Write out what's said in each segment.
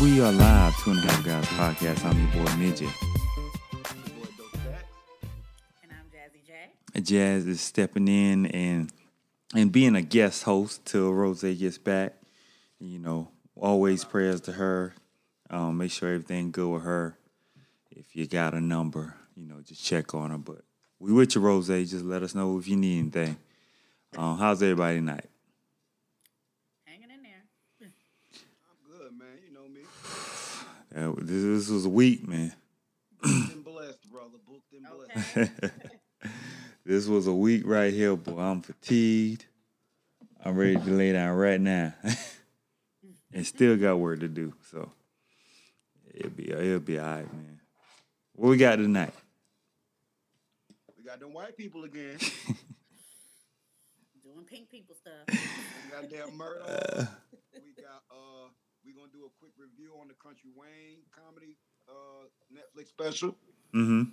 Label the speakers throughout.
Speaker 1: We are live, Two and a Half Guys podcast. I'm your boy Midget.
Speaker 2: And I'm Jazzy J.
Speaker 1: Jazz is stepping in and and being a guest host till Rose gets back. You know, always prayers to her. Um, make sure everything good with her. If you got a number, you know, just check on her. But we with you, Rose. Just let us know if you need anything. Um, how's everybody tonight?
Speaker 2: Hanging in there.
Speaker 3: I'm good, man. You know me.
Speaker 1: Uh, this, this was a week, man.
Speaker 3: Booked and blessed, brother. Booked and blessed.
Speaker 2: Okay.
Speaker 1: This was a week right here, boy. I'm fatigued. I'm ready to lay down right now, and still got work to do. So it'll be it'll be all right, man. What we got tonight?
Speaker 3: We got them white people again.
Speaker 2: Doing pink people stuff.
Speaker 3: We got damn Murdo. We got uh we gonna do a quick review on the Country Wayne comedy uh Netflix special.
Speaker 1: Mm-hmm.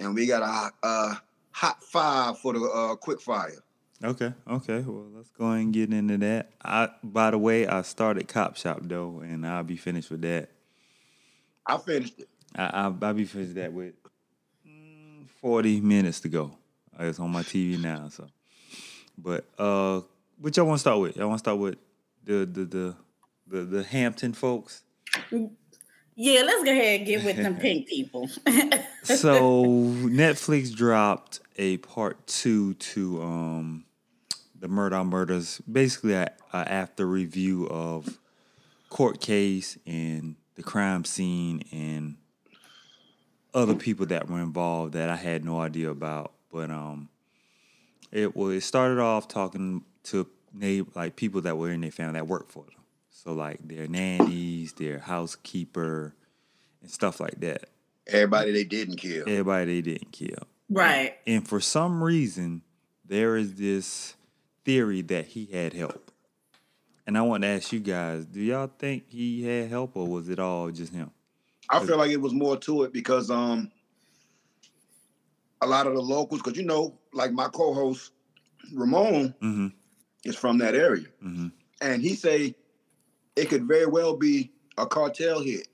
Speaker 3: And we got a uh hot five for the uh quick fire.
Speaker 1: Okay, okay. Well, let's go ahead and get into that. I, by the way, I started Cop Shop though, and I'll be finished with that.
Speaker 3: I finished it.
Speaker 1: I, I I'll be finished that with mm, forty minutes to go. Uh, It's on my TV now, so. But uh, what y'all want to start with? Y'all want to start with the the the the, the Hampton folks.
Speaker 2: yeah, let's go ahead and get with them pink people.
Speaker 1: So Netflix dropped a part two to um the Murder on Murders, basically a, a after review of court case and the crime scene and other people that were involved that I had no idea about. But um, it was it started off talking to neighbor, like people that were in their family that worked for them. So like their nannies, their housekeeper, and stuff like that.
Speaker 3: Everybody they didn't kill.
Speaker 1: Everybody they didn't kill.
Speaker 2: right.
Speaker 1: And for some reason, there is this theory that he had help. And I want to ask you guys, do y'all think he had help or was it all just him?
Speaker 3: I feel like it was more to it because um a lot of the locals, because you know, like my co-host Ramon
Speaker 1: Mm-hmm.
Speaker 3: is from that area.
Speaker 1: Mm-hmm.
Speaker 3: and he say it could very well be a cartel hit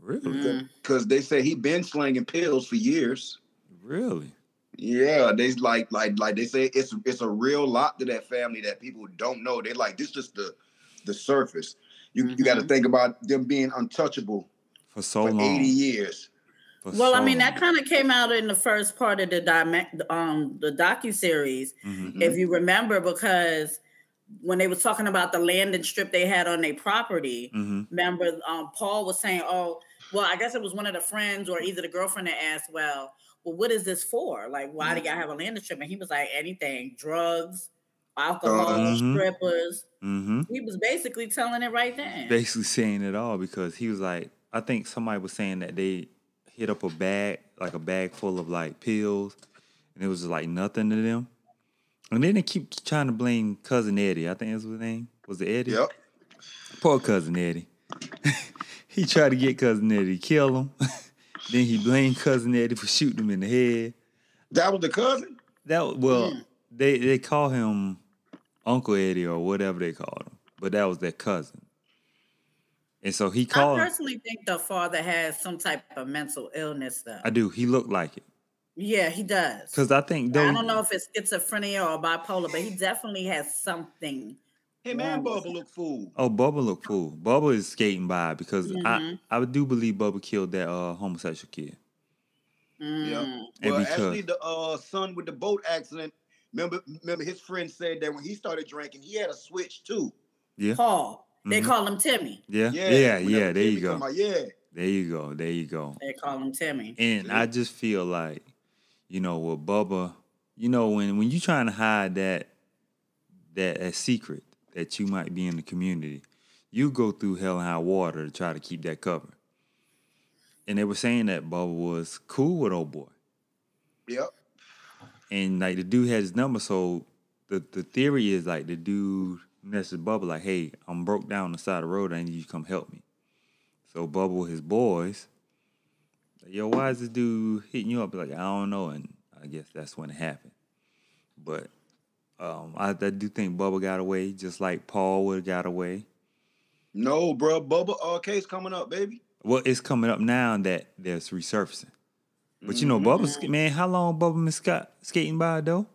Speaker 1: Really?
Speaker 2: Mm.
Speaker 3: because they say he been slinging pills for years.
Speaker 1: Really?
Speaker 3: Yeah, they like like like they say it's it's a real lot to that family that people don't know. They like this just the the surface. You you got to
Speaker 2: Mhm.
Speaker 3: think about them being untouchable
Speaker 1: For so
Speaker 3: for
Speaker 1: long.
Speaker 3: eighty years.
Speaker 1: For
Speaker 2: Well, I
Speaker 1: so
Speaker 2: mean, that
Speaker 1: long.
Speaker 2: kind of came out in the first part of the dime- um the docu series,
Speaker 1: Mhm.
Speaker 2: if you remember, because when they was talking about the landing strip they had on their property,
Speaker 1: Mhm.
Speaker 2: remember um, Paul was saying, "Oh, well, I guess it was one of the friends or either the girlfriend that asked, well, well, what is this for? Like, why
Speaker 1: Mm.
Speaker 2: do y'all have a landing strip?" And he was like, "Anything, drugs, alcohol,
Speaker 1: Drugs. Mhm.
Speaker 2: strippers."
Speaker 1: Mhm.
Speaker 2: He was basically telling it right then.
Speaker 1: Basically saying it all because he was like, I think somebody was saying that they hit up a bag, like a bag full of like pills, and it was just like nothing to them. And then they keep trying to blame cousin Eddie. I think that's his name. Was it Eddie?
Speaker 3: Yep.
Speaker 1: Poor cousin Eddie. he tried to get cousin Eddie to kill him. then he blamed cousin Eddie for shooting him in the head.
Speaker 3: That was the cousin.
Speaker 1: That was- well, they they call him Uncle Eddie or whatever they called him, but that was their cousin. And so he
Speaker 2: I
Speaker 1: called. I,
Speaker 2: personally think the father has some type of mental illness, though.
Speaker 1: do. He looked like it
Speaker 2: yeah, he does.
Speaker 1: because I think though.
Speaker 2: I don't know if it's schizophrenia or bipolar, but he definitely has something.
Speaker 3: Him and Bubba look fool.
Speaker 1: Oh, Bubba look fool. Bubba is skating by because I
Speaker 2: Mhm.
Speaker 1: I do believe Bubba killed that uh, homosexual kid.
Speaker 2: Mm.
Speaker 1: And
Speaker 3: Well,
Speaker 1: because-
Speaker 3: actually, the uh, son with the boat accident. Remember, remember, his friend said that when he started drinking, he had a switch too.
Speaker 1: Yeah.
Speaker 2: Paul. They
Speaker 1: Mhm.
Speaker 2: call him Timmy.
Speaker 1: Yeah, yeah, yeah.
Speaker 3: whenever
Speaker 1: there
Speaker 3: Jimmy
Speaker 1: you go.
Speaker 3: come out, yeah.
Speaker 1: There you go. There you go.
Speaker 2: They call him Timmy.
Speaker 1: And I just feel like, you know, with Bubba, you know, when when you trying to hide that that that secret that you might be in the community, you go through hell and high water to try to keep that covered. And they were saying that Bubba was cool with old boy,
Speaker 3: Yep.
Speaker 1: and like the dude had his number, so the the theory is like the dude messaged Bubba like, "Hey, I'm broke down on the side of the road. I need you to come help me." So Bubba with his boys, like, yo, why is this dude hitting you up? Like, I don't know, and I guess that's when it happened. But um, I, I do think Bubba got away, just like Paul would have got away.
Speaker 3: No, bro. Bubba uh, case coming up, baby.
Speaker 1: Well, it's coming up now that there's resurfacing. But you know, Bubba, Sk- man, how long Bubba been ska- skating by though?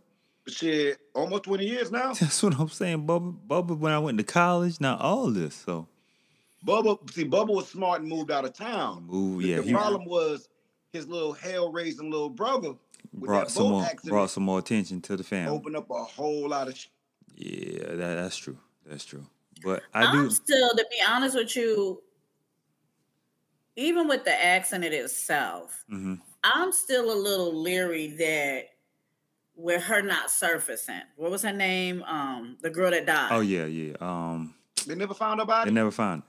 Speaker 3: Shit, almost 20 years now.
Speaker 1: That's what I'm saying, Bubba. Bubba, when I went to college, now all this. So,
Speaker 3: Bubba, see, Bubba was smart and moved out of town.
Speaker 1: ooh,
Speaker 3: The-
Speaker 1: yeah,
Speaker 3: the
Speaker 1: he
Speaker 3: problem was his little hell raising little brother with
Speaker 1: brought
Speaker 3: that
Speaker 1: some
Speaker 3: boat
Speaker 1: more,
Speaker 3: accident
Speaker 1: brought some more attention to the family.
Speaker 3: opened up a whole lot of. Sh-
Speaker 1: Yeah, that, that's true. That's true. But I
Speaker 2: I
Speaker 1: do.
Speaker 2: am still, to be honest with you, even with the accent in itself,
Speaker 1: Mhm.
Speaker 2: I'm still a little leery that with her not surfacing. What was her name? Um, the girl that died.
Speaker 1: Oh yeah, yeah. Um,
Speaker 3: they never found her body.
Speaker 1: they never found it.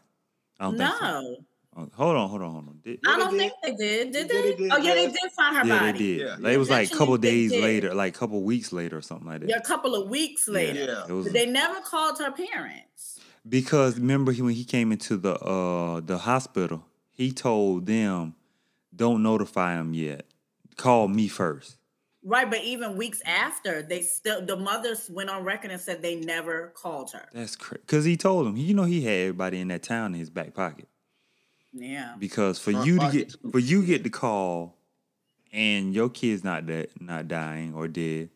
Speaker 1: I don't
Speaker 2: no,
Speaker 1: think so. Oh, Hold on, hold on, hold on. Did-
Speaker 3: Yeah,
Speaker 2: I
Speaker 3: they
Speaker 2: don't think they did. Did they?
Speaker 3: Yeah, they did,
Speaker 2: oh yeah, they
Speaker 3: yeah.
Speaker 2: did find her
Speaker 1: yeah,
Speaker 2: body.
Speaker 1: they did.
Speaker 3: Yeah.
Speaker 1: Like, it was like a
Speaker 2: Actually,
Speaker 1: couple
Speaker 2: they
Speaker 1: days
Speaker 2: did.
Speaker 1: later, like a couple weeks later or something like that.
Speaker 2: Yeah, a couple of weeks later.
Speaker 3: Yeah.
Speaker 1: It was,
Speaker 2: But they never called her parents.
Speaker 1: because remember he, when he came into the uh the hospital, he told them, "Don't notify him yet. Call me first.
Speaker 2: Right, but even weeks after, they still the mothers went on record and said they never called her.
Speaker 1: That's crazy. Because he told him, you know, he had everybody in that town in his back pocket.
Speaker 2: Yeah.
Speaker 1: because for
Speaker 3: Front
Speaker 1: you to
Speaker 3: pocket
Speaker 1: get
Speaker 3: too.
Speaker 1: for you get the call and your kid's not dead, not dying or dead,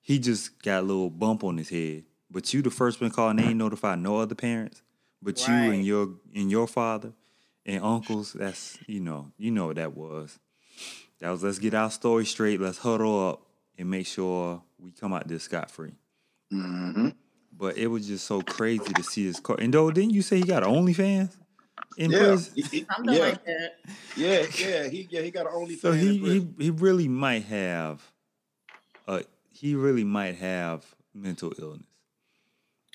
Speaker 1: he just got a little bump on his head. But you the first one called and they ain't notified no other parents, but you
Speaker 2: Right.
Speaker 1: and your and your father and uncles. That's you know you know what that was. That was let's get our story straight. Let's huddle up and make sure we come out this scot free.
Speaker 3: Mm-hmm.
Speaker 1: But it was just so crazy to see his car. And though, didn't you say he got OnlyFans in
Speaker 3: Yeah,
Speaker 1: prison?
Speaker 3: he- he-
Speaker 2: Something
Speaker 3: yeah,
Speaker 2: like that.
Speaker 3: yeah, yeah. He yeah he got an only.
Speaker 1: So he, he he really might have uh he really might have mental illness.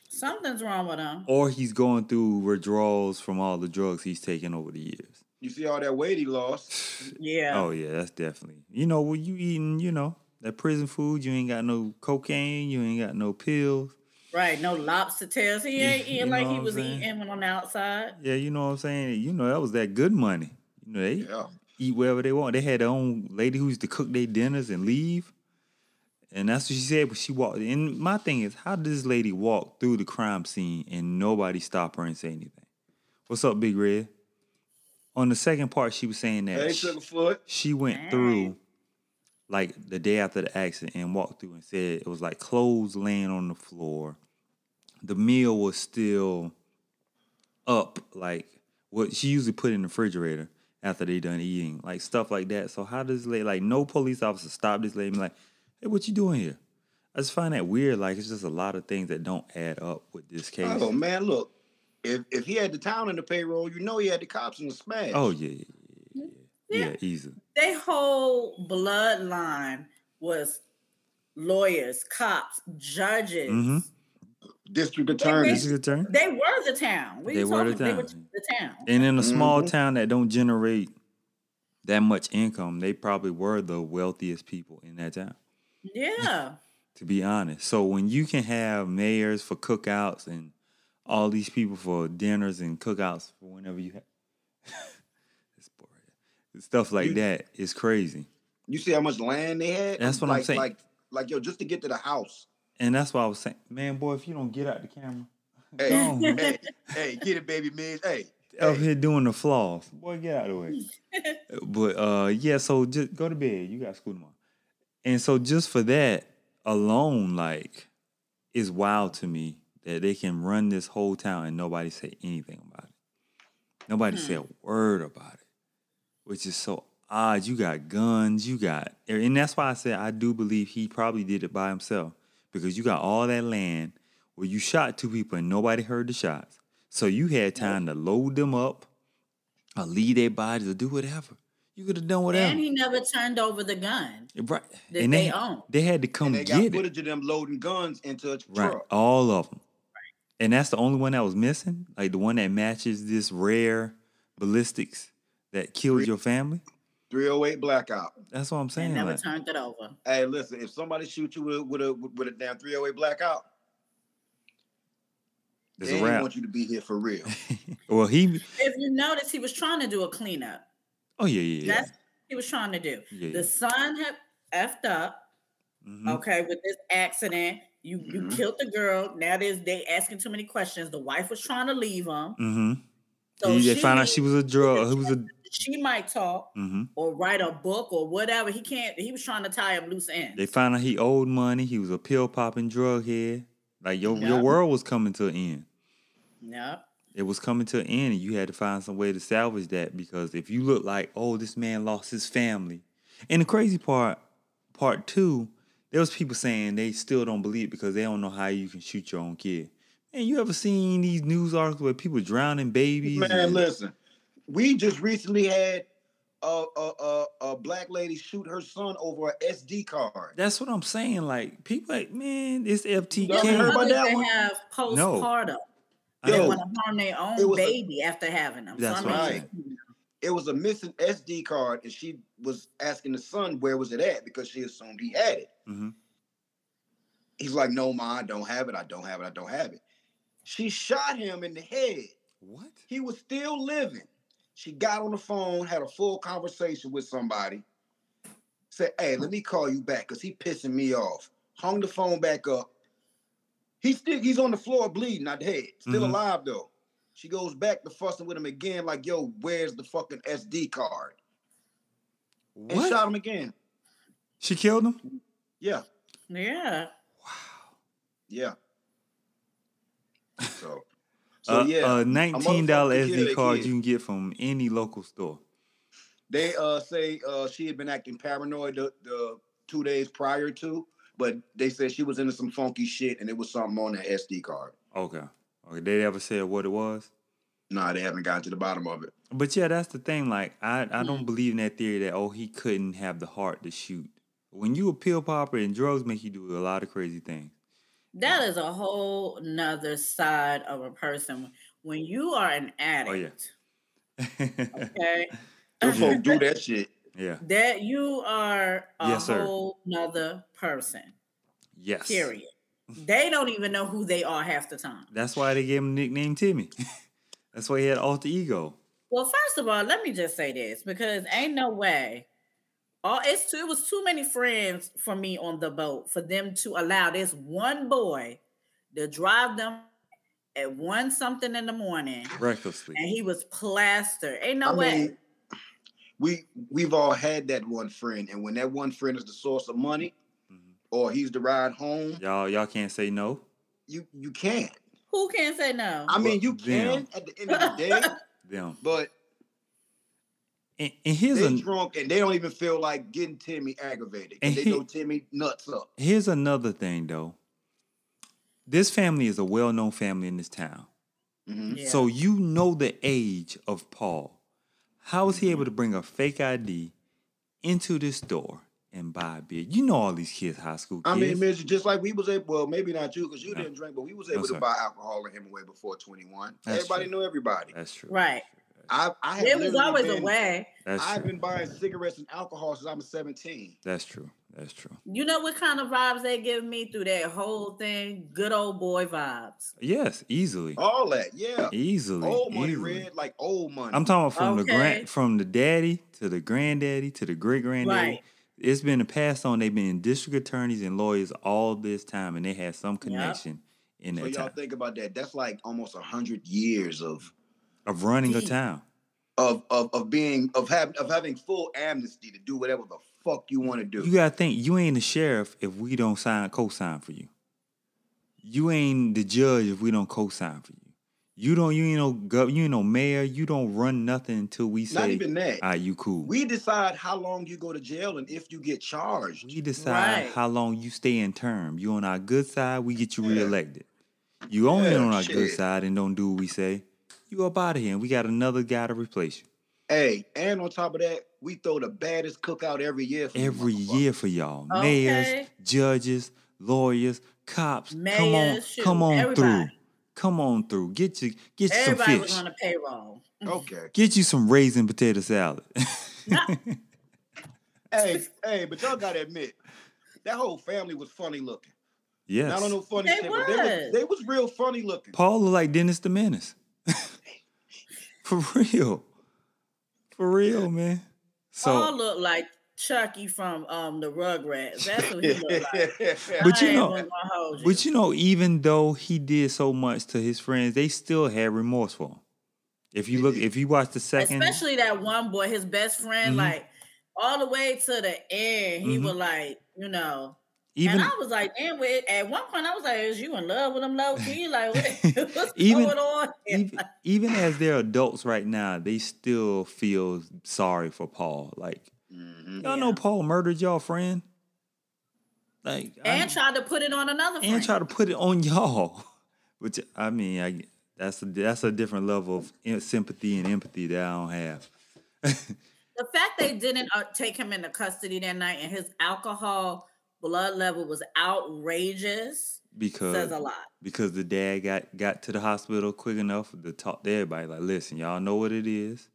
Speaker 2: Something's wrong with him.
Speaker 1: Or he's going through withdrawals from all the drugs he's taken over the years.
Speaker 3: you see all that weight he lost.
Speaker 2: Yeah.
Speaker 1: Oh yeah, that's definitely. You know, when you eating, you know, that prison food, you ain't got no cocaine, you ain't got no pills.
Speaker 2: Right. No lobster tails. He
Speaker 1: Yeah,
Speaker 2: ain't
Speaker 1: you
Speaker 2: eating like
Speaker 1: know
Speaker 2: he
Speaker 1: what I'm
Speaker 2: was
Speaker 1: saying?
Speaker 2: eating when on the outside.
Speaker 1: Yeah, you know what I'm saying? You know, that was that good money. You know, they
Speaker 3: Yeah,
Speaker 1: eat wherever they want. They had their own lady who used to cook their dinners and leave. And that's what she said when she walked. And my thing is, how did this lady walk through the crime scene and nobody stop her and say anything? What's up, Big Red? On the second part, she was saying that
Speaker 3: they
Speaker 1: she,
Speaker 3: took a foot.
Speaker 1: she went
Speaker 2: Alright.
Speaker 1: through like the day after the accident and walked through and said it was like clothes laying on the floor. The meal was still up, like what she usually put in the refrigerator after they done eating, like stuff like that. So how does lady like no police officer stop this lady and be like, hey, what you doing here? I just find that weird. Like it's just a lot of things that don't add up with this case.
Speaker 3: Oh man, look. If if he had the town in the payroll, you know he had the cops in the smash.
Speaker 1: Oh, yeah, yeah, yeah, yeah, yeah,
Speaker 2: Yeah.
Speaker 1: easily.
Speaker 2: Their whole bloodline was lawyers, cops, judges.
Speaker 1: Mhm.
Speaker 3: district
Speaker 2: They-
Speaker 3: attorney.
Speaker 1: This is your turn.
Speaker 2: They were the town. What are
Speaker 1: They
Speaker 2: you
Speaker 1: were the
Speaker 2: talking- They were
Speaker 1: town.
Speaker 2: the town.
Speaker 1: And in a small
Speaker 3: Mhm.
Speaker 1: town that don't generate that much income, they probably were the wealthiest people in that town,
Speaker 2: Yeah.
Speaker 1: to be honest. So when you can have mayors for cookouts and all these people for dinners and cookouts for whenever you have it's boring. stuff like
Speaker 3: You-
Speaker 1: that is crazy.
Speaker 3: You see how much land they had?
Speaker 1: That's what I'm
Speaker 3: like,
Speaker 1: saying.
Speaker 3: Like, like yo, just to get to the house.
Speaker 1: And that's why I was saying, man, boy, if you don't get out the camera,
Speaker 3: Hey,
Speaker 1: Gone.
Speaker 3: hey, hey, get it, baby Midge. Hey,
Speaker 1: up
Speaker 3: hey.
Speaker 1: here doing the flaws. Boy, get out of the way. but uh yeah, so just go to bed. You got school tomorrow. And so just for that alone, like, it's wild to me that they can run this whole town and nobody say anything about it. Nobody say a word about it. Which is so odd. You got guns, you got and that's why I said I do believe he probably did it by himself. Because you got all that land where you shot two people and nobody heard the shots. So you had time to load them up, or lead their bodies, or do whatever. You could have done whatever.
Speaker 2: And he never turned over the gun.
Speaker 1: right.
Speaker 2: that
Speaker 1: and
Speaker 2: they
Speaker 1: they,
Speaker 2: own.
Speaker 1: they had to come
Speaker 3: And they got
Speaker 1: get it.
Speaker 3: footage of them loading guns into a
Speaker 1: Right.
Speaker 3: truck.
Speaker 1: All of them. And that's the only one that was missing. Like the one that matches this rare ballistics that killed
Speaker 3: Three-
Speaker 1: your family.
Speaker 3: 308 blackout.
Speaker 1: That's what I'm
Speaker 2: And
Speaker 1: saying.
Speaker 2: never
Speaker 1: like,
Speaker 2: turned it over.
Speaker 3: Hey, listen, if somebody shoot you with a, with a with a damn 308 blackout,
Speaker 1: it's
Speaker 3: they
Speaker 1: a
Speaker 3: ain't
Speaker 1: wrap.
Speaker 3: want you to be here for real.
Speaker 1: well, he.
Speaker 2: If you notice, he was trying to do a cleanup.
Speaker 1: Oh yeah, yeah, yeah.
Speaker 2: That's what he was trying to do.
Speaker 1: yeah, yeah.
Speaker 2: The son had effed up,
Speaker 1: Mhm.
Speaker 2: okay, with this accident. You you killed the girl. Now there's they asking too many questions. The wife was trying to leave him.
Speaker 1: Mm-hmm.
Speaker 2: So
Speaker 1: they
Speaker 2: she
Speaker 1: found out she was a drug. Who was a?
Speaker 2: she might talk
Speaker 1: Mm-hmm.
Speaker 2: or write a book or whatever. He can't. He was trying to tie him loose ends.
Speaker 1: They found out he owed money. He was a pill popping drug head. Like your
Speaker 2: Yeah.
Speaker 1: your world was coming to an end.
Speaker 2: Yep.
Speaker 1: It was coming to an end, and you had to find some way to salvage that because if you look like, oh, this man lost his family, and the crazy part, part two, there was people saying they still don't believe because they don't know how you can shoot your own kid. Man, you ever seen these news articles where people drowning babies?
Speaker 3: Man,
Speaker 1: and-
Speaker 3: listen, we just recently had a a, a a black lady shoot her son over an SD card.
Speaker 1: That's what I'm saying. Like people, like man, it's FTK.
Speaker 3: Y'all haven't heard about
Speaker 2: Mothers
Speaker 3: that
Speaker 2: that
Speaker 3: one?
Speaker 2: have
Speaker 1: No.
Speaker 2: postpartum.
Speaker 1: I
Speaker 2: They
Speaker 3: Yo,
Speaker 1: don't-
Speaker 2: want to harm their
Speaker 3: it
Speaker 2: own
Speaker 3: was a-
Speaker 2: baby after having them.
Speaker 1: That's
Speaker 2: so
Speaker 3: what I'm
Speaker 2: I'm
Speaker 3: It was a missing SD card, and she was asking the son where was it at because she assumed he had it.
Speaker 1: Mhm.
Speaker 3: He's like, "No, ma, I don't have it. I don't have it. I don't have it." She shot him in the head.
Speaker 1: What?
Speaker 3: He was still living. She got on the phone, had a full conversation with somebody. Said, "Hey, let me call you back because he pissing me off." Hung the phone back up. He's still he's on the floor bleeding out the head, still
Speaker 1: Mhm.
Speaker 3: alive though. She goes back to fussing with him again, like, "Yo, where's the fucking SD card?" And
Speaker 1: What?
Speaker 3: shot him again.
Speaker 1: she killed him.
Speaker 3: Yeah,
Speaker 2: Yeah.
Speaker 3: yeah. So, so
Speaker 1: So
Speaker 3: yeah,
Speaker 1: yeah, a nineteen dollar
Speaker 3: motherfucker killed
Speaker 1: SD
Speaker 3: a
Speaker 1: card
Speaker 3: kid.
Speaker 1: you can get from any local store.
Speaker 3: They uh say uh she had been acting paranoid the, the two days prior to, but they said she was into some funky shit and it was something on that SD card.
Speaker 1: Okay. Okay. They ever said what it was?
Speaker 3: Nah, they haven't gotten to the bottom of it.
Speaker 1: But yeah, that's the thing. Like, I, I
Speaker 3: Mm-hmm.
Speaker 1: don't believe in that theory that oh he couldn't have the heart to shoot. When you a pill popper and drugs make you do a lot of crazy things.
Speaker 2: That is a whole nother side of a person. When you are an addict, okay,
Speaker 3: Them folks do that shit.
Speaker 1: yeah.
Speaker 2: that you are a
Speaker 1: Yes, sir.
Speaker 2: whole nother person.
Speaker 1: Yes.
Speaker 2: Period.
Speaker 3: Mm-hmm.
Speaker 2: They don't even know who they are half the time.
Speaker 1: That's why they gave him the nickname Timmy. that's why he had alter ego.
Speaker 2: Well, first of all, let me just say this because ain't no way. All it's too, it was too many friends for me on the boat for them to allow this one boy to drive them at one something in the morning,
Speaker 1: Recklessly.
Speaker 2: and he was plastered. Ain't no
Speaker 3: I
Speaker 2: way.
Speaker 3: mean, we we've all had that one friend, and when that one friend is the source of money
Speaker 1: Mhm.
Speaker 3: or he's the ride home,
Speaker 1: Y'all y'all can't say no.
Speaker 3: you you can't.
Speaker 2: Who can say no?
Speaker 3: I mean, you
Speaker 1: Well, damn.
Speaker 3: can at the end of the day,
Speaker 1: Them.
Speaker 3: but
Speaker 1: And, and here's
Speaker 3: they
Speaker 1: a
Speaker 3: drunk and they don't even feel like getting Timmy aggravated.
Speaker 1: And
Speaker 3: And they
Speaker 1: he-
Speaker 3: know Timmy nuts up.
Speaker 1: Here's another thing though. This family is a well-known family in this town.
Speaker 3: Mhm.
Speaker 2: Yeah.
Speaker 1: So you know the age of Paul. How was he able to bring a fake ID into this store and buy a beer? You know all these kids, high school kids.
Speaker 3: I mean, Mitch, just like we was able, well, maybe not you because you
Speaker 1: No.
Speaker 3: didn't drink, but we was able
Speaker 1: sir.
Speaker 3: to buy alcohol in Hemingway before 21.
Speaker 1: That's
Speaker 3: everybody
Speaker 1: true.
Speaker 3: knew everybody.
Speaker 1: that's true.
Speaker 2: right.
Speaker 3: I, I have
Speaker 2: There was
Speaker 3: literally
Speaker 2: always
Speaker 3: been,
Speaker 2: a way.
Speaker 1: That's
Speaker 3: I've
Speaker 1: true.
Speaker 3: been buying cigarettes and alcohol since I'm 17.
Speaker 1: That's true. That's true.
Speaker 2: You know what kind of vibes they give me through that whole thing? Good old boy vibes.
Speaker 1: Yes, easily.
Speaker 3: All that, yeah.
Speaker 1: Easily.
Speaker 3: Old money,
Speaker 1: easily.
Speaker 3: Oh, red, like old money.
Speaker 1: I'm talking about from the
Speaker 2: Okay.
Speaker 1: grand from the daddy to the granddaddy to the great granddaddy.
Speaker 2: Right.
Speaker 1: It's been passed on. They've been district attorneys and lawyers all this time, and they had some connection in
Speaker 3: so
Speaker 1: that
Speaker 3: y'all
Speaker 1: time
Speaker 3: think about that. That's like almost 100 years of
Speaker 1: of running a
Speaker 2: Deep.
Speaker 1: town.
Speaker 3: of of, of being of having of having full amnesty to do whatever the fuck you want to do.
Speaker 1: You gotta think you ain't the sheriff if we don't sign co-sign for you. You ain't the judge if we don't co-sign for you. You don't. You ain't no. Gov, you ain't no mayor. You don't run nothing until we
Speaker 3: Not
Speaker 1: say,
Speaker 3: even that.
Speaker 1: "Are you cool?" We,
Speaker 3: we decide how long you go to jail and if you get charged.
Speaker 1: decide
Speaker 2: Right.
Speaker 1: how long you stay in term. You on our good side. We get you
Speaker 3: Yeah.
Speaker 1: reelected. You only
Speaker 3: Yeah,
Speaker 1: on our good
Speaker 3: shit.
Speaker 1: side and don't do what we say. You up out of here. And we got another guy to replace you
Speaker 3: Hey, and on top of that, we throw the baddest cookout every year. For you
Speaker 1: every
Speaker 3: motherfuckers.
Speaker 1: year for y'all. Mayors,
Speaker 2: Okay.
Speaker 1: judges, lawyers, cops. come on,
Speaker 2: Mayors, shoot,
Speaker 1: come on through.
Speaker 2: everybody.
Speaker 1: Come on through. Get you get you
Speaker 2: Everybody
Speaker 1: some
Speaker 2: was
Speaker 1: fish.
Speaker 2: on the payroll.
Speaker 3: Okay.
Speaker 1: Get you some raisin potato salad.
Speaker 3: hey, hey, but y'all gotta admit, that whole family was funny looking.
Speaker 1: yes.
Speaker 3: Not on no funny
Speaker 2: They
Speaker 3: shit, but they was,
Speaker 2: was.
Speaker 3: they was real funny looking.
Speaker 1: Paul looked like Dennis the Menace. For real. For real, man. So
Speaker 2: All look like Chucky from um the Rugrats. That's what he looked like.
Speaker 1: But you
Speaker 2: I ain't
Speaker 1: know-
Speaker 2: gonna hold you.
Speaker 1: But you know, even though he did so much to his friends, they still had remorse for him. If you look, if you watch the second,
Speaker 2: especially that one boy, his best friend,
Speaker 1: Mhm.
Speaker 2: like all the way to the end, he
Speaker 1: Mhm.
Speaker 2: was like, you know,
Speaker 1: even
Speaker 2: and I was like, damn, wait, at one point I was like, is you in love with him low key? Like, what- what's
Speaker 1: Even-
Speaker 2: going on? here?
Speaker 1: even, even as they're adults right now, they still feel sorry for Paul. Like
Speaker 3: Mhm.
Speaker 1: y'all know,
Speaker 2: Yeah.
Speaker 1: Paul murdered y'all friend. Like I-
Speaker 2: and tried to put it on another friend.
Speaker 1: and try to put it on y'all. Which I mean, I that's a that's a different level of em- sympathy and empathy that I don't have.
Speaker 2: the fact they didn't uh, take him into custody that night and his alcohol blood level was outrageous says a
Speaker 1: Because
Speaker 2: lot.
Speaker 1: because the dad got got to the hospital quick enough to talk to everybody. Like, listen, y'all know what it is.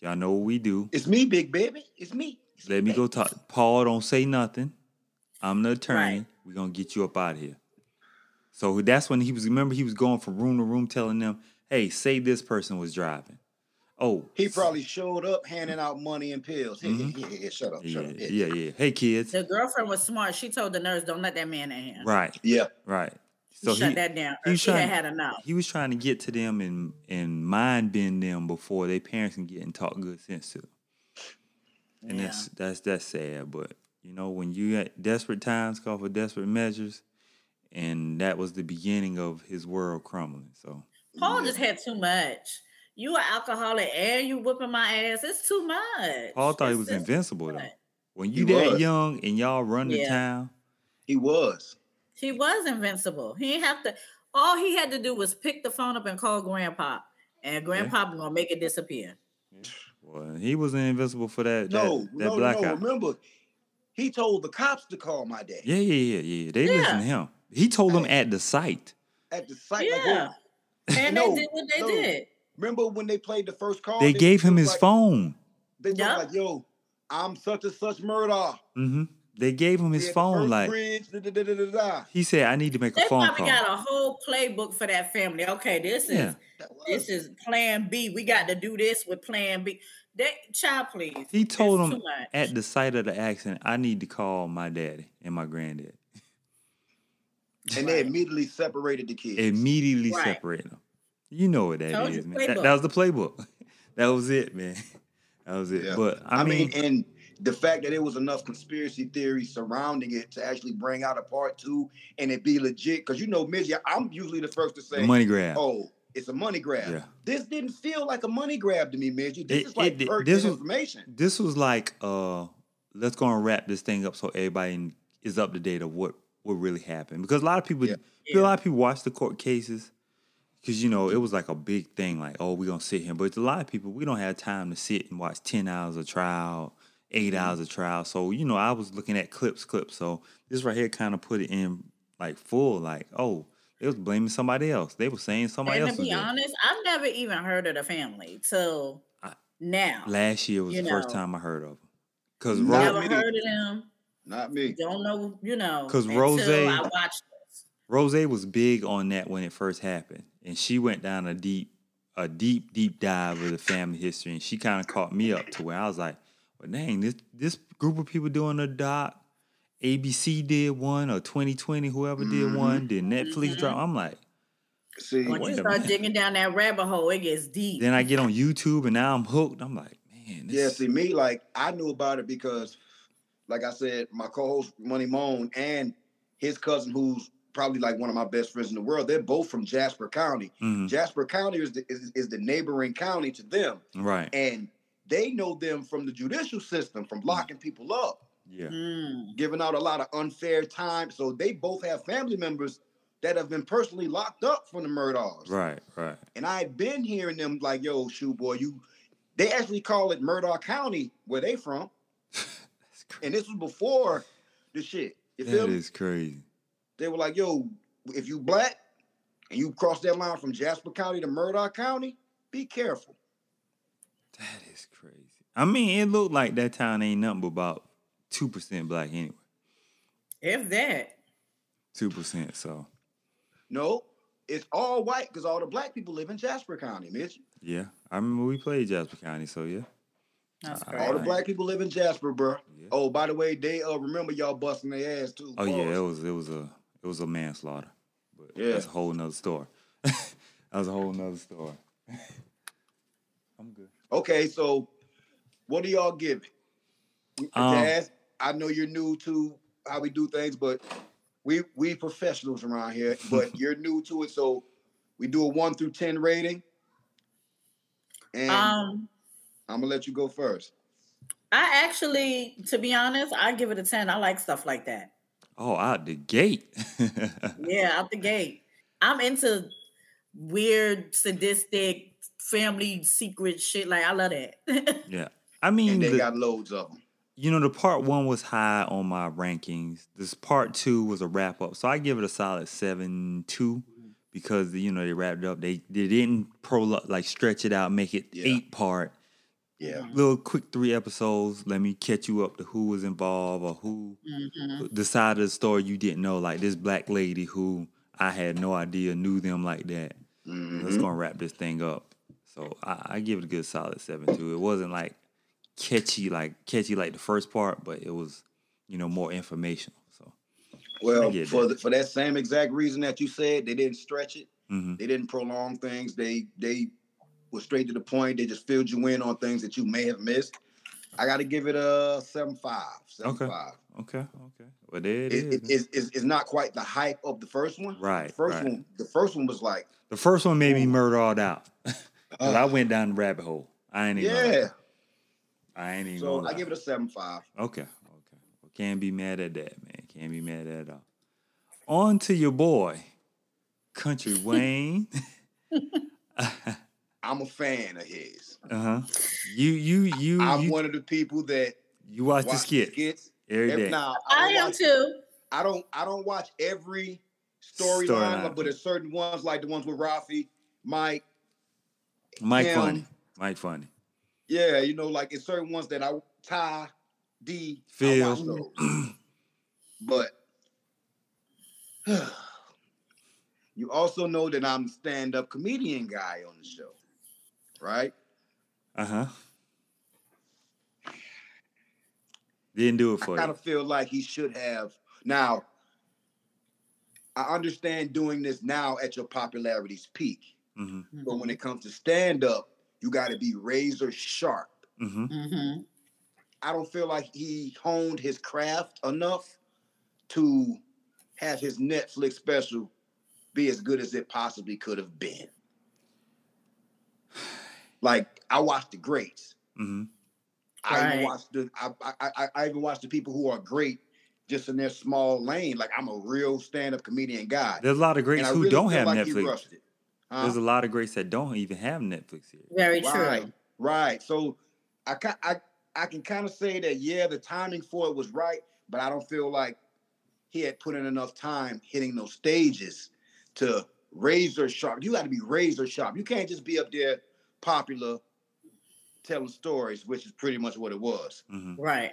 Speaker 1: Y'all know what we do.
Speaker 3: It's me, big baby. It's me. It's
Speaker 1: Let
Speaker 3: me
Speaker 1: me go
Speaker 3: baby.
Speaker 1: talk. Paul, don't say nothing. I'm the attorney. We're gonna get you up out of here. So that's when he was remember he was going from room to room telling them, hey, say this person was driving. Oh,
Speaker 3: He
Speaker 1: s-
Speaker 3: probably showed up handing out money and pills. Here,
Speaker 1: Mhm.
Speaker 3: here, here, here, shut up,
Speaker 1: Yeah,
Speaker 3: shut up. here.
Speaker 1: yeah, yeah. Hey kids.
Speaker 2: The girlfriend was smart. She told the nurse, "Don't let that man in here."
Speaker 1: Right,
Speaker 3: Yeah.
Speaker 1: right.
Speaker 2: He
Speaker 1: So
Speaker 2: shut
Speaker 1: he,
Speaker 2: that down.
Speaker 1: he
Speaker 2: He she had
Speaker 1: shut-
Speaker 2: had enough.
Speaker 1: he was trying to get to them and and mind bend them before their parents can get and talk good sense to them. And
Speaker 2: Yeah.
Speaker 1: that's that's that's sad. But you know, when you at desperate times call for desperate measures, and that was the beginning of his world crumbling. So
Speaker 2: Paul just had too much. You an alcoholic and you whipping my ass. It's too much.
Speaker 1: Paul thought he
Speaker 2: It's-
Speaker 1: was
Speaker 2: it's-
Speaker 1: invincible though.
Speaker 2: right.
Speaker 1: When
Speaker 3: He
Speaker 1: you that
Speaker 3: was.
Speaker 1: young and y'all run the
Speaker 2: Yeah.
Speaker 1: town,
Speaker 3: He was.
Speaker 2: He was invincible. He didn't have to. All he had to do was pick the phone up and call Grandpa, and Grandpa was gonna make it disappear.
Speaker 1: well, he was invincible for that that,
Speaker 3: No,
Speaker 1: that
Speaker 3: no,
Speaker 1: blackout.
Speaker 3: no. Remember, he told the cops to call my dad
Speaker 1: Yeah, yeah, yeah, yeah. They listen
Speaker 2: Yeah.
Speaker 1: to him. He told them
Speaker 3: Hey.
Speaker 1: at the site.
Speaker 3: at the site. like,
Speaker 2: Yeah. And
Speaker 3: No,
Speaker 2: they did what they
Speaker 3: no.
Speaker 2: did.
Speaker 3: remember when they played the first call?
Speaker 1: They gave him
Speaker 3: was
Speaker 1: his
Speaker 3: like-
Speaker 1: phone.
Speaker 3: They was
Speaker 2: Yeah.
Speaker 3: like, yo, I'm such and such murder.
Speaker 1: hmm They gave him his phone. Like
Speaker 3: Bridge, da, da, da, da, da, da.
Speaker 1: he said, I need to make a
Speaker 2: They
Speaker 1: phone
Speaker 2: probably
Speaker 1: call.
Speaker 2: got a whole playbook for that family. Okay, this is
Speaker 1: Yeah.
Speaker 3: That was-
Speaker 2: this is Plan B. We got to do this with Plan B. That child, please.
Speaker 1: He told
Speaker 2: It's
Speaker 1: him
Speaker 2: too much.
Speaker 1: at the site of the accident, I need to call my daddy and my granddad.
Speaker 3: and they immediately separated the kids.
Speaker 1: Immediately
Speaker 2: Right.
Speaker 1: separate them. You know what that
Speaker 2: Told
Speaker 1: is,
Speaker 2: you,
Speaker 1: man. That,
Speaker 2: playbook.
Speaker 1: that was the playbook. that was it, man. That was it.
Speaker 3: Yeah.
Speaker 1: But I,
Speaker 3: I,
Speaker 1: mean,
Speaker 3: mean, and the fact that there was enough conspiracy theory surrounding it to actually bring out a part two and it be legit, because you know, Midge, I'm usually the first to
Speaker 1: the
Speaker 3: say,
Speaker 1: money grab.
Speaker 3: "Oh, it's a money grab."
Speaker 1: Yeah.
Speaker 3: This didn't feel like a money grab to me, Midge. This
Speaker 1: It-
Speaker 3: is like
Speaker 1: it did-
Speaker 3: pertinent
Speaker 1: this was-
Speaker 3: information.
Speaker 1: This was like, uh, let's go and wrap this thing up so everybody is up to date of what what really happened. Because a lot of people,
Speaker 3: Yeah.
Speaker 1: a lot of people watch the court cases because you know it was like a big thing. Like, oh, we're gonna sit here, but a lot of people we don't have time to sit and watch ten hours of trial, 8 hours of trial. So you know, I was looking at clips, clips. So this right here kind of put it in like full, like, oh, they was blaming somebody else. They were saying somebody
Speaker 2: and
Speaker 1: else
Speaker 2: to
Speaker 1: was
Speaker 2: be
Speaker 1: there.
Speaker 2: honest, I've never even heard of the family till
Speaker 1: I-
Speaker 2: now.
Speaker 1: Last year was
Speaker 2: you
Speaker 1: the first
Speaker 2: know.
Speaker 1: time I heard of them. Cause
Speaker 3: Now
Speaker 1: Ro-
Speaker 2: never
Speaker 3: me.
Speaker 2: heard of them.
Speaker 3: Not me.
Speaker 2: Don't know, you know.
Speaker 1: 'Cause
Speaker 2: until
Speaker 1: Rose-
Speaker 2: I watched this.
Speaker 1: Rose was big on that when it first happened, and she went down a deep, a deep, deep dive of the family history, and she kind of caught me up to where I was like, "Well, dang, this this group of people doing a doc, ABC did one, or 2020, whoever
Speaker 3: Mm-hmm.
Speaker 1: did one, then Netflix
Speaker 2: Mhm.
Speaker 1: dropped." I'm like,
Speaker 3: See,
Speaker 1: Wait
Speaker 2: Once you
Speaker 1: a
Speaker 2: start
Speaker 1: minute.
Speaker 2: digging down that rabbit hole, it gets deep.
Speaker 1: then I get on YouTube, and now I'm hooked. I'm like, man, this,
Speaker 3: yeah, see, me, like, I knew about it because, like I said, my co-host Money Moan and his cousin, who's probably like one of my best friends in the world, they're both from Jasper County.
Speaker 1: Mhm,
Speaker 3: Jasper County is the, is, is the neighboring county to them,
Speaker 1: right,
Speaker 3: and they know them from the judicial system,
Speaker 1: Mm-hmm.
Speaker 3: from locking people up,
Speaker 1: yeah,
Speaker 2: Mm,
Speaker 3: giving out a lot of unfair time. So they both have family members that have been personally locked up from the murders.
Speaker 1: right, right,
Speaker 3: And I had been hearing them like, "Yo, shoe boy, you." They actually call it Murdoch County where they from,
Speaker 1: That's crazy.
Speaker 3: and this was before the shit. You feel
Speaker 1: that
Speaker 3: me?
Speaker 1: is crazy.
Speaker 3: They were like, "Yo, if you black and you cross that line from Jasper County to Murdoch County, be careful."
Speaker 1: That is crazy. I mean, it looked like that town ain't nothing but about two percent black anyway.
Speaker 2: if that,
Speaker 1: Two percent. So
Speaker 3: No, it's all white because all the black people live in Jasper County, Mitch.
Speaker 1: yeah, I remember we played Jasper County. So yeah,
Speaker 2: That's
Speaker 1: All
Speaker 2: crazy.
Speaker 3: All the
Speaker 1: right.
Speaker 3: black people live in Jasper, bro.
Speaker 1: Yeah.
Speaker 3: Oh, by the way, they uh remember y'all busting their ass too.
Speaker 1: Oh yeah,
Speaker 3: Pause.
Speaker 1: it was it was a it was a manslaughter. But
Speaker 3: Yeah.
Speaker 1: that's a whole nother story. that was a whole nother story. I'm good.
Speaker 3: Okay, so what are y'all giving?
Speaker 1: Um,
Speaker 3: Jazz, I know you're new to how we do things, but we we professionals around here. But you're new to it, so we do a one through ten rating. And
Speaker 2: Um,
Speaker 3: I'm gonna let you go first.
Speaker 2: I actually, to be honest, I give it a ten. I like stuff like that.
Speaker 1: Oh, out the gate.
Speaker 2: Yeah, out the gate. I'm into weird, sadistic, family secret shit. Like I love that.
Speaker 1: yeah. I mean
Speaker 3: And they
Speaker 1: the-
Speaker 3: got loads of them.
Speaker 1: you know the part one was high on my rankings. This part two was a wrap up. So I give it a solid seven two because you know they wrapped up. They they didn't pro like stretch it out, make it
Speaker 3: Yeah.
Speaker 1: eight part.
Speaker 3: Yeah,
Speaker 1: little quick three episodes. Let me catch you up to who was involved or who
Speaker 2: Mhm.
Speaker 1: the side of the story you didn't know. Like this black lady who I had no idea knew them like that. Let's
Speaker 3: Mhm.
Speaker 1: go and wrap this thing up. So I, I give it a good solid seven two. It wasn't like catchy, like catchy like the first part, but it was you know more informational. So I
Speaker 3: Well,
Speaker 1: get
Speaker 3: for
Speaker 1: that.
Speaker 3: the, for that same exact reason that you said, they didn't stretch it.
Speaker 1: mhm.
Speaker 3: They didn't prolong things. They they were straight to the point. They just filled you in on things that you may have missed. I got to give it a seven five, seven
Speaker 1: Okay.
Speaker 3: five.
Speaker 1: okay, okay. Well there it
Speaker 3: It,
Speaker 1: is.
Speaker 3: it, it's, it's, it's not quite the hype of the first one.
Speaker 1: Right,
Speaker 3: The first
Speaker 1: right.
Speaker 3: one, the first one was like,
Speaker 1: the first one made me murder all out. 'Cause I
Speaker 3: uh,
Speaker 1: went down the rabbit hole. I ain't even. Yeah.
Speaker 3: yeah.
Speaker 1: I ain't even.
Speaker 3: So
Speaker 1: gonna
Speaker 3: I
Speaker 1: lie.
Speaker 3: give it a seven five.
Speaker 1: Okay, okay. Well, can't be mad at that, man. Can't be mad at all. On to your boy, Country Wayne.
Speaker 3: I'm a fan of his.
Speaker 1: uh huh. You you you
Speaker 3: I'm
Speaker 1: Mm, you,
Speaker 3: one of the people that
Speaker 1: you watch the
Speaker 3: watch
Speaker 1: skit
Speaker 3: skits
Speaker 1: every
Speaker 3: every
Speaker 1: day.
Speaker 3: now.
Speaker 2: I
Speaker 3: don't
Speaker 2: am
Speaker 3: watch-
Speaker 2: too.
Speaker 3: I don't I don't watch every
Speaker 1: Storyline.
Speaker 3: storyline, like, but there's certain ones like the ones with Rafi, Mike.
Speaker 1: Mike
Speaker 3: him.
Speaker 1: Funny, Mike Funny,
Speaker 3: Yeah, you know, like it's certain ones that I Ty D I
Speaker 1: Phil.
Speaker 3: watch those. but you also know that I'm stand up comedian guy on the show, right?
Speaker 1: uh huh. Didn't do it
Speaker 3: I
Speaker 1: for
Speaker 3: kind
Speaker 1: you.
Speaker 3: of feel like he should have. Now, I understand doing this now at your popularity's peak,
Speaker 1: Mm-hmm.
Speaker 3: but when it comes to stand up, you got to be razor sharp.
Speaker 1: Mm-hmm.
Speaker 2: hmm
Speaker 3: I don't feel like he honed his craft enough to have his Netflix special be as good as it possibly could have been. Like I watched the greats.
Speaker 1: Mm-hmm.
Speaker 3: I even
Speaker 2: Right.
Speaker 3: watched the I, I I- I even watched the people who are great just in their small lane. Like I'm a real stand-up comedian guy.
Speaker 1: There's a lot of
Speaker 3: and
Speaker 1: greats
Speaker 3: I
Speaker 1: who
Speaker 3: really
Speaker 1: don't
Speaker 3: feel
Speaker 1: have
Speaker 3: like he
Speaker 1: Netflix.
Speaker 3: rushed it.
Speaker 1: There's a
Speaker 3: Huh?
Speaker 1: lot of greats that don't even have Netflix here.
Speaker 2: Very true.
Speaker 3: Right. Right. So I ca- I I can kind of say that yeah, the timing for it was right, but I don't feel like he had put in enough time hitting those stages to razor sharp. You got to be razor sharp. You can't just be up there popular telling stories, which is pretty much what it was.
Speaker 1: Mm-hmm.
Speaker 2: Right.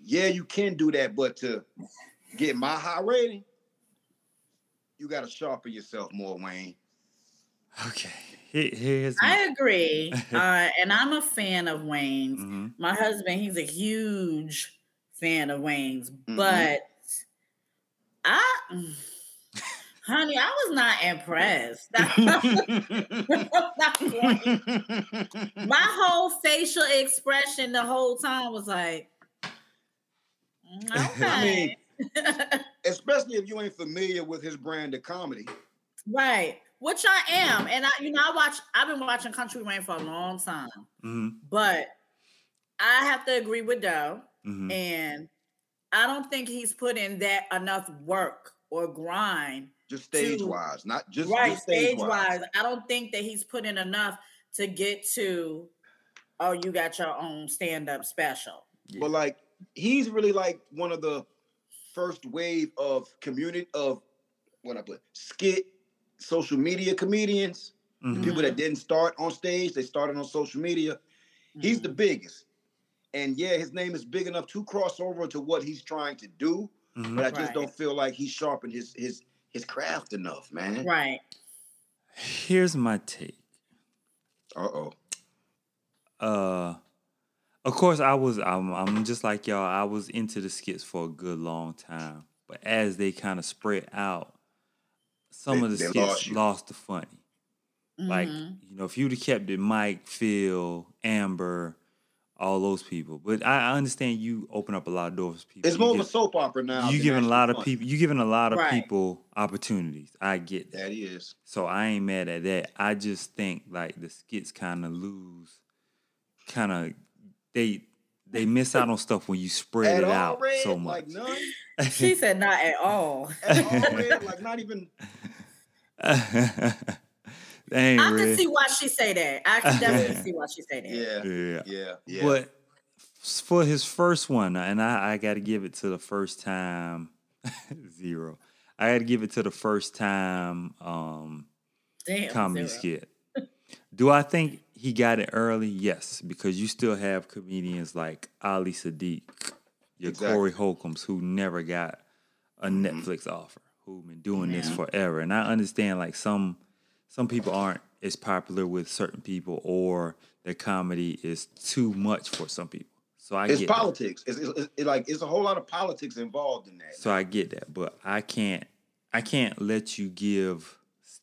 Speaker 3: Yeah, you can do that, but to get my high rating, you got to sharpen yourself more, Wayne.
Speaker 1: Okay. Here, here's
Speaker 2: I
Speaker 1: my.
Speaker 2: agree. Uh, and I'm a fan of Wayne's.
Speaker 1: Mm-hmm.
Speaker 2: My husband, he's a huge fan of Wayne's,
Speaker 3: Mhm.
Speaker 2: but I, honey, I was not impressed.
Speaker 1: Mm-hmm.
Speaker 2: My whole facial expression the whole time was like, "Mm,
Speaker 3: I
Speaker 2: okay.
Speaker 3: mean, especially if you ain't familiar with his brand of comedy.
Speaker 2: right. Which I am. And I, you know, I watch, I've been watching Country Wayne for a long time,
Speaker 1: Mm-hmm.
Speaker 2: but I have to agree with Doe.
Speaker 3: Mm.
Speaker 1: Mm-hmm.
Speaker 2: And I don't think he's put in that enough work or grind.
Speaker 3: Just stage wise, not just,
Speaker 2: right,
Speaker 3: stage
Speaker 2: stage
Speaker 3: wise.
Speaker 2: wise. I don't think that he's put in enough to get to, oh, you got your own stand up special.
Speaker 3: But like he's really like one of the first wave of community of what I put skit social media comedians,
Speaker 1: Mhm.
Speaker 3: people that didn't start on stage, they started on social media. He's
Speaker 2: Mm-hmm.
Speaker 3: the biggest. And yeah, his name is big enough to cross over to what he's trying to do,
Speaker 1: Mhm.
Speaker 3: but I just
Speaker 2: Right.
Speaker 3: don't feel like he sharpened his his his craft enough, man.
Speaker 2: Right.
Speaker 1: Here's my take.
Speaker 3: Uh oh.
Speaker 1: Uh Of course, I was. I'm, I'm just like y'all. I was into the skits for a good long time, but as they kind of spread out, some
Speaker 3: They-
Speaker 1: of the
Speaker 3: they
Speaker 1: skits
Speaker 3: lost
Speaker 1: lost,
Speaker 3: you.
Speaker 1: the funny.
Speaker 2: Mm-hmm.
Speaker 1: Like you know, if you'd have kept it, Mike, Phil, Amber, all those people. But I, I understand you open up a lot of doors. For people.
Speaker 3: It's
Speaker 1: You
Speaker 3: more of
Speaker 1: give-
Speaker 3: a soap opera now.
Speaker 1: you
Speaker 3: than
Speaker 1: giving a
Speaker 3: actually
Speaker 1: lot of
Speaker 3: fun.
Speaker 1: people. You giving a lot of
Speaker 2: Right.
Speaker 1: people opportunities. I get that.
Speaker 3: That is.
Speaker 1: So I ain't mad at that. I just think like the skits kind of lose, kind of they they miss out on stuff when you spread
Speaker 3: At
Speaker 1: it
Speaker 3: all
Speaker 1: out
Speaker 3: red,
Speaker 1: so
Speaker 3: like
Speaker 1: much.
Speaker 3: none.
Speaker 2: She said not at all.
Speaker 3: At all red, like not even.
Speaker 1: that ain't
Speaker 2: I can
Speaker 1: red.
Speaker 2: see why she say that. I can definitely see why she say that.
Speaker 3: Yeah,
Speaker 1: yeah.
Speaker 3: yeah, yeah.
Speaker 1: But s- for his first one, and I, I got to give it to the first time zero. I got to give it to the first time. Um,
Speaker 2: Damn,
Speaker 1: comedy
Speaker 2: zero.
Speaker 1: skit. Do I think he got it early? Yes, because you still have comedians like Ali Sadiq, your
Speaker 3: Exactly.
Speaker 1: Corey Holcombs, who never got a
Speaker 3: Mhm.
Speaker 1: Netflix offer, who been doing this
Speaker 2: Yeah.
Speaker 1: forever. And I understand like some some people aren't as popular with certain people, or their comedy is too much for some people. So I
Speaker 3: it's
Speaker 1: get that.
Speaker 3: politics. It's, it's, it's- it like it's a whole lot of politics involved in that.
Speaker 1: So I get that, but I can't I can't let you give s-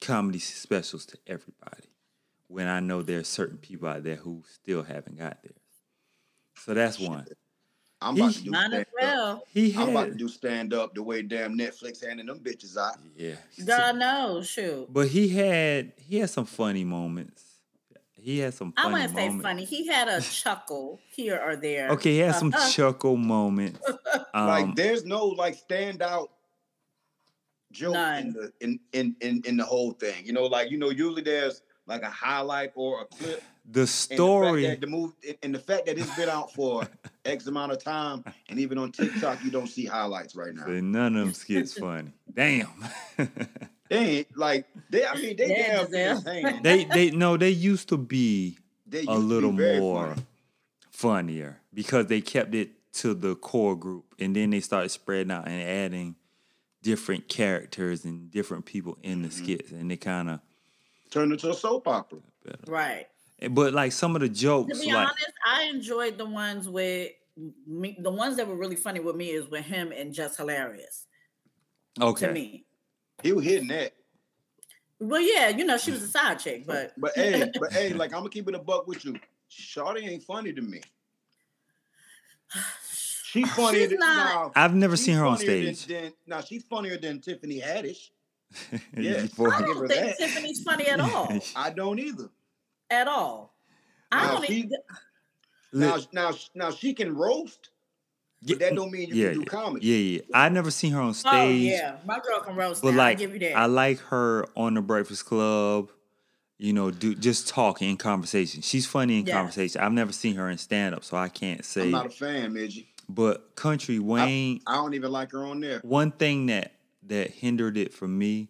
Speaker 1: comedy specials to everybody when I know there are certain people out there who still haven't got theirs. So that's one.
Speaker 3: I'm about
Speaker 1: He-
Speaker 3: to do
Speaker 2: Might as
Speaker 3: stand up.
Speaker 2: well.
Speaker 1: He
Speaker 3: I'm about to
Speaker 1: had
Speaker 3: do stand up the way damn Netflix handing them bitches out.
Speaker 1: yeah.
Speaker 2: God knows, shoot.
Speaker 1: But he had he had some funny moments. He had some
Speaker 2: I
Speaker 1: funny
Speaker 2: wouldn't say
Speaker 1: moments.
Speaker 2: funny. He had a chuckle here or there.
Speaker 1: Okay, he had some
Speaker 2: Uh-huh.
Speaker 1: chuckle moments. Um,
Speaker 3: like there's no like standout joke in
Speaker 2: None.
Speaker 3: the in, in in in the whole thing. You know, like you know, usually there's like a highlight or a clip.
Speaker 1: the
Speaker 3: And the fact
Speaker 1: story
Speaker 3: that the move and- and the fact that it's been out for X amount of time, and even on TikTok, you don't see highlights right now.
Speaker 1: say none of them skits funny. Damn.
Speaker 3: They ain't like they. I mean, they
Speaker 2: Yeah,
Speaker 3: damn damn
Speaker 2: Giselle.
Speaker 3: insane.
Speaker 1: they they no they used to be
Speaker 3: They
Speaker 1: a
Speaker 3: used to be
Speaker 1: little
Speaker 3: very
Speaker 1: more
Speaker 3: funny.
Speaker 1: funnier because they kept it to the core group and then they started spreading out and adding different characters and different people in the
Speaker 3: Mhm.
Speaker 1: skits and they kind of
Speaker 3: Turned into a soap opera.
Speaker 2: Right.
Speaker 1: but like some of the
Speaker 2: To
Speaker 1: jokes
Speaker 2: be
Speaker 1: like
Speaker 2: honest, I enjoyed the ones with me. The ones that were really funny with me is with him and Just Hilarious to
Speaker 1: okay
Speaker 2: me.
Speaker 3: He was hitting that.
Speaker 2: Well, yeah, you know, she was a side chick, but
Speaker 3: But hey, but hey, like I'm gonna keep it a buck with you. Shawty ain't funny to me. She funnier
Speaker 2: She's
Speaker 3: than
Speaker 2: not.
Speaker 3: Nah,
Speaker 1: i've never
Speaker 3: she's
Speaker 1: seen her on
Speaker 3: funnier than-
Speaker 1: stage
Speaker 3: than- nah, she's funnier than Tiffany Haddish.
Speaker 1: You
Speaker 3: I
Speaker 1: for-
Speaker 2: I
Speaker 3: give her
Speaker 2: don't think
Speaker 3: that.
Speaker 2: Tiffany's funny at all.
Speaker 3: I don't either.
Speaker 2: At all. I
Speaker 3: Nah,
Speaker 2: don't e-, oh,
Speaker 3: she-
Speaker 2: even.
Speaker 3: Now,
Speaker 1: Look,
Speaker 3: now, now she can roast,
Speaker 1: yeah,
Speaker 3: but that don't mean you
Speaker 1: yeah,
Speaker 3: can do comedy.
Speaker 1: yeah yeah i never seen her on stage
Speaker 2: Oh yeah, my girl can roast.
Speaker 1: But
Speaker 2: now,
Speaker 1: like,
Speaker 2: I give you that.
Speaker 1: I like her on the Breakfast Club. You know, do just talk in conversation. She's funny in
Speaker 2: Yes.
Speaker 1: conversation. I've never seen her in stand up, so I can't say.
Speaker 3: I'm not a fan, Midgie.
Speaker 1: but Country Wayne,
Speaker 3: I don't even like her on there.
Speaker 1: one thing that that hindered it for me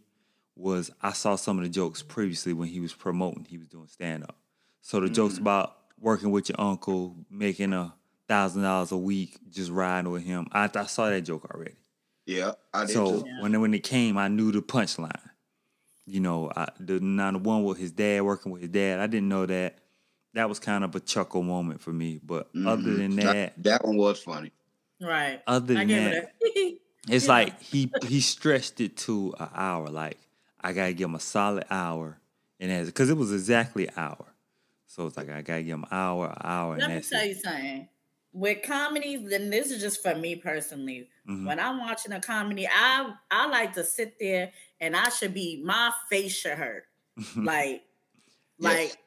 Speaker 1: was I saw some of the jokes previously when he was promoting. He was doing stand up, so the jokes
Speaker 2: Mm-hmm.
Speaker 3: Mhm.
Speaker 1: about working with your uncle, making a thousand dollars a week, just riding with him. I, I saw that joke already.
Speaker 3: Yeah, I did
Speaker 1: So
Speaker 3: too.
Speaker 2: Yeah.
Speaker 1: when when it came, I knew the punchline. You know, I, the now the one with his dad working with his dad. I didn't know that. That was kind of a chuckle moment for me. But other
Speaker 3: Mhm.
Speaker 1: than that,
Speaker 3: that one was funny.
Speaker 2: right.
Speaker 1: other
Speaker 2: I
Speaker 1: than
Speaker 2: give
Speaker 1: that,
Speaker 2: her that.
Speaker 1: it's
Speaker 2: Yeah.
Speaker 1: like he he stretched it to an hour. Like I gotta give him a solid hour, and as because it was exactly an hour, so it's like I gotta give him an hour, an hour,
Speaker 2: Let
Speaker 1: and
Speaker 2: me
Speaker 1: that's
Speaker 2: tell
Speaker 1: it.
Speaker 2: you something. With comedies, then this is just for me personally.
Speaker 1: Mhm.
Speaker 2: When I'm watching a comedy, I I like to sit there and I should be my face should hurt. Like,
Speaker 3: Yes.
Speaker 2: like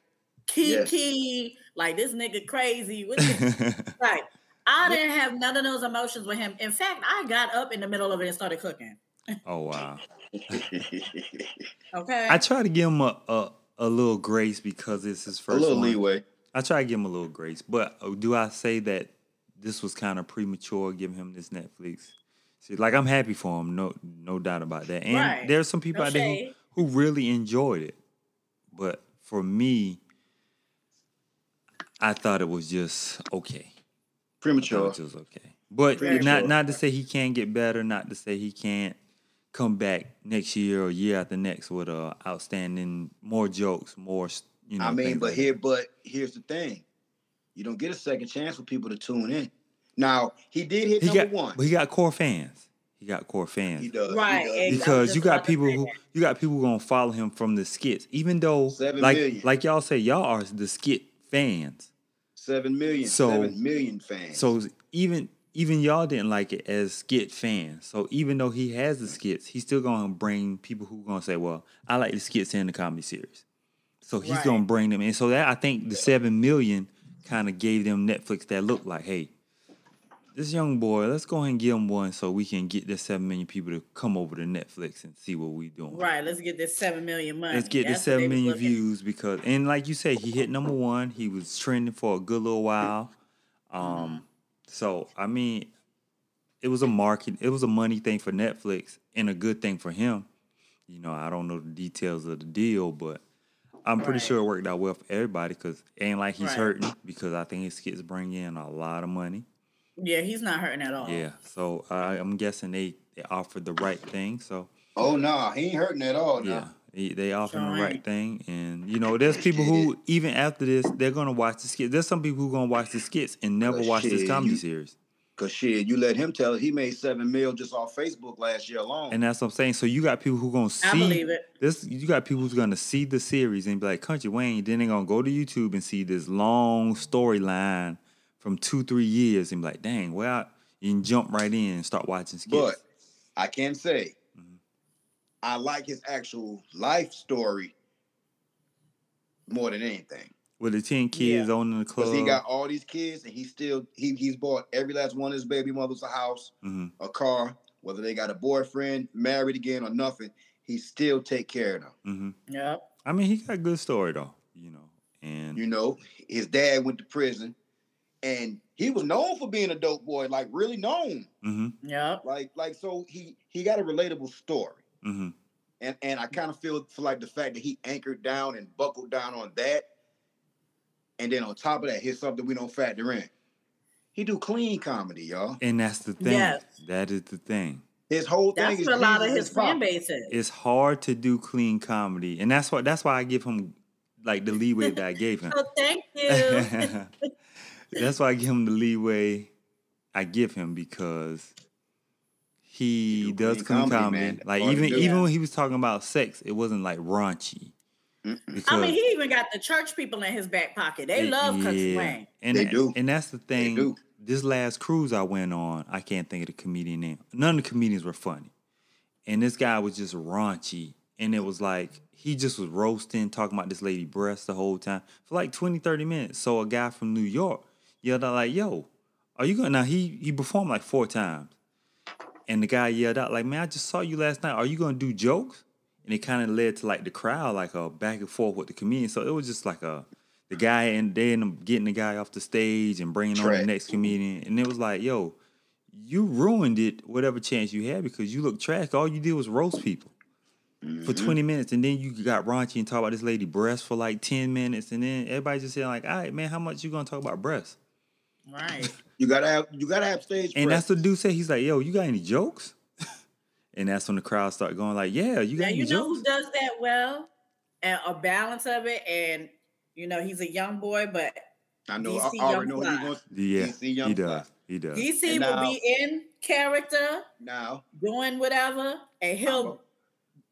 Speaker 2: Kiki, like this nigga crazy. What the- like I didn't have none of those emotions with him. In fact, I got up in the middle of it and started cooking.
Speaker 1: oh wow.
Speaker 2: Okay.
Speaker 1: I try to give him a, a a little grace because it's his
Speaker 3: a
Speaker 1: first
Speaker 3: little
Speaker 1: one.
Speaker 3: leeway.
Speaker 1: I try to give him a little grace, but uh, do I say that this was kind of premature giving him this Netflix? See, like I'm happy for him, no no doubt about that. And
Speaker 2: Right.
Speaker 1: there's some people
Speaker 2: No
Speaker 1: out there
Speaker 2: shade.
Speaker 1: who, who really enjoyed it, but for me, I thought it was just okay. I thought
Speaker 3: Premature.
Speaker 1: it was okay, but
Speaker 3: Premature.
Speaker 1: not not to say he can't get better, not to say he can't come back next year or year after next with uh outstanding more jokes, more you know.
Speaker 3: I mean,
Speaker 1: things
Speaker 3: but
Speaker 1: like that.
Speaker 3: here, but here's the thing. You don't get a second chance for people to tune in. Now he did hit
Speaker 1: He
Speaker 3: number
Speaker 1: got,
Speaker 3: one.
Speaker 1: but he got core fans. He got core fans
Speaker 3: He does.
Speaker 2: Right,
Speaker 3: He
Speaker 2: and-
Speaker 3: does.
Speaker 1: because
Speaker 2: just
Speaker 1: you
Speaker 2: about
Speaker 1: got
Speaker 2: to
Speaker 1: people
Speaker 2: say
Speaker 1: who
Speaker 2: that.
Speaker 1: you got people gonna follow him from the skits, even though
Speaker 3: Seven
Speaker 1: like
Speaker 3: million.
Speaker 1: like y'all say, y'all are the skit fans.
Speaker 3: Seven million.
Speaker 1: So-
Speaker 3: seven million fans.
Speaker 1: So even even y'all didn't like it as skit fans. So even though he has the skits, he's still gonna bring people who gonna say, "Well, I like the skits in the comedy series." So he's
Speaker 2: Right.
Speaker 1: gonna bring them in. So that I think the seven million kind of gave them Netflix that look like, "Hey, this young boy, let's go ahead and give him one, so we can get the seven million people to come over to Netflix and see what we doing."
Speaker 2: Right, let's get this seven million money.
Speaker 1: Let's get the
Speaker 2: That's what they
Speaker 1: seven
Speaker 2: was
Speaker 1: million
Speaker 2: looking-
Speaker 1: views because, and like you said, he hit number one. He was trending for a good little while.
Speaker 2: Mm-hmm.
Speaker 1: Um, so I mean, it was a market, it was a money thing for Netflix and a good thing for him. You know, I don't know the details of the deal, but I'm pretty
Speaker 2: Right.
Speaker 1: sure it worked out well for everybody because ain't like he's
Speaker 2: Right.
Speaker 1: hurting because I think his skits bring in a lot of money.
Speaker 2: Yeah, he's not hurting at all.
Speaker 1: Yeah, so I, I'm guessing they they offered the right thing. So
Speaker 3: oh nah, he ain't hurting at all. Nah.
Speaker 1: yeah, they, they offer the
Speaker 2: Sure
Speaker 1: right
Speaker 2: ain't.
Speaker 1: thing, and you know, there's people who even after this, they're gonna watch the skits. There's some people who gonna watch the skits and never
Speaker 3: Well,
Speaker 1: watch this
Speaker 3: shit,
Speaker 1: comedy
Speaker 3: you-
Speaker 1: series,
Speaker 3: Cause shit, you let him tell it, he made seven mil just off Facebook last year alone.
Speaker 1: and that's what I'm saying. So you got people who gonna see
Speaker 2: I believe it.
Speaker 1: this. You got people who's gonna see the series and be like, "Country Wayne." Then they gonna go to YouTube and see this long storyline from two, three years, and be like, "Dang, well." You can jump right in and start watching skits.
Speaker 3: But I can say
Speaker 1: Mhm.
Speaker 3: I like his actual life story more than anything.
Speaker 1: with the 10 kids owning the
Speaker 3: Because
Speaker 1: club.
Speaker 3: he got all these kids and he still he he's bought every last one of his baby mothers a house,
Speaker 1: Mhm.
Speaker 3: a car, whether they got a boyfriend, married again or nothing, he still take care of them.
Speaker 1: hmm
Speaker 2: Yep.
Speaker 1: I mean, he got a good story though, you know. And
Speaker 3: You know, his dad went to prison and he was known for being a dope boy, like really known.
Speaker 1: Mhm,
Speaker 2: Yep.
Speaker 3: Like like so he he got a relatable story.
Speaker 1: mhm.
Speaker 3: and and I kind of feel for like the fact that he anchored down and buckled down on that, and then on top of that, here's something we don't factor in. He do clean comedy, y'all.
Speaker 1: and that's the thing.
Speaker 2: Yes.
Speaker 1: That is the thing.
Speaker 3: His whole
Speaker 2: That's
Speaker 3: thing is
Speaker 2: what a lot of
Speaker 3: Jesus
Speaker 2: his
Speaker 3: is
Speaker 2: fan
Speaker 3: popping.
Speaker 2: base is.
Speaker 1: It's hard to do clean comedy, and that's what that's why I give him like the leeway that I gave him.
Speaker 2: So Oh, thank you.
Speaker 1: that's why I give him the leeway I give him because he
Speaker 3: He do
Speaker 1: does
Speaker 3: clean
Speaker 1: clean comedy.
Speaker 3: comedy, man.
Speaker 1: Like
Speaker 3: Hard to
Speaker 1: even
Speaker 3: do.
Speaker 1: even when he was talking about sex, it wasn't like raunchy.
Speaker 3: Mm-mm.
Speaker 1: Because
Speaker 2: I mean, he even got the church people in his back pocket. They
Speaker 1: it-
Speaker 2: love Country Wayne.
Speaker 1: And
Speaker 3: They
Speaker 1: that-
Speaker 3: do.
Speaker 1: And that's the thing.
Speaker 3: do.
Speaker 1: This last cruise I went on, I can't think of the comedian name. None of the comedians were funny. And this guy was just raunchy. And it was like, he just was roasting, talking about this lady breast the whole time for like 20, 30 minutes. So a guy from New York yelled out, like, yo, are you going to, now he, he performed like four times. And the guy yelled out, like, man, I just saw you last night. Are you going to do jokes? And it kind of led to like the crowd, like a back and forth with the comedian. So it was just like a, the guy and they end up getting the guy off the stage and bringing on the
Speaker 3: Trash.
Speaker 1: next comedian. And it was like, yo, you ruined it, whatever chance you had, because you look trash. All you did was roast people for
Speaker 3: Mm-hmm.
Speaker 1: 20 minutes. And then you got raunchy and talk about this lady breast for like 10 minutes. And then everybody just saying, like, all right, man, how much you going to talk about breasts?
Speaker 2: Right.
Speaker 3: You gotta have you gotta have stage.
Speaker 1: And that's
Speaker 3: presence.
Speaker 1: what dude said. He's like, yo, you got any jokes? and that's when the crowd start going like, yeah, you got
Speaker 2: Now
Speaker 1: any
Speaker 2: you know
Speaker 1: jokes?
Speaker 2: who does that well, and a balance of it, and you know he's a young boy, but
Speaker 3: I know.
Speaker 2: DC
Speaker 3: I already
Speaker 2: Young
Speaker 3: know who he
Speaker 2: Fly.
Speaker 3: wants.
Speaker 1: yeah,
Speaker 3: DC Young
Speaker 1: he
Speaker 3: Fly.
Speaker 1: does. He does.
Speaker 2: DC
Speaker 3: And
Speaker 2: will
Speaker 3: now-
Speaker 2: be in character,
Speaker 3: Now
Speaker 2: doing whatever, and he'll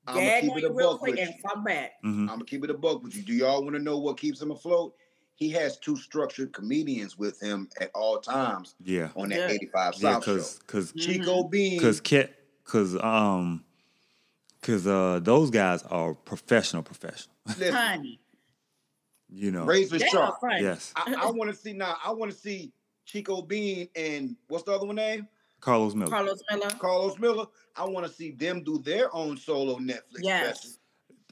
Speaker 3: I'm gonna
Speaker 2: gag
Speaker 3: keep
Speaker 2: on
Speaker 3: it a
Speaker 2: you real
Speaker 3: buck
Speaker 2: quick
Speaker 3: with
Speaker 2: and
Speaker 3: you.
Speaker 2: come back.
Speaker 1: Mhm.
Speaker 3: I'm gonna keep it a buck with you. Do y'all want to know what keeps him afloat? He has two structured comedians with him at all times
Speaker 1: Yeah.
Speaker 3: on that
Speaker 2: Yeah. Mm-hmm.
Speaker 3: 85
Speaker 1: Yeah,
Speaker 3: South show.
Speaker 1: because because
Speaker 3: Chico Bean.
Speaker 1: because cat because um because uh those guys are professional professional
Speaker 3: Listen,
Speaker 2: Honey,
Speaker 1: you know
Speaker 3: razor
Speaker 2: they
Speaker 3: sharp.
Speaker 2: are funny.
Speaker 1: yes
Speaker 3: I, I want to see now. I want to see Chico Bean and what's the other one name?
Speaker 1: carlos miller
Speaker 2: Carlos Miller.
Speaker 3: Carlos Miller. I want to see them do their own solo Netflix. special.
Speaker 2: Yes.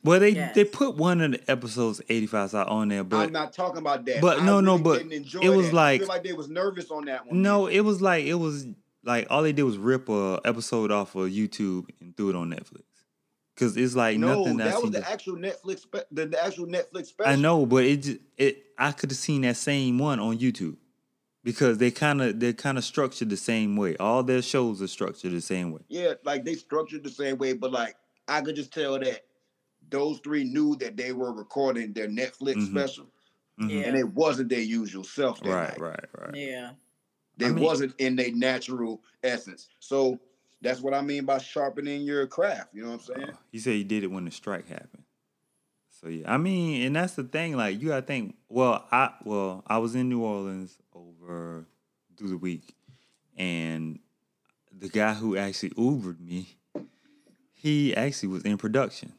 Speaker 1: well they
Speaker 2: Yes.
Speaker 1: they put one of the episodes 85 out on there but
Speaker 3: I'm not talking about that.
Speaker 1: but
Speaker 3: I
Speaker 1: no, no,
Speaker 3: really
Speaker 1: but
Speaker 3: didn't enjoy
Speaker 1: it was
Speaker 3: that. I
Speaker 1: like-
Speaker 3: feel like they was nervous on that one.
Speaker 1: no it was like it was like all they did was rip a episode off of youtube and threw it on netflix because it's like
Speaker 3: no,
Speaker 1: nothing
Speaker 3: that
Speaker 1: that's
Speaker 3: was the actual Netflix. Spe- the, the actual Netflix special.
Speaker 1: I know, but it just, it I could have seen that same one on YouTube because they kind of they're kind of structured the same way. All their shows are structured the same way.
Speaker 3: Yeah, like they structured the same way, but like I could just tell that those three knew that they were recording their Netflix
Speaker 1: Mhm.
Speaker 3: special.
Speaker 2: Yeah.
Speaker 3: and it wasn't their usual self that
Speaker 1: Right,
Speaker 3: night.
Speaker 1: right, right.
Speaker 2: Yeah.
Speaker 3: They
Speaker 1: I mean-
Speaker 3: wasn't in their natural essence. So that's what I mean by sharpening your craft. You know what I'm saying?
Speaker 1: Uh, you said you did it when the strike happened. So yeah, I mean, and that's the thing. Like you gotta think. Well, I well I was in New Orleans over through the week, and the guy who actually Ubered me, he actually was in production.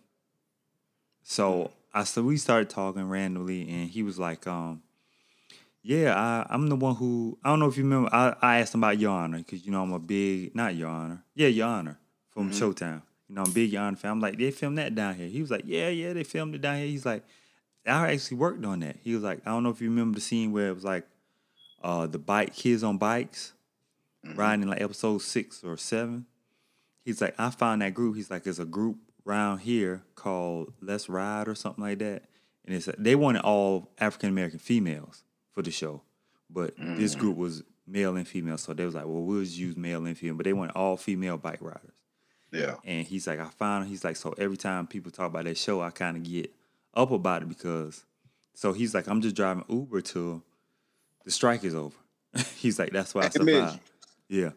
Speaker 1: So I so we started talking randomly, and he was like, um. Yeah, I, I'm the one who I don't know if you remember. I, I asked him about Your Honor because you know I'm a big not Your Honor, yeah Your Honor from
Speaker 3: Mhm.
Speaker 1: Showtime. You know I'm a big Your Honor fan. I'm like they filmed that down here. He was like, yeah, yeah, they filmed it down here. He's like, I actually worked on that. He was like, I don't know if you remember the scene where it was like uh the bike kids on bikes
Speaker 3: Mhm.
Speaker 1: riding in like episode six or seven. He's like, I found that group. He's like, it's a group round here called Let's Ride or something like that. And it's they wanted all African American females for the show, but this group was male and female. So they was like, well, we'll just use male and female, but they want all female bike riders.
Speaker 3: Yeah.
Speaker 1: And he's like, I found. He's like, so every time people talk about that show, I kind of get up about it because. So he's like, I'm just driving Uber till the strike is over. he's like, that's why I
Speaker 3: Hey, Midge.
Speaker 1: survived. Yeah.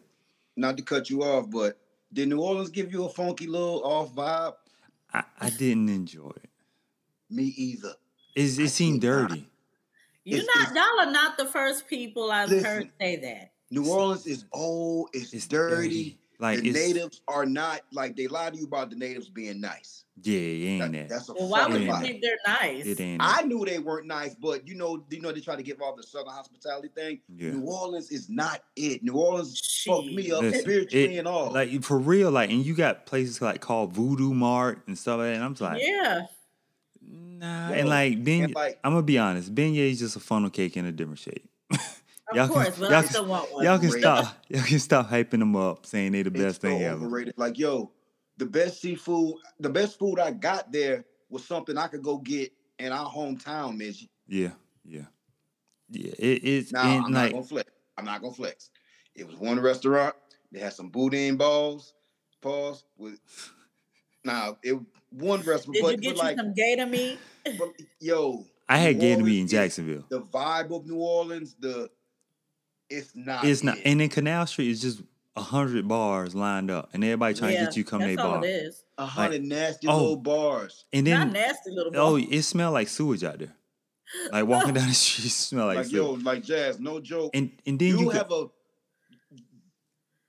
Speaker 3: Not to cut you off, but did New Orleans give you a funky little off vibe?
Speaker 1: I, I didn't enjoy it.
Speaker 3: Me either.
Speaker 1: It's, it seemed dirty.
Speaker 2: You
Speaker 3: It's-
Speaker 2: not y'all are not the first people I've heard
Speaker 3: Listen.
Speaker 2: say that.
Speaker 3: New Orleans is old. It's,
Speaker 1: It's
Speaker 3: dirty.
Speaker 1: Like
Speaker 3: the
Speaker 1: it's
Speaker 3: natives are not like they lie to you about the natives being nice.
Speaker 1: yeah, it ain't
Speaker 3: That-
Speaker 1: that.
Speaker 3: That's a
Speaker 2: Well, why would you
Speaker 3: fucking
Speaker 1: Yeah.
Speaker 3: lie.
Speaker 2: think they're nice?
Speaker 1: It ain't.
Speaker 3: I
Speaker 1: That.
Speaker 3: knew they weren't nice, but you know, you know, they try to give off the southern hospitality thing.
Speaker 1: Yeah.
Speaker 3: New Orleans is not it. New Orleans fucked me up
Speaker 1: Listen,
Speaker 3: spiritually
Speaker 1: it-
Speaker 3: and all.
Speaker 1: Like for real. Like and you got places like called Voodoo Mart and stuff like that. And I'm just like,
Speaker 2: yeah.
Speaker 1: nah.
Speaker 3: Yo,
Speaker 1: and like Ben,
Speaker 3: and like
Speaker 1: I'm gonna be honest. Beignet is just a funnel cake in a different shape.
Speaker 2: Of
Speaker 1: Y'all can-
Speaker 2: course, but
Speaker 1: y'all
Speaker 2: I
Speaker 1: can-
Speaker 2: still want one.
Speaker 1: Y'all can
Speaker 3: great.
Speaker 1: stop. Y'all can stop hyping them up, saying they the
Speaker 3: it's
Speaker 1: best
Speaker 3: so
Speaker 1: thing ever.
Speaker 3: overrated. Like, yo, the best seafood, the best food I got there was something I could go get in our hometown, Midge.
Speaker 1: Yeah, yeah, yeah. It, it's
Speaker 3: Now
Speaker 1: and
Speaker 3: I'm not
Speaker 1: like
Speaker 3: gonna flex. I'm not gonna flex. It was one restaurant. They had some boudin balls. Pause. With now it one restaurant,
Speaker 2: Did
Speaker 3: but,
Speaker 2: you get
Speaker 3: but
Speaker 2: you
Speaker 3: like,
Speaker 2: some gator meat?
Speaker 3: but, yo,
Speaker 1: I had
Speaker 3: New
Speaker 1: gator meat in
Speaker 3: Orleans is-
Speaker 1: Jacksonville.
Speaker 3: the vibe of New Orleans, the it's not.
Speaker 1: It's not,
Speaker 3: it.
Speaker 1: and then Canal Street is just a hundred bars lined up, and everybody trying to get you come
Speaker 2: that's
Speaker 1: they
Speaker 2: all
Speaker 1: bar.
Speaker 2: it is.
Speaker 3: a hundred nasty
Speaker 1: oh.
Speaker 3: little bars.
Speaker 1: And
Speaker 2: Not
Speaker 1: then
Speaker 2: nasty little boy.
Speaker 1: oh, it smelled like sewage out there. Like walking down the street, smell
Speaker 3: Like,
Speaker 1: like,
Speaker 3: yo,
Speaker 1: sewage.
Speaker 3: like jazz, no joke.
Speaker 1: And and then
Speaker 3: you,
Speaker 1: you, could-
Speaker 3: have a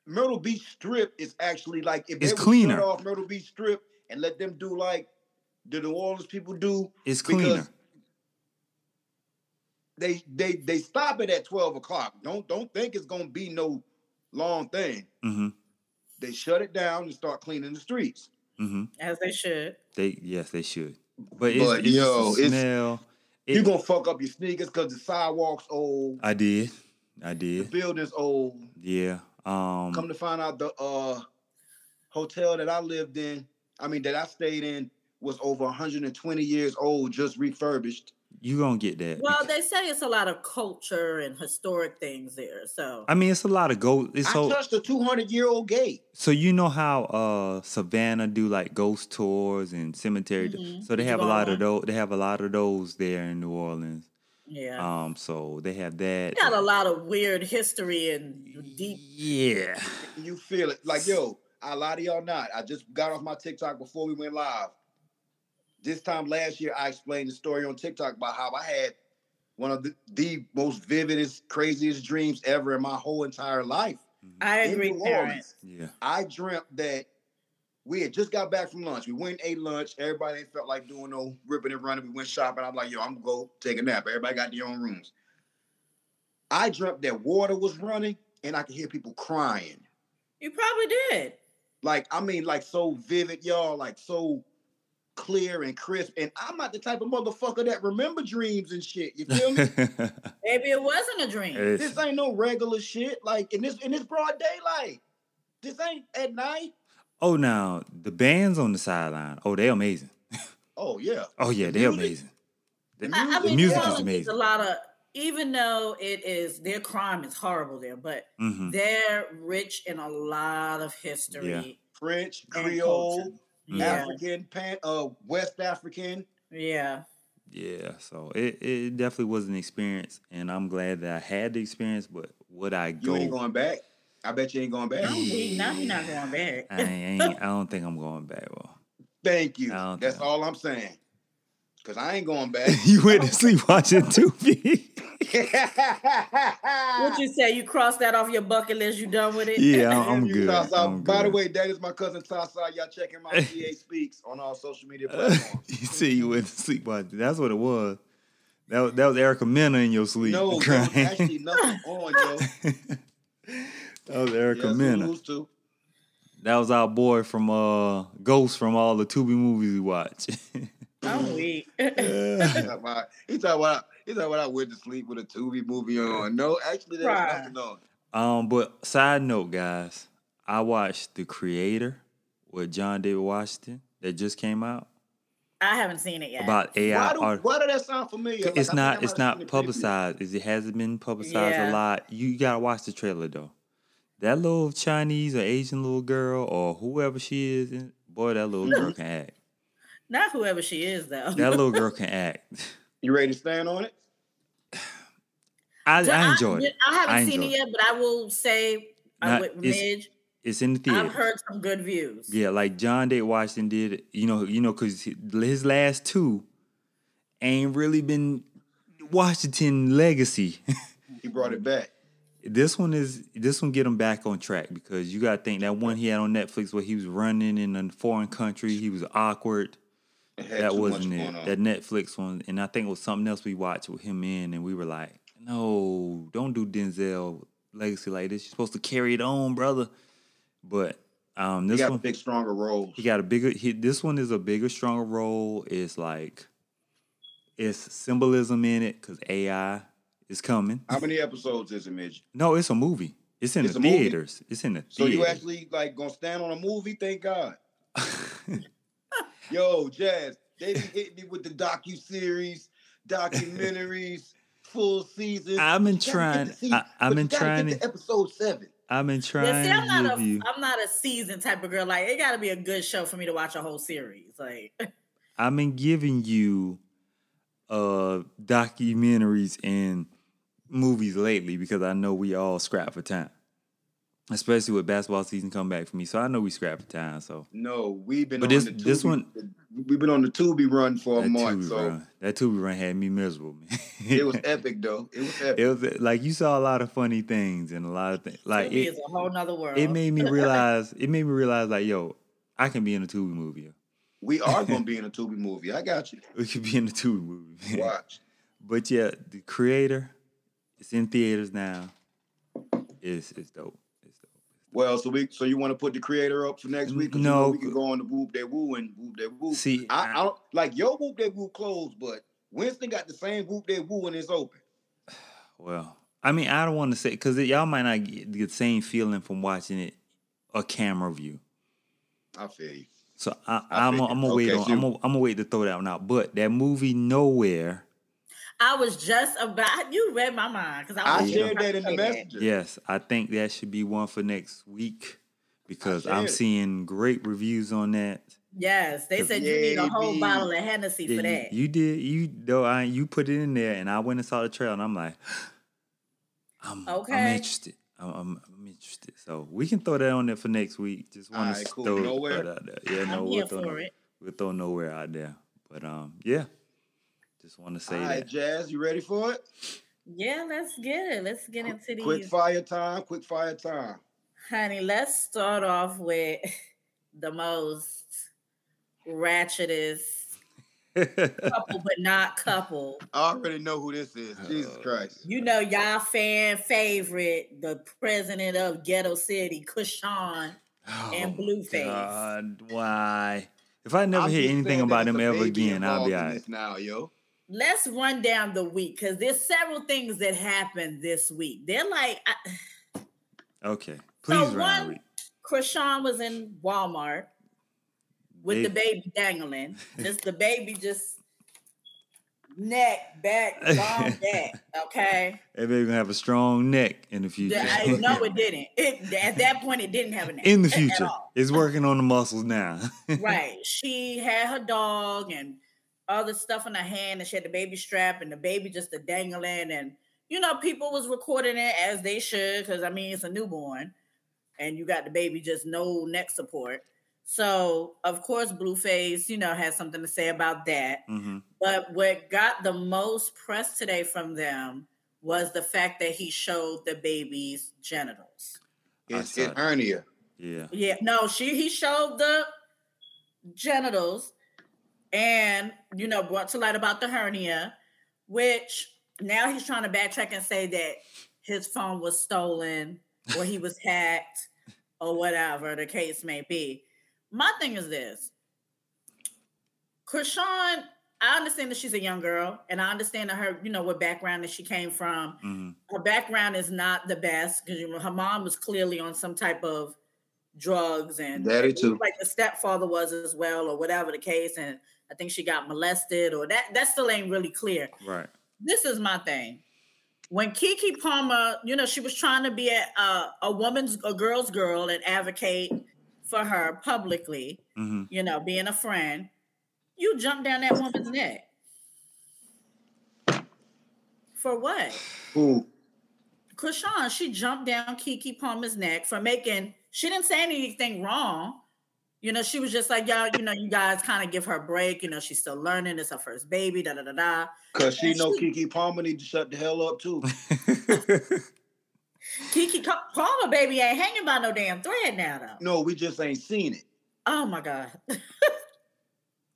Speaker 3: Myrtle Beach Strip is actually like if
Speaker 1: It's
Speaker 3: they would
Speaker 1: cleaner.
Speaker 3: shut off Myrtle Beach Strip and let them do like the New Orleans people do,
Speaker 1: it's
Speaker 3: because-
Speaker 1: cleaner.
Speaker 3: they they they stop it at twelve o'clock. Don't don't think it's gonna be no long thing.
Speaker 1: hmm
Speaker 3: They shut it down and start cleaning the streets.
Speaker 1: hmm
Speaker 2: As they should.
Speaker 1: They yes, they should. But it's,
Speaker 3: But,
Speaker 1: it's just
Speaker 3: yo,
Speaker 1: the
Speaker 3: it's-
Speaker 1: smell.
Speaker 3: You're
Speaker 1: It-
Speaker 3: gonna fuck up your sneakers because the sidewalks old,
Speaker 1: I did, I
Speaker 3: the
Speaker 1: did.
Speaker 3: buildings old.
Speaker 1: Yeah. Um.
Speaker 3: Come to find out, the uh hotel that I lived in, I mean that I stayed in, was over 120 years old, just refurbished.
Speaker 1: you gonna get that.
Speaker 2: Well,
Speaker 1: because-
Speaker 2: they say it's a lot of culture and historic things there. So
Speaker 1: I mean, it's a lot of gold. It's
Speaker 3: I
Speaker 1: so
Speaker 3: touched a 200 year old gate.
Speaker 1: so you know how uh Savannah do like ghost tours and cemetery. t-
Speaker 3: Mm-hmm.
Speaker 2: Mhm.
Speaker 1: So they
Speaker 2: Did you
Speaker 1: have a
Speaker 2: go on
Speaker 1: lot of
Speaker 2: one?
Speaker 1: those. They have a lot of those there in New Orleans.
Speaker 2: yeah.
Speaker 1: Um. So they have that.
Speaker 2: They got a lot of weird history and deep
Speaker 1: Yeah.
Speaker 3: You feel it. Like, yo, I lie to y'all not. I just got off my TikTok before we went live. This time last year, I explained the story on TikTok about how I had one of the, the most vividest, craziest dreams ever in my whole entire life.
Speaker 2: I
Speaker 3: in
Speaker 2: agree,
Speaker 3: New
Speaker 2: Terrence.
Speaker 3: Orleans.
Speaker 1: Mm-hmm. Yeah.
Speaker 3: I dreamt that we had just got back from lunch. We went and ate lunch. Everybody ain't felt like doing no ripping and running. We went shopping. I'm like, yo, I'm gonna go take a nap. Everybody got their own rooms. I dreamt that water was running and I could hear people crying.
Speaker 2: You probably did.
Speaker 3: Like, I mean, like so vivid, y'all, like so clear and crisp. And I'm not the type of motherfucker that remember dreams and shit. You feel me?
Speaker 2: Maybe it wasn't a dream.
Speaker 3: this ain't no regular shit. Like in this in this broad daylight. This ain't at night.
Speaker 1: oh, now the bands on the sideline. Oh, they're amazing.
Speaker 3: Oh yeah.
Speaker 1: Oh yeah, they're
Speaker 3: music-
Speaker 1: amazing. The,
Speaker 3: the
Speaker 2: I, I
Speaker 1: the
Speaker 2: mean,
Speaker 1: music
Speaker 2: New
Speaker 1: is
Speaker 2: Orleans is a
Speaker 1: amazing.
Speaker 2: lot of, even though it is their crime is horrible there, but
Speaker 1: hmm
Speaker 2: they're rich in a lot of history.
Speaker 3: French,
Speaker 2: and
Speaker 3: Creole,
Speaker 2: culture. Yeah,
Speaker 3: African, pan, uh, West African.
Speaker 2: yeah.
Speaker 1: yeah, so it, it definitely was an experience, and I'm glad that I had the experience. But would I
Speaker 3: You
Speaker 1: go?
Speaker 3: ain't going back. I bet you ain't going back.
Speaker 2: I'm weak. Now you're not going back.
Speaker 1: I ain't. I don't think I'm going back. Well,
Speaker 3: Thank you.
Speaker 1: I don't
Speaker 3: That's
Speaker 1: care.
Speaker 3: all I'm saying. Cause I ain't going back.
Speaker 1: you went to sleep watching Tubi.
Speaker 2: What you say? You crossed that off your bucket list? You done with it?
Speaker 1: yeah, I'm,
Speaker 3: Damn
Speaker 1: I'm
Speaker 3: you,
Speaker 1: good.
Speaker 3: Tasa.
Speaker 1: I'm
Speaker 3: By the
Speaker 1: good.
Speaker 3: way, that is my cousin Tasa. Y'all check him out. EA Speaks on all social media platforms.
Speaker 1: Uh, you see, you went to sleep watching. That's what it was. That was, that was Erica Mena in your sleep
Speaker 3: no, yo,
Speaker 1: crying.
Speaker 3: actually nothing on yo.
Speaker 1: that was Erica
Speaker 3: Yes,
Speaker 1: Mena.
Speaker 3: who's to?
Speaker 1: That was our boy from uh Ghost from all the Tubi movies we watch.
Speaker 2: I'm weak.
Speaker 3: He talking about he talking about he talking about I went to sleep with a Tubi movie on. No, actually there's
Speaker 2: Right.
Speaker 3: nothing on.
Speaker 1: um, but side note, guys, I watched The Creator with John David Washington that just came out
Speaker 2: I haven't seen it yet.
Speaker 1: about AI.
Speaker 3: Why do,
Speaker 1: art-
Speaker 3: why do that sound familiar? Like, I
Speaker 1: it's
Speaker 3: think I
Speaker 1: not
Speaker 3: might
Speaker 1: it's
Speaker 3: have seen
Speaker 1: not
Speaker 3: the preview.
Speaker 1: publicized. Is It hasn't been publicized a
Speaker 2: Yeah.
Speaker 1: lot. You gotta watch the trailer though. That little Chinese or Asian little girl or whoever she is, in- boy, that little girl can act.
Speaker 2: Not whoever she is though.
Speaker 1: That little girl can act.
Speaker 3: You ready to stand on it?
Speaker 1: I,
Speaker 2: So
Speaker 1: I enjoyed
Speaker 2: I,
Speaker 1: it.
Speaker 2: I haven't
Speaker 1: I
Speaker 2: seen it
Speaker 1: enjoyed
Speaker 2: yet, but I will say I'm
Speaker 1: Now,
Speaker 2: with
Speaker 1: it's
Speaker 2: Midge.
Speaker 1: It's in the
Speaker 2: I've
Speaker 1: theater.
Speaker 2: heard some good views.
Speaker 1: Yeah, like John Day Washington did. You know, you know, because his last two ain't really been Washington legacy.
Speaker 3: He brought it back.
Speaker 1: this one is this one get him back on track because you gotta think that one he had on Netflix where he was running in a foreign country, he was awkward.
Speaker 3: It had
Speaker 1: That
Speaker 3: too
Speaker 1: wasn't
Speaker 3: much
Speaker 1: it.
Speaker 3: going on.
Speaker 1: That Netflix one, and I think it was something else we watched with him in, and we were like, "No, don't do Denzel legacy like this. You're supposed to carry it on, brother." But um,
Speaker 3: he
Speaker 1: this
Speaker 3: got
Speaker 1: one,
Speaker 3: big, stronger roles.
Speaker 1: he got a bigger. He, this one is a bigger, stronger role. It's like it's symbolism in it because AI is coming.
Speaker 3: How many episodes is it, Midge?
Speaker 1: No, it's a movie. It's in
Speaker 3: It's
Speaker 1: the
Speaker 3: a movie?
Speaker 1: theaters. It's in the
Speaker 3: So
Speaker 1: theaters.
Speaker 3: you actually like gonna stand on a movie? Thank God. Yo, Jazz, they be hitting me with the docu series, documentaries, full seasons.
Speaker 1: I've been
Speaker 3: You gotta get
Speaker 1: trying-
Speaker 3: to see-
Speaker 1: I- I've
Speaker 3: but
Speaker 1: been
Speaker 3: you gotta
Speaker 1: trying
Speaker 3: Get
Speaker 1: to-
Speaker 3: to episode seven.
Speaker 1: I've been
Speaker 2: Yeah,
Speaker 1: trying
Speaker 2: see, I'm
Speaker 1: to
Speaker 2: not a
Speaker 1: give you.
Speaker 2: am not a season type of girl. Like it got to be a good show for me to watch a whole series. Like
Speaker 1: I've been giving you uh documentaries and movies lately because I know we all scrap for time. Especially with basketball season coming back for me. So I know we scrap for time. So
Speaker 3: No, we've been
Speaker 1: But
Speaker 3: on
Speaker 1: this-
Speaker 3: the Tubi,
Speaker 1: this one-
Speaker 3: We've been on the Tubi run for a
Speaker 1: that
Speaker 3: month,
Speaker 1: Tubi
Speaker 3: so
Speaker 1: run. That Tubi run had me miserable, man.
Speaker 3: it was epic though. It was epic.
Speaker 1: It was, like you saw a lot of funny things and a lot of things. Like
Speaker 2: Tubi
Speaker 1: it,
Speaker 2: is a whole nother world.
Speaker 1: it made me realize it made me realize like, yo, I can be in a Tubi movie.
Speaker 3: we are gonna be in a Tubi movie. I got you.
Speaker 1: We could be in a Tubi movie. man.
Speaker 3: Watch.
Speaker 1: But yeah, the creator, it's in theaters now. It's it's dope. It's dope.
Speaker 3: Well, so we so you want to put the creator up for next week? 'Cause you know
Speaker 1: No.
Speaker 3: we can go on the whoop that woo and whoop that woo.
Speaker 1: See,
Speaker 3: I,
Speaker 1: I-
Speaker 3: I don't like your whoop that woo closed, but Winston got the same whoop that woo and it's open.
Speaker 1: Well, I mean, I don't want to say because y'all might not get the same feeling from watching it a camera view.
Speaker 3: I feel you.
Speaker 1: So I,
Speaker 3: I
Speaker 1: I am
Speaker 3: figured.
Speaker 1: gonna wait
Speaker 3: Okay,
Speaker 1: on.
Speaker 3: so-
Speaker 1: I'm gonna I'm gonna wait to throw that one out. But that movie Nowhere,
Speaker 2: I was just about you read my mind because I
Speaker 3: I
Speaker 2: was just
Speaker 3: shared
Speaker 2: about
Speaker 3: that
Speaker 2: to
Speaker 3: in the
Speaker 2: say
Speaker 3: messenger.
Speaker 1: yes, I think that should be one for next week because I'm
Speaker 3: said it.
Speaker 1: seeing great reviews on that.
Speaker 2: Yes, they said you need a whole
Speaker 3: Baby.
Speaker 2: bottle of Hennessy
Speaker 1: Yeah,
Speaker 2: for
Speaker 1: you,
Speaker 2: that.
Speaker 1: you did. You though I you put it in there, and I went and saw the trail, and I'm like, I'm I'm
Speaker 2: Okay.
Speaker 1: interested. I'm, I'm, I'm interested. So we can throw that on there for next week. Just want
Speaker 3: Alright,
Speaker 1: to
Speaker 3: cool.
Speaker 1: throw, throw
Speaker 3: Nowhere.
Speaker 1: that out there. Yeah,
Speaker 2: I'm
Speaker 1: no,
Speaker 2: here
Speaker 1: we'll throw,
Speaker 2: for
Speaker 1: no-
Speaker 2: it.
Speaker 1: we'll throw nowhere out there. But um, yeah, just want to say
Speaker 3: All right,
Speaker 1: that.
Speaker 3: Jazz, you ready for it?
Speaker 2: Yeah, let's get it. Let's get into
Speaker 3: Quick
Speaker 2: these,
Speaker 3: fire time. Quick fire time.
Speaker 2: honey. Let's start off with the most ratchetest couple, but not couple.
Speaker 3: I already know who this is. Jesus
Speaker 1: Uh,
Speaker 3: Christ.
Speaker 2: You know, y'all fan favorite, the president of Ghetto City, Krishan. And
Speaker 1: Oh,
Speaker 2: Blueface.
Speaker 1: God, why? If I never
Speaker 3: I'm
Speaker 1: hear
Speaker 3: just
Speaker 1: anything
Speaker 3: saying that
Speaker 1: about
Speaker 3: it's
Speaker 1: him
Speaker 3: a
Speaker 1: ever
Speaker 3: baby
Speaker 1: again, I'll
Speaker 3: involved
Speaker 1: be
Speaker 3: in
Speaker 1: all right.
Speaker 3: this Now, yo,
Speaker 2: Let's run down the week because there's several things that happened this week. They're like, I,
Speaker 1: Okay, please,
Speaker 2: one-
Speaker 1: Ryan. Reed.
Speaker 2: Krishan was in Walmart with the
Speaker 1: They-
Speaker 2: baby dangling. Just the baby just neck, back, down, back. Okay.
Speaker 1: Everybody gonna have a strong neck in the future.
Speaker 2: Yeah, I no, it didn't. It, at that point, it didn't have a neck.
Speaker 1: in the
Speaker 2: at- at
Speaker 1: future.
Speaker 2: all.
Speaker 1: It's working on the muscles now.
Speaker 2: right. She had her dog and all the stuff in her hand, and she had the baby strap, and the baby just a dangling, and you know, people was recording it as they should, because I mean, it's a newborn, and you got the baby just no neck support. So of course, Blueface, you know, has something to say about that.
Speaker 1: hmm
Speaker 2: But what got the most press today from them was the fact that he showed the baby's genitals.
Speaker 3: It's
Speaker 1: I saw
Speaker 3: it
Speaker 1: it.
Speaker 3: hernia.
Speaker 1: Yeah.
Speaker 2: Yeah, no, she he showed the genitals and you know brought to light about the hernia, which now he's trying to backtrack and say that his phone was stolen or he was hacked or whatever the case may be. My thing is this. Krishan, I understand that she's a young girl and I understand that her, you know, what background that she came from
Speaker 1: hmm
Speaker 2: her background is not the best because you know, her mom was clearly on some type of drugs and
Speaker 3: Daddy too.
Speaker 2: like the stepfather was as well or whatever the case and i think she got molested or that that still ain't really clear
Speaker 1: Right.
Speaker 2: this is my thing when kiki palmer you know she was trying to be a, a, a woman's a girl's girl and advocate for her publicly
Speaker 1: hmm
Speaker 2: you know being a friend you jump down that woman's neck for what
Speaker 3: Who?
Speaker 2: Krishan, she jumped down Kiki Palmer's neck for making, she didn't say anything wrong. You know, she was just like, y'all, you know, you guys kind of give her a break. You know, she's still learning. It's her first baby, da da da da.
Speaker 3: Cause she
Speaker 2: And
Speaker 3: know
Speaker 2: she-
Speaker 3: Kiki Palmer need to shut the hell up too.
Speaker 2: Kiki Co- Palmer, baby, ain't hanging by no damn thread now, though.
Speaker 3: No, we just ain't seen it.
Speaker 2: Oh my God.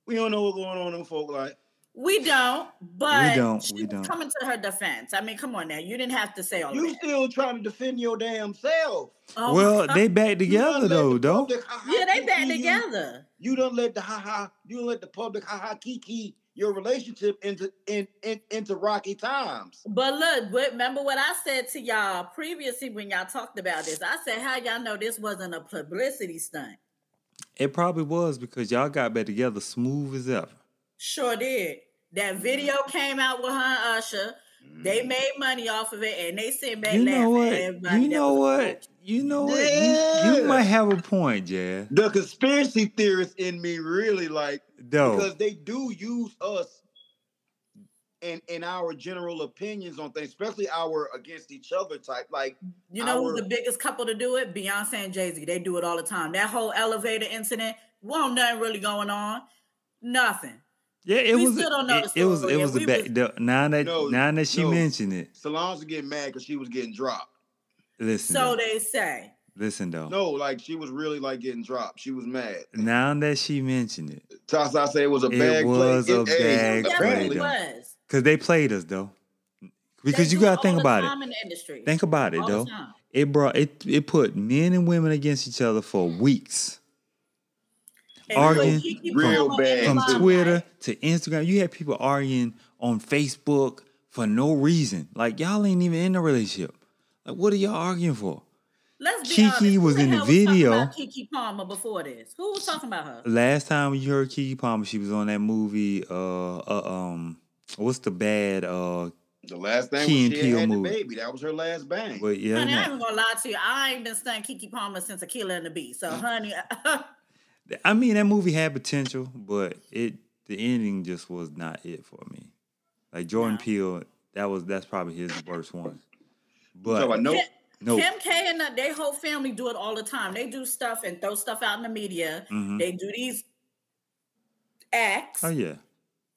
Speaker 3: We don't know what's going on in folk like.
Speaker 2: We don't, but
Speaker 1: don't,
Speaker 2: she
Speaker 1: we
Speaker 2: was
Speaker 1: don't.
Speaker 2: coming to her defense. I mean, come on now. You didn't have to say all
Speaker 3: You
Speaker 2: of that.
Speaker 3: still trying to defend your damn self.
Speaker 2: Oh my
Speaker 1: well,
Speaker 2: God.
Speaker 1: they Mm-hmm. back
Speaker 3: You done
Speaker 1: together
Speaker 3: let
Speaker 1: though,
Speaker 3: the
Speaker 1: though.
Speaker 3: public ha-ha
Speaker 2: yeah, they back
Speaker 3: kiki you.
Speaker 2: together.
Speaker 3: You done let the ha ha. You done let the public ha ha kiki your relationship into in, in into rocky times.
Speaker 2: But look, but remember what I said to y'all previously when y'all talked about this. I said, how y'all know this wasn't a publicity stunt?
Speaker 1: It probably was because y'all got back together smooth as ever.
Speaker 2: Sure did. That video came out with her and Usher. They made money off of it, and they sent back
Speaker 1: You
Speaker 2: laughing.
Speaker 1: know
Speaker 2: at
Speaker 1: what?
Speaker 2: everybody
Speaker 1: You
Speaker 2: that
Speaker 1: know
Speaker 2: was
Speaker 1: what?
Speaker 2: involved.
Speaker 1: You know what? You, you
Speaker 3: Yeah.
Speaker 1: might have a point, Jazz.
Speaker 3: The conspiracy theorists in me really like
Speaker 1: Though
Speaker 3: because they do use us and in our general opinions on things, especially our against each other type. Like
Speaker 2: You know who's
Speaker 3: Our-
Speaker 2: the biggest couple to do it? Beyonce and Jay Z. They do it all the time. That whole elevator incident, won't nothing really going on. Nothing.
Speaker 1: yeah, it
Speaker 2: We
Speaker 1: was.
Speaker 2: still don't know
Speaker 1: It,
Speaker 2: the
Speaker 1: it was.
Speaker 2: story,
Speaker 1: It
Speaker 2: and
Speaker 1: was the
Speaker 2: we
Speaker 1: back.
Speaker 2: was-
Speaker 1: the- now that
Speaker 3: No,
Speaker 1: now that she
Speaker 3: no.
Speaker 1: mentioned it,
Speaker 3: Solange was getting mad because she was getting dropped.
Speaker 1: listen,
Speaker 2: So
Speaker 1: though.
Speaker 2: they say.
Speaker 1: listen though.
Speaker 3: No, like she was really like getting dropped. She was mad.
Speaker 1: Now that she mentioned it,
Speaker 3: Tasa said it was a
Speaker 1: It
Speaker 3: bag play.
Speaker 1: was a
Speaker 2: It
Speaker 1: bag Exactly.
Speaker 2: definitely
Speaker 3: apparently.
Speaker 1: play,
Speaker 2: was.
Speaker 1: because they played us though. Because
Speaker 2: They
Speaker 1: you
Speaker 2: do it
Speaker 1: gotta think
Speaker 2: all the
Speaker 1: about it.
Speaker 2: time In the industry.
Speaker 1: Think about it
Speaker 2: all
Speaker 1: though.
Speaker 2: the time.
Speaker 1: It brought it. It put men and women against each other for weeks.
Speaker 2: And
Speaker 1: Arguing
Speaker 2: put Kiki
Speaker 3: real
Speaker 2: Palmer in the
Speaker 3: bad,
Speaker 1: from
Speaker 2: limelight.
Speaker 3: too.
Speaker 1: Twitter to Instagram. You had people arguing on Facebook for no reason. Like y'all ain't even in a relationship. Like what are y'all arguing for?
Speaker 2: Let's be
Speaker 1: Kiki
Speaker 2: honest. Who
Speaker 1: was in the
Speaker 2: hell was talking
Speaker 1: video.
Speaker 2: about Kiki Palmer before this. Who was talking about her?
Speaker 1: Last time you heard Kiki Palmer, she was on that movie. Uh, uh um, what's the bad? Uh,
Speaker 3: The last thing
Speaker 1: Key and
Speaker 3: was she
Speaker 1: Peele
Speaker 3: had
Speaker 1: movie.
Speaker 3: the baby. That was her last bang.
Speaker 1: but yeah,
Speaker 2: honey, I
Speaker 1: nah.
Speaker 2: ain't gonna lie to you. I ain't been studying Kiki Palmer since Aquila and the Bee. So,
Speaker 1: Mm.
Speaker 2: honey,
Speaker 1: I mean, that movie had potential, but it the ending just was not it for me. Like Jordan
Speaker 2: No.
Speaker 1: Peele, that was that's probably his worst one.
Speaker 3: so I
Speaker 1: But
Speaker 3: know.
Speaker 1: no,
Speaker 2: Kim K and the, they whole family do it all the time. They do stuff and throw stuff out in the media.
Speaker 1: mhm.
Speaker 2: They do these acts.
Speaker 1: oh yeah,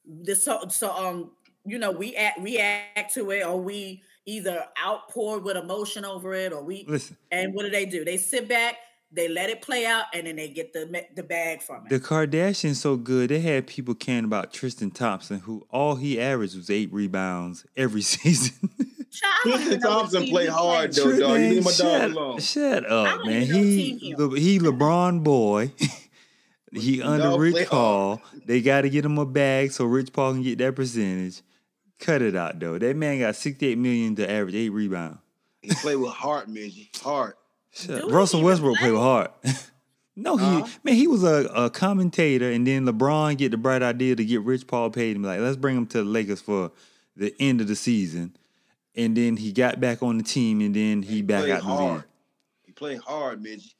Speaker 2: the so so um you know we act react to it or we either outpour with emotion over it or we
Speaker 1: listen,
Speaker 2: and what do they do they sit back they let it play out and then they get the ma- the bag from
Speaker 1: the
Speaker 2: it
Speaker 1: Kardashians so good they had people caring about Tristan Thompson, who all he averaged was eight rebounds every season.
Speaker 2: Child, I don't even
Speaker 3: Tristan
Speaker 2: know what
Speaker 3: Thompson
Speaker 2: team
Speaker 3: played
Speaker 2: he
Speaker 3: hard,
Speaker 2: played
Speaker 3: though,
Speaker 2: with.
Speaker 3: dog. You leave my dog
Speaker 1: shut,
Speaker 3: alone.
Speaker 1: shut
Speaker 2: I
Speaker 1: up,
Speaker 2: don't
Speaker 1: man.
Speaker 2: even know what
Speaker 1: He
Speaker 2: team he
Speaker 1: Le- he LeBron boy. he under
Speaker 3: dog play
Speaker 1: Rich
Speaker 3: hard.
Speaker 1: Paul. They got to get him a bag so Rich Paul can get that percentage. Cut it out though. That man got sixty eight million to average eight rebound.
Speaker 3: He played with heart, Midgie. Heart.
Speaker 1: Shut-
Speaker 2: Do he
Speaker 1: Russell
Speaker 2: even
Speaker 1: Westbrook
Speaker 2: play?
Speaker 1: played hard. no, he
Speaker 3: Uh-huh.
Speaker 1: man, he was a, a commentator, and then LeBron get the bright idea to get Rich Paul paid him. Like, let's bring him to the Lakers for the end of the season. And then he got back on the team, and then he back
Speaker 3: Played
Speaker 1: out New Zealand.
Speaker 3: hard. He played hard, Midgie.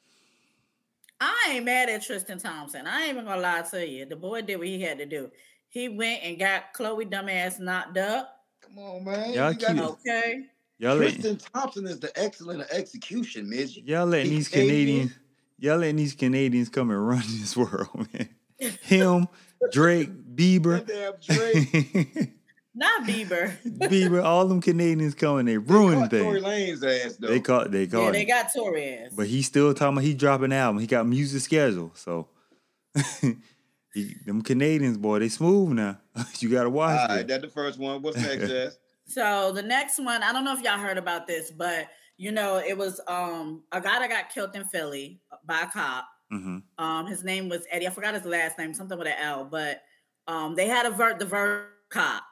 Speaker 2: I ain't mad at Tristan Thompson. I ain't even gonna lie to you. The boy did what he had to do. He went and got Chloe dumbass knocked up.
Speaker 3: Come on, man.
Speaker 1: Y'all
Speaker 3: You got-
Speaker 1: cute.
Speaker 2: Okay.
Speaker 1: Y'all letting,
Speaker 3: Tristan Thompson is the excellent of execution, Midge.
Speaker 1: y'all letting
Speaker 3: He
Speaker 1: these
Speaker 3: gave me-
Speaker 1: Canadians, y'all letting these Canadians come and run this world, man. Him, Drake, Bieber,
Speaker 3: Goddamn Drake.
Speaker 1: Bieber,
Speaker 2: Not Bieber.
Speaker 1: all them Canadians coming, they ruining
Speaker 3: Caught Tory
Speaker 1: things.
Speaker 3: Lane's ass though.
Speaker 1: They caught, they caught,
Speaker 2: yeah,
Speaker 1: him.
Speaker 2: they got Torres.
Speaker 1: but he still talking about he dropping an album. He got music schedule, so he, them Canadians, boy, they smooth now. you gotta watch
Speaker 3: All
Speaker 1: it.
Speaker 3: right, that's the first one. What's next, Jazz?
Speaker 2: So the next one, I don't know if y'all heard about this, but you know, it was um a guy that got killed in Philly by a cop.
Speaker 1: hmm
Speaker 2: Um, his name was Eddie. I forgot his last name, something with an L. But um, they had a vert the vert cop.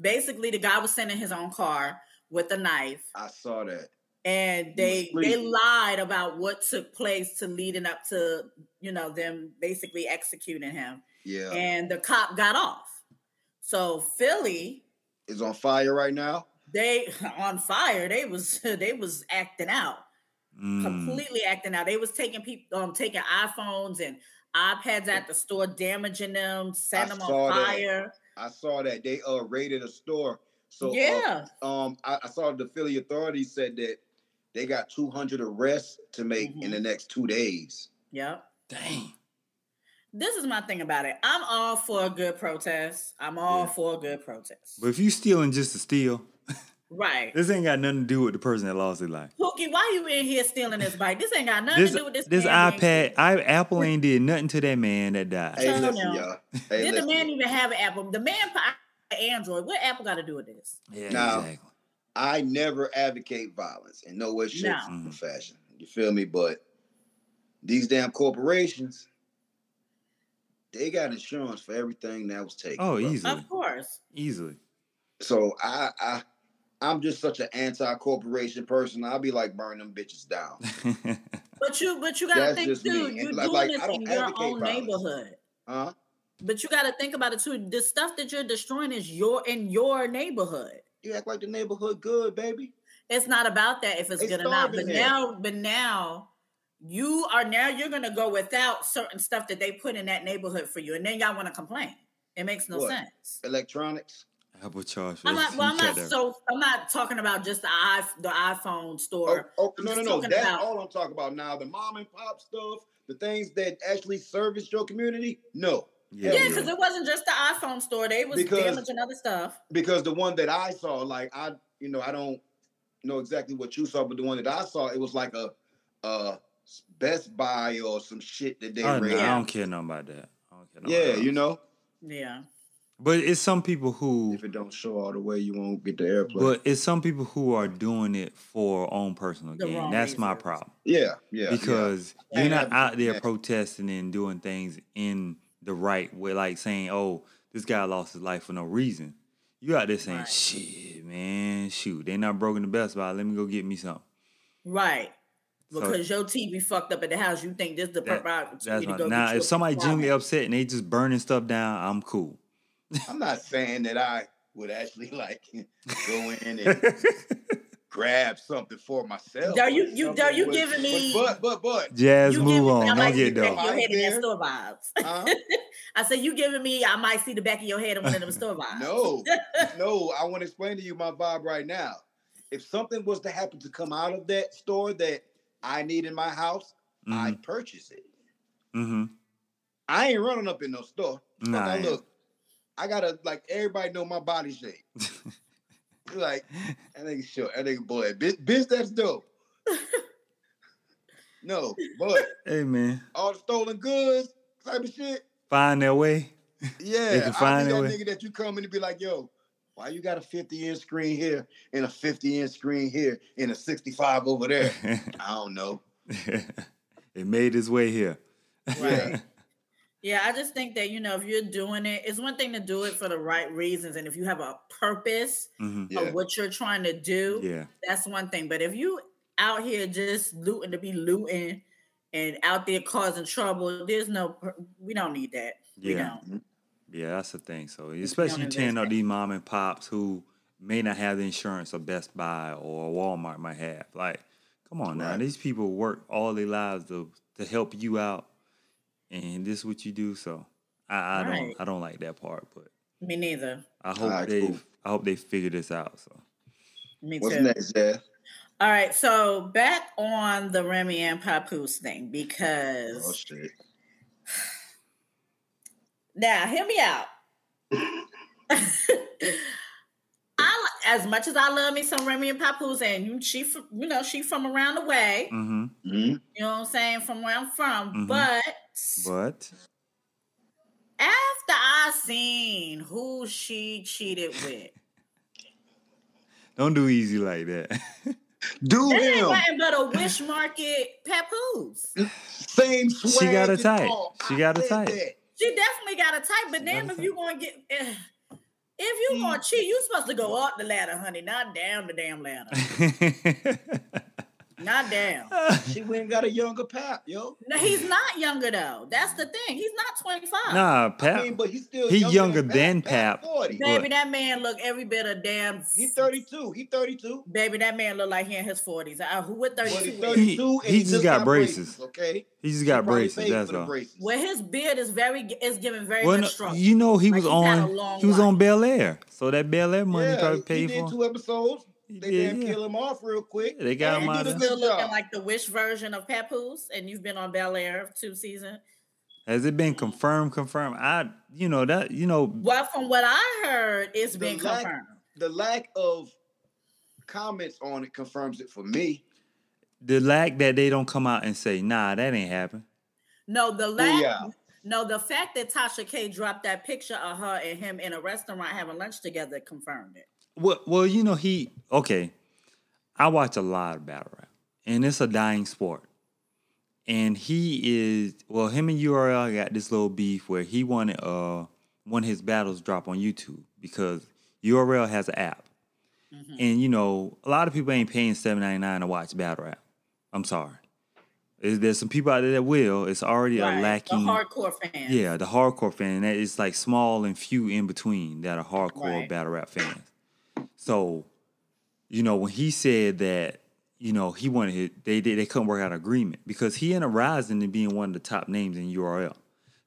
Speaker 2: Basically, the guy was sitting in his own car with a knife,
Speaker 3: I saw that.
Speaker 2: and they
Speaker 3: was
Speaker 2: they
Speaker 3: sleeping.
Speaker 2: lied about what took place to leading up to you know them basically executing him.
Speaker 3: Yeah,
Speaker 2: And the cop got off. So Philly
Speaker 3: it's on fire right now.
Speaker 2: they on fire. They was they was acting out,
Speaker 1: Hmm. Mm.
Speaker 2: completely acting out. They was taking people, um, taking iPhones and iPads at the store, damaging them, setting them
Speaker 3: saw
Speaker 2: on
Speaker 3: that.
Speaker 2: fire.
Speaker 3: I saw that they uh raided a store. So uh,
Speaker 2: yeah,
Speaker 3: um, I, I saw the Philly authorities said that they got 200 arrests to make in the next two days.
Speaker 2: yep.
Speaker 1: Dang.
Speaker 2: This is my thing about it. I'm all for a good protest. I'm all
Speaker 1: Yeah.
Speaker 2: for a good protest.
Speaker 1: But if you stealing just to steal,
Speaker 2: right.
Speaker 1: this ain't got nothing to do with the person that lost their life.
Speaker 2: Pookie, why you in here stealing this bike? This ain't got nothing
Speaker 1: This
Speaker 2: to do with this.
Speaker 1: this
Speaker 2: man being
Speaker 1: iPad,
Speaker 2: killed.
Speaker 1: I Apple ain't did nothing to that man that died.
Speaker 3: Hey,
Speaker 2: Tell
Speaker 3: listen,
Speaker 2: them.
Speaker 3: y'all. Hey,
Speaker 2: Did the
Speaker 3: listen.
Speaker 2: man even have an Apple? The man probably had an Android. What Apple got to do with this?
Speaker 1: yeah,
Speaker 3: Now-
Speaker 1: exactly.
Speaker 3: I never advocate violence in no way, shape,
Speaker 2: No.
Speaker 3: form, or fashion. You feel me? But these damn corporations, they got insurance for everything that was taken.
Speaker 1: Oh,
Speaker 3: bro.
Speaker 1: easily,
Speaker 2: Of course.
Speaker 1: easily.
Speaker 3: So I, I, I'm just such an anti-corporation person. I'll be like, burn them bitches down.
Speaker 2: But you, but you gotta
Speaker 3: That's
Speaker 2: think
Speaker 3: just me.
Speaker 2: too.
Speaker 3: And
Speaker 2: You're
Speaker 3: like-
Speaker 2: doing
Speaker 3: like,
Speaker 2: this
Speaker 3: I don't
Speaker 2: in your
Speaker 3: advocate
Speaker 2: own
Speaker 3: violence.
Speaker 2: neighborhood.
Speaker 3: Huh?
Speaker 2: But you gotta think about it too. The stuff that you're destroying is your in your neighborhood.
Speaker 3: You act like the neighborhood good, baby.
Speaker 2: It's not about that if it's
Speaker 3: They
Speaker 2: good or not. But
Speaker 3: starving there.
Speaker 2: now, but now, you are now you're gonna go without certain stuff that they put in that neighborhood for you, and then y'all want to complain. It makes no
Speaker 3: What?
Speaker 2: sense.
Speaker 3: Electronics.
Speaker 1: Apple charge. for
Speaker 2: I'm
Speaker 1: this.
Speaker 2: not. Well,
Speaker 1: You
Speaker 2: I'm
Speaker 1: cut
Speaker 2: not
Speaker 1: that-
Speaker 2: so. I'm not talking about just the i the iPhone
Speaker 3: Oh,
Speaker 2: store.
Speaker 3: oh,
Speaker 2: I'm
Speaker 3: no, no,
Speaker 2: just
Speaker 3: no.
Speaker 2: talking
Speaker 3: That's
Speaker 2: about-
Speaker 3: all I'm talking about now. The mom and pop stuff, the things that actually service your community. No,
Speaker 1: Yeah,
Speaker 2: Yeah,
Speaker 1: yeah.
Speaker 2: because it wasn't just the iPhone store. They was
Speaker 3: Because-
Speaker 2: damaging other stuff.
Speaker 3: because the one that I saw, like I, you know, I don't know exactly what you saw, but the one that I saw, it was like a, a Best Buy or some shit that they
Speaker 1: Oh, no,
Speaker 3: raided.
Speaker 1: I
Speaker 2: Yeah.
Speaker 1: don't care nothing about that. I don't care nothing
Speaker 3: Yeah,
Speaker 1: about
Speaker 3: you
Speaker 1: that.
Speaker 3: know,
Speaker 2: Yeah.
Speaker 1: But it's some people who,
Speaker 3: if it don't show all the way, you won't get the airplane.
Speaker 1: but it's some people who are doing it for own personal
Speaker 2: The
Speaker 1: gain.
Speaker 2: wrong
Speaker 1: That's my
Speaker 2: reasons.
Speaker 1: problem.
Speaker 3: yeah, yeah, yeah.
Speaker 1: because
Speaker 3: Yeah.
Speaker 1: you're not
Speaker 3: Yeah.
Speaker 1: out there
Speaker 3: Yeah.
Speaker 1: protesting and doing things in the right way, like saying, "Oh, this guy lost his life for no reason." You out there saying,
Speaker 2: Right.
Speaker 1: "Shit, man, shoot, they not broken the Best Buy. Let me go get me something."
Speaker 2: Right.
Speaker 1: So-
Speaker 2: Because your TV fucked up at the house, you think this the
Speaker 1: That-
Speaker 2: proper
Speaker 1: That's
Speaker 2: to
Speaker 1: my,
Speaker 2: go
Speaker 1: now.
Speaker 2: get you
Speaker 1: If
Speaker 2: a
Speaker 1: somebody
Speaker 2: prescription.
Speaker 1: genuinely upset and they just burning stuff down, I'm cool.
Speaker 3: I'm not saying that I would actually like go in and grab something for myself.
Speaker 2: There
Speaker 3: or
Speaker 2: you- you- there
Speaker 3: something
Speaker 2: you
Speaker 3: with-
Speaker 2: giving me-
Speaker 3: But but but,
Speaker 1: Jazz,
Speaker 2: you
Speaker 1: move
Speaker 2: giving me, I
Speaker 1: on.
Speaker 2: might
Speaker 1: Don't
Speaker 2: see
Speaker 1: get
Speaker 2: the back
Speaker 1: though.
Speaker 2: of your head in that
Speaker 3: Right
Speaker 2: store vibes.
Speaker 3: but huh?
Speaker 2: I said, you giving me, I might see the back of your head in one of them store vibes.
Speaker 3: No, no, I want to explain to you my vibe right now. If something was to happen to come out of that store that I need in my house, I'd purchase it.
Speaker 1: Mm-hmm.
Speaker 3: I ain't running up in no store. Fuck,
Speaker 1: Nah,
Speaker 3: I
Speaker 1: I ain't.
Speaker 3: look, I gotta like everybody know my body shape. like that nigga sure, that nigga boy, bitch, bitch that's dope. no, but
Speaker 1: Hey man,
Speaker 3: all the stolen goods type of shit.
Speaker 1: find their way.
Speaker 3: Yeah,
Speaker 1: can find
Speaker 3: I
Speaker 1: a
Speaker 3: be
Speaker 1: way.
Speaker 3: that nigga that you come in and be like, yo, why you got a 50 inch screen here and a 50 inch screen here and a 65 over there? I don't know.
Speaker 1: it made its way here.
Speaker 3: Right.
Speaker 2: Yeah, I just think that, you know, if you're doing it, it's one thing to do it for the right reasons. And if you have a purpose
Speaker 1: Mhm.
Speaker 3: Yeah.
Speaker 2: of what you're trying to do,
Speaker 1: Yeah.
Speaker 2: that's one thing. But if you out here just looting to be looting and out there causing trouble, there's no pur- we don't need that. We
Speaker 1: Yeah.
Speaker 2: don't.
Speaker 1: Yeah, that's the thing. So
Speaker 2: we
Speaker 1: especially you
Speaker 2: don't
Speaker 1: tearing up
Speaker 2: invest
Speaker 1: these mom and pops who may not have the insurance or Best Buy or Walmart might have. Like, come on now,
Speaker 3: Right.
Speaker 1: these people work all their lives to to help you out, and this is what you do. So I, I
Speaker 2: Right.
Speaker 1: don't I don't like that part. But
Speaker 2: Me neither.
Speaker 1: I hope
Speaker 3: Alright,
Speaker 1: they
Speaker 3: cool.
Speaker 1: I hope they figure this out. So
Speaker 2: Me
Speaker 3: What's
Speaker 2: too.
Speaker 3: next, Jazz?
Speaker 2: All right, so back on the Remy and Papoose thing because
Speaker 3: Oh shit.
Speaker 2: now hear me out. I as much as I love me some Remy and Papoose, and you- she from you know she from around the way.
Speaker 1: hmm
Speaker 3: Mhm.
Speaker 2: You know what I'm saying from where I'm from,
Speaker 1: Mhm.
Speaker 2: but.
Speaker 1: but
Speaker 2: After I seen who she cheated with,
Speaker 1: don't do easy like that.
Speaker 3: Do
Speaker 2: that ain't
Speaker 3: him.
Speaker 2: nothing but a wish market papoose.
Speaker 3: Same swag.
Speaker 1: She got a
Speaker 3: and
Speaker 1: type.
Speaker 3: all.
Speaker 1: She
Speaker 3: I
Speaker 1: got a
Speaker 3: said
Speaker 1: type.
Speaker 3: that.
Speaker 2: She definitely got a type, but
Speaker 1: She got
Speaker 2: then
Speaker 1: a
Speaker 2: if
Speaker 1: type. Mm.
Speaker 2: you gonna get, eh, if you gonna cheat, you supposed to go up the ladder, honey, not down the damn ladder, not down.
Speaker 3: She went and got a younger pap, yo.
Speaker 2: No, he's not younger though. That's the thing. He's not twenty five.
Speaker 1: nah,
Speaker 3: I
Speaker 1: Pap.
Speaker 3: mean, but he's still
Speaker 1: he younger
Speaker 3: Pap.
Speaker 1: than Pap.
Speaker 3: 40.
Speaker 2: Baby,
Speaker 1: Look.
Speaker 2: that man look every bit of damn.
Speaker 3: He 32. He 32.
Speaker 2: Baby, that man look like he in his forties. Uh, Who with
Speaker 3: But
Speaker 2: thirty
Speaker 3: he
Speaker 2: two?
Speaker 3: 32 and
Speaker 1: he just got braces.
Speaker 3: Okay.
Speaker 1: he just
Speaker 3: She
Speaker 1: got
Speaker 3: probably
Speaker 1: braces.
Speaker 3: paid
Speaker 1: That's
Speaker 3: for the
Speaker 1: all.
Speaker 3: braces.
Speaker 2: Well, his beard is very is giving very
Speaker 1: Well,
Speaker 2: much
Speaker 1: no,
Speaker 2: struggle.
Speaker 1: you know he was
Speaker 2: Like, he's had a
Speaker 1: on
Speaker 2: long
Speaker 1: he was
Speaker 2: life.
Speaker 1: on Bel Air, so that Bel Air money
Speaker 3: yeah,
Speaker 1: probably
Speaker 3: he-
Speaker 1: paid
Speaker 3: he did
Speaker 1: for. him.
Speaker 3: two episodes.
Speaker 1: He
Speaker 3: They
Speaker 1: did,
Speaker 3: damn
Speaker 1: yeah.
Speaker 3: kill him off real quick.
Speaker 1: They got
Speaker 2: And
Speaker 1: him
Speaker 3: you
Speaker 1: out.
Speaker 3: did
Speaker 2: you're
Speaker 1: of
Speaker 3: a
Speaker 1: there.
Speaker 2: still looking
Speaker 3: job.
Speaker 2: like the Wish version of Papoose, and you've been on Bel Air two seasons.
Speaker 1: Has it been confirmed? Confirmed? I, you know that, you know,
Speaker 2: Well, from what I heard, it's
Speaker 3: The
Speaker 2: been
Speaker 3: lack-
Speaker 2: confirmed.
Speaker 3: The lack of comments on it confirms it for me.
Speaker 1: the lack that they don't come out and say, nah, that ain't happen.
Speaker 2: No, the lack.
Speaker 3: yeah.
Speaker 2: No, the fact that Tasha K dropped that picture of her and him in a restaurant having lunch together confirmed it.
Speaker 1: Well, well, you know he okay. I watch a lot of battle rap, and it's a dying sport. And he is well, him and URL got this little beef where he wanted uh one of his battles drop on YouTube because URL has an app,
Speaker 2: Mm-hmm.
Speaker 1: and you know a lot of people ain't paying seven ninety nine to watch battle rap. I'm sorry, Is there's some people out there that will. It's already a
Speaker 2: Right, the
Speaker 1: lacking.
Speaker 2: hardcore fan.
Speaker 1: Yeah, the hardcore fan. That it's like small and few in between that are hardcore
Speaker 2: Right.
Speaker 1: battle rap fans. So, you know, when he said that, you know, he wanted his, they they, they couldn't work out an agreement because he ended up rising to being one of the top names in URL.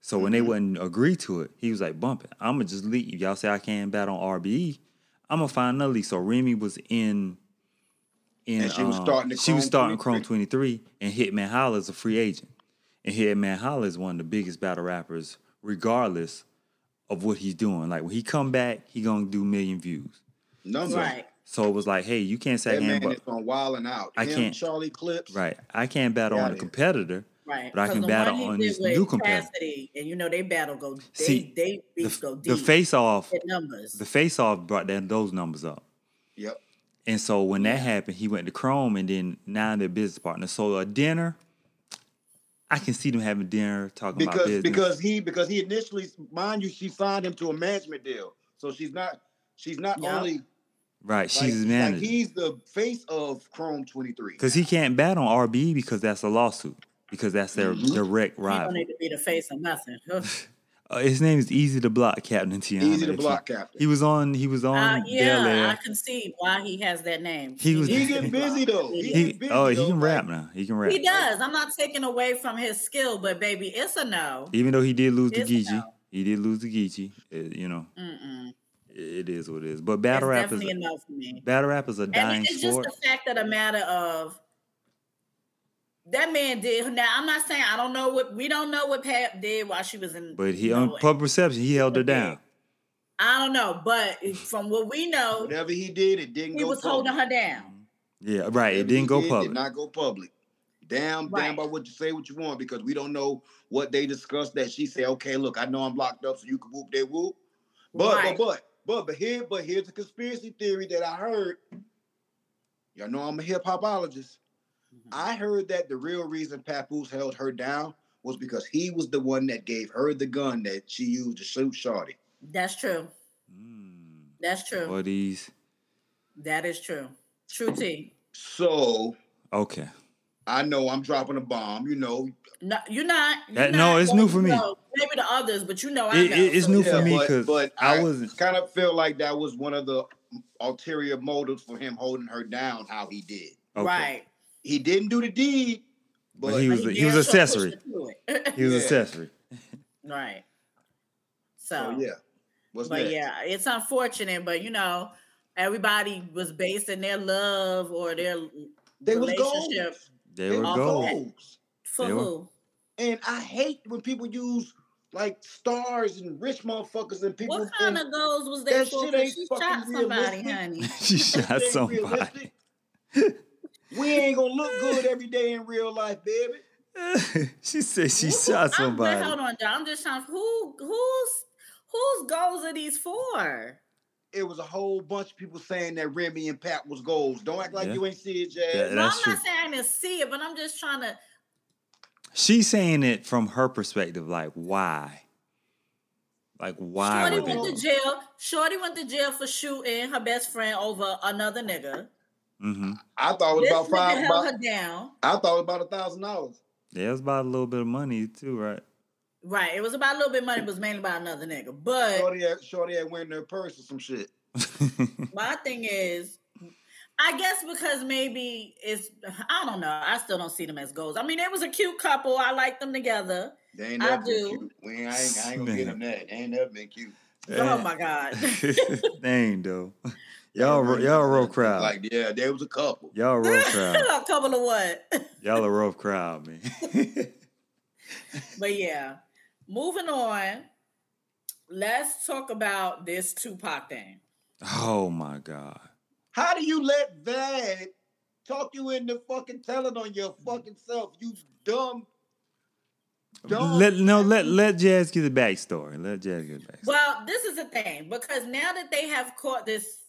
Speaker 1: So when
Speaker 3: Mm-hmm.
Speaker 1: they wouldn't agree to it, he was like, "Bump it, I'ma just leave. Y'all say I can't battle on RBE. I'ma find another league." So Remy was in. In,
Speaker 3: And she was
Speaker 1: um,
Speaker 3: starting at
Speaker 1: She was starting
Speaker 3: Chrome
Speaker 1: Chrome
Speaker 3: 23.
Speaker 1: 23, and Hitman Holler is a free agent. And Hitman Holler is one of the biggest battle rappers, regardless of what he's doing. Like when he come back, he gonna do million views.
Speaker 3: Number.
Speaker 2: Right.
Speaker 1: So it was like, hey, you can't say I
Speaker 3: That man
Speaker 1: can't,
Speaker 3: is on Wild and Out.
Speaker 1: I
Speaker 3: Him,
Speaker 1: can't.
Speaker 3: Charlie Clips.
Speaker 1: right? I can't battle
Speaker 3: Get
Speaker 1: on
Speaker 3: outta
Speaker 1: a
Speaker 3: here.
Speaker 1: competitor.
Speaker 2: Right.
Speaker 1: But I
Speaker 2: 'Cause
Speaker 1: can
Speaker 2: the
Speaker 1: battle
Speaker 2: one he
Speaker 1: on
Speaker 2: did
Speaker 1: this
Speaker 2: with
Speaker 1: new competitor.
Speaker 2: Cassidy, and you know they battle go they
Speaker 1: See,
Speaker 2: they
Speaker 1: The,
Speaker 2: beats
Speaker 1: f-
Speaker 2: go
Speaker 1: the
Speaker 2: deep.
Speaker 1: face off,
Speaker 2: Hit numbers.
Speaker 1: the face off brought that those numbers up.
Speaker 3: Yep.
Speaker 1: And so when
Speaker 2: Yeah.
Speaker 1: that happened, he went to Chrome, and then now they're business partners. So a dinner, I can see them having dinner talking about
Speaker 3: Because
Speaker 1: business.
Speaker 3: because he because he initially mind you, she signed him to a management deal. So she's not she's not
Speaker 2: Yeah.
Speaker 3: only
Speaker 1: right, she's
Speaker 3: like,
Speaker 1: his
Speaker 3: like
Speaker 1: manager
Speaker 3: he's the face of Chrome 23.
Speaker 1: because he can't battle on RBE because that's a lawsuit because that's their
Speaker 3: Mhm.
Speaker 1: direct
Speaker 2: He don't
Speaker 1: rival.
Speaker 2: need to be the face of nothing.
Speaker 1: Uh, his name is Easy to Block, Captain Tiana.
Speaker 3: Easy to
Speaker 1: If
Speaker 3: block
Speaker 1: you-
Speaker 3: captain.
Speaker 1: E. He was on. He was on
Speaker 2: Uh,
Speaker 1: Bel
Speaker 2: yeah,
Speaker 1: Air.
Speaker 2: I can see why he has that name.
Speaker 1: He was-
Speaker 3: He
Speaker 2: needs to
Speaker 3: getting
Speaker 2: be
Speaker 3: busy though.
Speaker 2: blocked.
Speaker 3: He,
Speaker 1: He,
Speaker 3: getting busy
Speaker 1: oh, he
Speaker 3: though.
Speaker 1: can
Speaker 3: like,
Speaker 1: rap now. He can rap.
Speaker 2: He does. I'm not taking away from his skill, but baby, it's a no.
Speaker 1: Even though he did lose to
Speaker 2: It's
Speaker 1: Geechee,
Speaker 2: about-
Speaker 1: he did lose to Geechee. It- you know,
Speaker 2: Mm-mm.
Speaker 1: it is what it is. But
Speaker 2: It's
Speaker 1: battle rap is
Speaker 2: definitely a no for me.
Speaker 1: battle rap is a
Speaker 2: And
Speaker 1: dying
Speaker 2: it- it's just
Speaker 1: sport.
Speaker 2: the fact that a matter of that man did. Now I'm not saying I don't know what we don't know what Pat did while she was in.
Speaker 1: But he
Speaker 2: you
Speaker 1: on
Speaker 2: know,
Speaker 1: public perception, he held her
Speaker 2: Okay.
Speaker 1: down.
Speaker 2: I don't know, but from what we know,
Speaker 3: Whatever he did, it didn't
Speaker 2: he
Speaker 3: go
Speaker 2: was
Speaker 3: public.
Speaker 2: holding her down.
Speaker 1: Yeah, right. It
Speaker 3: Whatever he
Speaker 1: didn't go
Speaker 3: did,
Speaker 1: public.
Speaker 3: Did not go public. Damn,
Speaker 2: Right.
Speaker 3: damn about what you say, what you want, because we don't know what they discussed. That she said, okay, look, I know I'm locked up, so you can whoop that whoop. But
Speaker 2: Right.
Speaker 3: but but but but here but here's a conspiracy theory that I heard. Y'all know I'm a hip hopologist.
Speaker 2: Mm-hmm.
Speaker 3: I heard that the real reason Papoose held her down was because he was the one that gave her the gun that she used to shoot Shorty.
Speaker 2: That's true.
Speaker 1: Mm,
Speaker 2: That's true.
Speaker 1: Or these.
Speaker 2: That is true. True T.
Speaker 3: So
Speaker 1: Okay.
Speaker 3: I know I'm dropping a bomb. You know,
Speaker 2: No, you're not. You're
Speaker 1: That-
Speaker 2: not.
Speaker 1: no, it's new
Speaker 2: Well,
Speaker 1: for
Speaker 2: you
Speaker 1: me.
Speaker 2: know, maybe the others, but you know, I
Speaker 1: It-
Speaker 2: know.
Speaker 1: it- it's new
Speaker 3: Yeah,
Speaker 1: for me
Speaker 3: but-
Speaker 1: because
Speaker 3: but
Speaker 1: I
Speaker 3: I-
Speaker 1: wasn't.
Speaker 3: kind of feel like that was one of the ulterior motives for him holding her down. How he did.
Speaker 1: Okay.
Speaker 2: Right.
Speaker 3: He didn't do the deed,
Speaker 1: But
Speaker 3: but,
Speaker 1: he
Speaker 2: But
Speaker 1: was-
Speaker 2: damn
Speaker 1: was
Speaker 2: sure
Speaker 1: accessory.
Speaker 2: pushed her to it.
Speaker 1: He was
Speaker 3: Yeah.
Speaker 1: accessory.
Speaker 2: right. So,
Speaker 3: So, Oh, yeah. What's
Speaker 2: but
Speaker 3: next?
Speaker 2: yeah, it's unfortunate, but you know, everybody was basing their love or their
Speaker 3: They was goals.
Speaker 2: relationship
Speaker 1: They were
Speaker 3: was
Speaker 1: gold.
Speaker 3: goals.
Speaker 2: for
Speaker 1: They were-
Speaker 2: who?
Speaker 3: And I hate when people use like stars and rich motherfuckers and people.
Speaker 2: What kind
Speaker 3: and
Speaker 2: of goals was there
Speaker 3: that
Speaker 2: for?
Speaker 3: shit
Speaker 2: 'Cause
Speaker 3: ain't
Speaker 2: She
Speaker 3: fucking
Speaker 2: shot somebody,
Speaker 3: realistic.
Speaker 2: honey.
Speaker 1: she
Speaker 3: that shit
Speaker 1: shot
Speaker 3: ain't
Speaker 1: somebody.
Speaker 3: realistic. we ain't gonna look good every day in real life, baby.
Speaker 1: she said she
Speaker 2: Who-
Speaker 1: shot
Speaker 2: I'm,
Speaker 1: somebody.
Speaker 2: but hold on, y'all. I'm just trying. Who, who's, whose goals are these for?
Speaker 3: It was a whole bunch of people saying that Remy and Pat was goals. Don't act like
Speaker 1: Yeah.
Speaker 3: you ain't see it, Jazz.
Speaker 1: Yeah,
Speaker 2: Well, I'm
Speaker 1: that's
Speaker 2: not saying I didn't see it, but I'm just trying to.
Speaker 1: She's saying it from her perspective, like why? Like why
Speaker 2: Shorty
Speaker 1: would they
Speaker 2: went
Speaker 1: go?
Speaker 2: to jail. Shorty went to jail for shooting her best friend over another nigga.
Speaker 1: Mm-hmm.
Speaker 3: I thought it was
Speaker 2: This
Speaker 3: about
Speaker 2: nigga
Speaker 3: five.
Speaker 2: held
Speaker 3: About,
Speaker 2: her down.
Speaker 3: I thought it was about a thousand dollars.
Speaker 1: Yeah, it was about a little bit of money too, right?
Speaker 2: Right. It was about a little bit of money, but it was mainly about another nigga. But
Speaker 3: Shorty had, Shorty had went in her purse or some shit.
Speaker 2: my thing is, I guess because maybe it's I don't know. I still don't see them as goals. I mean, it was a cute couple. I like them together.
Speaker 3: They ain't
Speaker 2: I
Speaker 3: never been
Speaker 2: do.
Speaker 3: cute. We ain't, I, ain't, I ain't gonna get them that. They ain't never been cute.
Speaker 2: Oh my god.
Speaker 1: Dang though, y'all ro- y'all a rough crowd.
Speaker 3: Like yeah, there was a couple.
Speaker 1: y'all a rough crowd.
Speaker 2: a couple of what?
Speaker 1: Y'all a rough crowd, man.
Speaker 2: But yeah, moving on. Let's talk about this Tupac thing.
Speaker 1: oh my god.
Speaker 3: How do you let that talk you into fucking telling on your fucking self? You dumb. dumb
Speaker 1: Let no let let Jazz get the backstory. Let Jazz get the backstory.
Speaker 2: Well, this is the thing because now that they have caught this,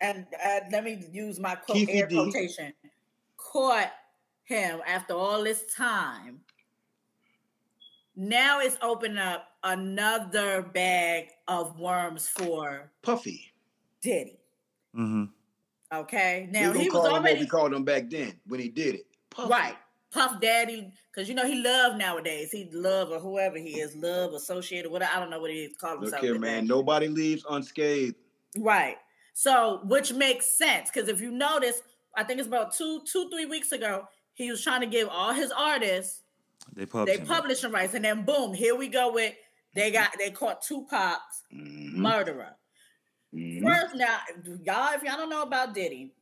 Speaker 2: and uh, let me use my quote,
Speaker 3: Keefy
Speaker 2: air
Speaker 3: D.
Speaker 2: quotation, caught him after all this time. Now it's opened up another bag of worms for
Speaker 3: puffy.
Speaker 2: Diddy.
Speaker 1: Mm-hmm.
Speaker 2: Okay,
Speaker 3: We
Speaker 2: now
Speaker 3: gonna
Speaker 2: he was
Speaker 3: call him what
Speaker 2: already
Speaker 3: we called him back then when he did it. Puffy.
Speaker 2: Right. Puff Daddy, because you know he love nowadays. He love or whoever he is, love associated with. I don't know what he called
Speaker 3: Look
Speaker 2: himself.
Speaker 3: here,
Speaker 2: today.
Speaker 3: man. Nobody leaves unscathed.
Speaker 2: Right. So, which makes sense because if you notice, I think it's about two, two, three weeks ago, he was trying to give all his artists
Speaker 1: They published.
Speaker 2: they
Speaker 1: him.
Speaker 2: publishing rights, and then boom, here we go with they got they caught Tupac's
Speaker 3: Mm-hmm.
Speaker 2: murderer. First, now y'all, if y'all don't know about Diddy,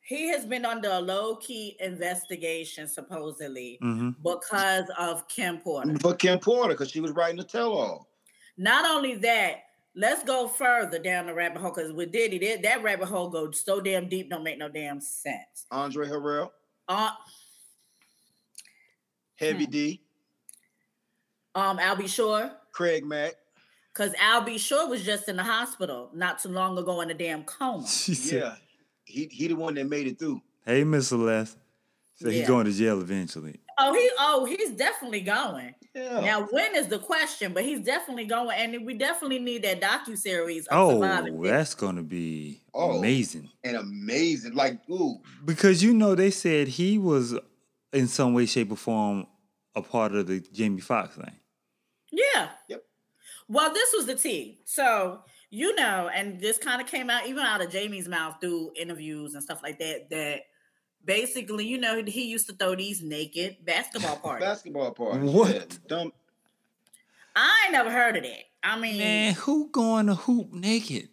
Speaker 2: he has been under a low key investigation supposedly
Speaker 1: Mhm.
Speaker 2: because of Kim Porter.
Speaker 3: For Kim Porter, because she was writing a tell-all.
Speaker 2: Not only that, let's go further down the rabbit hole because with Diddy, that, that rabbit hole goes so damn deep, don't make no damn sense.
Speaker 3: Andre Harrell,
Speaker 2: Uh,
Speaker 3: Heavy
Speaker 2: Hmm.
Speaker 3: D,
Speaker 2: um, I'll be sure
Speaker 3: Craig Mack.
Speaker 2: because I'll be sure was just in the hospital not too long ago in a damn coma.
Speaker 1: She said,
Speaker 3: Yeah, he he the one that made it through.
Speaker 1: "Hey, Miss Celeste." So he's
Speaker 2: Yeah.
Speaker 1: going to jail eventually.
Speaker 2: Oh, he oh he's definitely going.
Speaker 3: Yeah.
Speaker 2: Now when is the question? But he's definitely going, and we definitely need that docu series.
Speaker 1: Oh,
Speaker 2: surviving Diddy.
Speaker 1: that's going to be
Speaker 3: Oh.
Speaker 1: amazing
Speaker 3: and amazing. Like, ooh,
Speaker 1: because you know they said he was in some way, shape, or form a part of the Jamie Foxx thing.
Speaker 2: Yeah.
Speaker 3: Yep.
Speaker 2: Well, this was the tea. So, you know, and this kind of came out even out of Jamie's mouth through interviews and stuff like that. That basically, you know, he used to throw these naked basketball parties.
Speaker 3: basketball party.
Speaker 1: What?
Speaker 3: Yeah, dumb.
Speaker 2: I ain't never heard of that. I mean,
Speaker 1: Man, who going to hoop naked?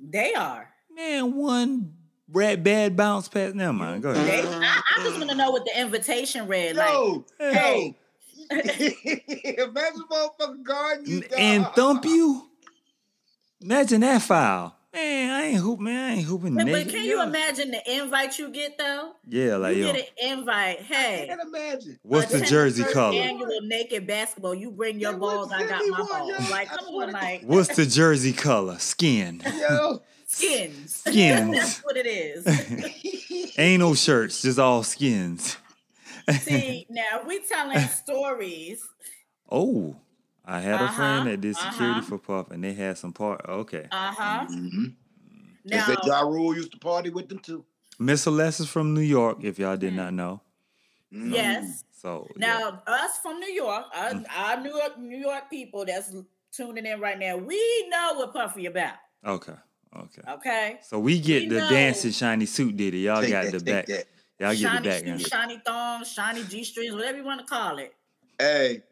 Speaker 2: they are.
Speaker 1: Man, one rat bad bounce pass. Never mind. Go
Speaker 2: They,
Speaker 1: ahead.
Speaker 2: I, I just want
Speaker 1: mm-hmm.
Speaker 2: to know what the invitation read. Like,
Speaker 3: Yo,
Speaker 2: hey,
Speaker 3: yo. Imagine motherfucking guarding you.
Speaker 1: N- and thump you. Imagine that foul. Man, I ain't hoop. Man, I ain't hooping
Speaker 2: but,
Speaker 1: naked.
Speaker 2: but can you
Speaker 1: yeah.
Speaker 2: imagine the invite you get though?
Speaker 1: Yeah, like
Speaker 2: you
Speaker 1: yo,
Speaker 2: get Uh, an invite.
Speaker 3: I
Speaker 2: Hey,
Speaker 3: can't imagine.
Speaker 1: what's the
Speaker 2: attend
Speaker 1: jersey
Speaker 2: first
Speaker 1: color?
Speaker 2: Annual naked basketball. You bring your
Speaker 3: They
Speaker 2: balls.
Speaker 3: wouldn't
Speaker 2: I got
Speaker 3: send me
Speaker 2: my
Speaker 3: one,
Speaker 2: balls.
Speaker 3: yo.
Speaker 2: Like,
Speaker 3: I
Speaker 2: come
Speaker 3: swear
Speaker 2: on,
Speaker 3: to
Speaker 2: like
Speaker 1: What's the jersey color? Skin.
Speaker 3: Yo,
Speaker 2: skins.
Speaker 1: Skins.
Speaker 2: That's what it is.
Speaker 1: Ain't no shirts, just all skins.
Speaker 2: See, now if we telling stories.
Speaker 1: Oh, I had a
Speaker 2: Uh-huh,
Speaker 1: friend that did security
Speaker 2: uh-huh.
Speaker 1: for Puff, and they had some part. Okay,
Speaker 2: Uh huh.
Speaker 1: Mm-hmm.
Speaker 3: Mhm. they
Speaker 2: Now,
Speaker 3: said Ja Rule used to party with them too.
Speaker 1: Miss Alessa's from New York. If y'all did not know,
Speaker 3: Mhm.
Speaker 2: yes.
Speaker 1: so Mm-hmm. yeah.
Speaker 2: Mm-hmm.
Speaker 1: Mm.
Speaker 2: Now, us from New York, our, our New York, New York people that's tuning in right now, we know what Puffy about.
Speaker 1: okay, okay.
Speaker 2: Okay.
Speaker 1: So we get
Speaker 2: We
Speaker 1: the
Speaker 2: know.
Speaker 1: dancing shiny suit, did it? Y'all
Speaker 3: Take
Speaker 1: got
Speaker 3: that,
Speaker 1: the
Speaker 3: take
Speaker 1: back.
Speaker 3: that.
Speaker 1: Y'all get the
Speaker 2: shiny
Speaker 1: back.
Speaker 2: shoes,
Speaker 1: end.
Speaker 2: shiny thongs, shiny g strings, whatever you want to call it.
Speaker 3: Hey,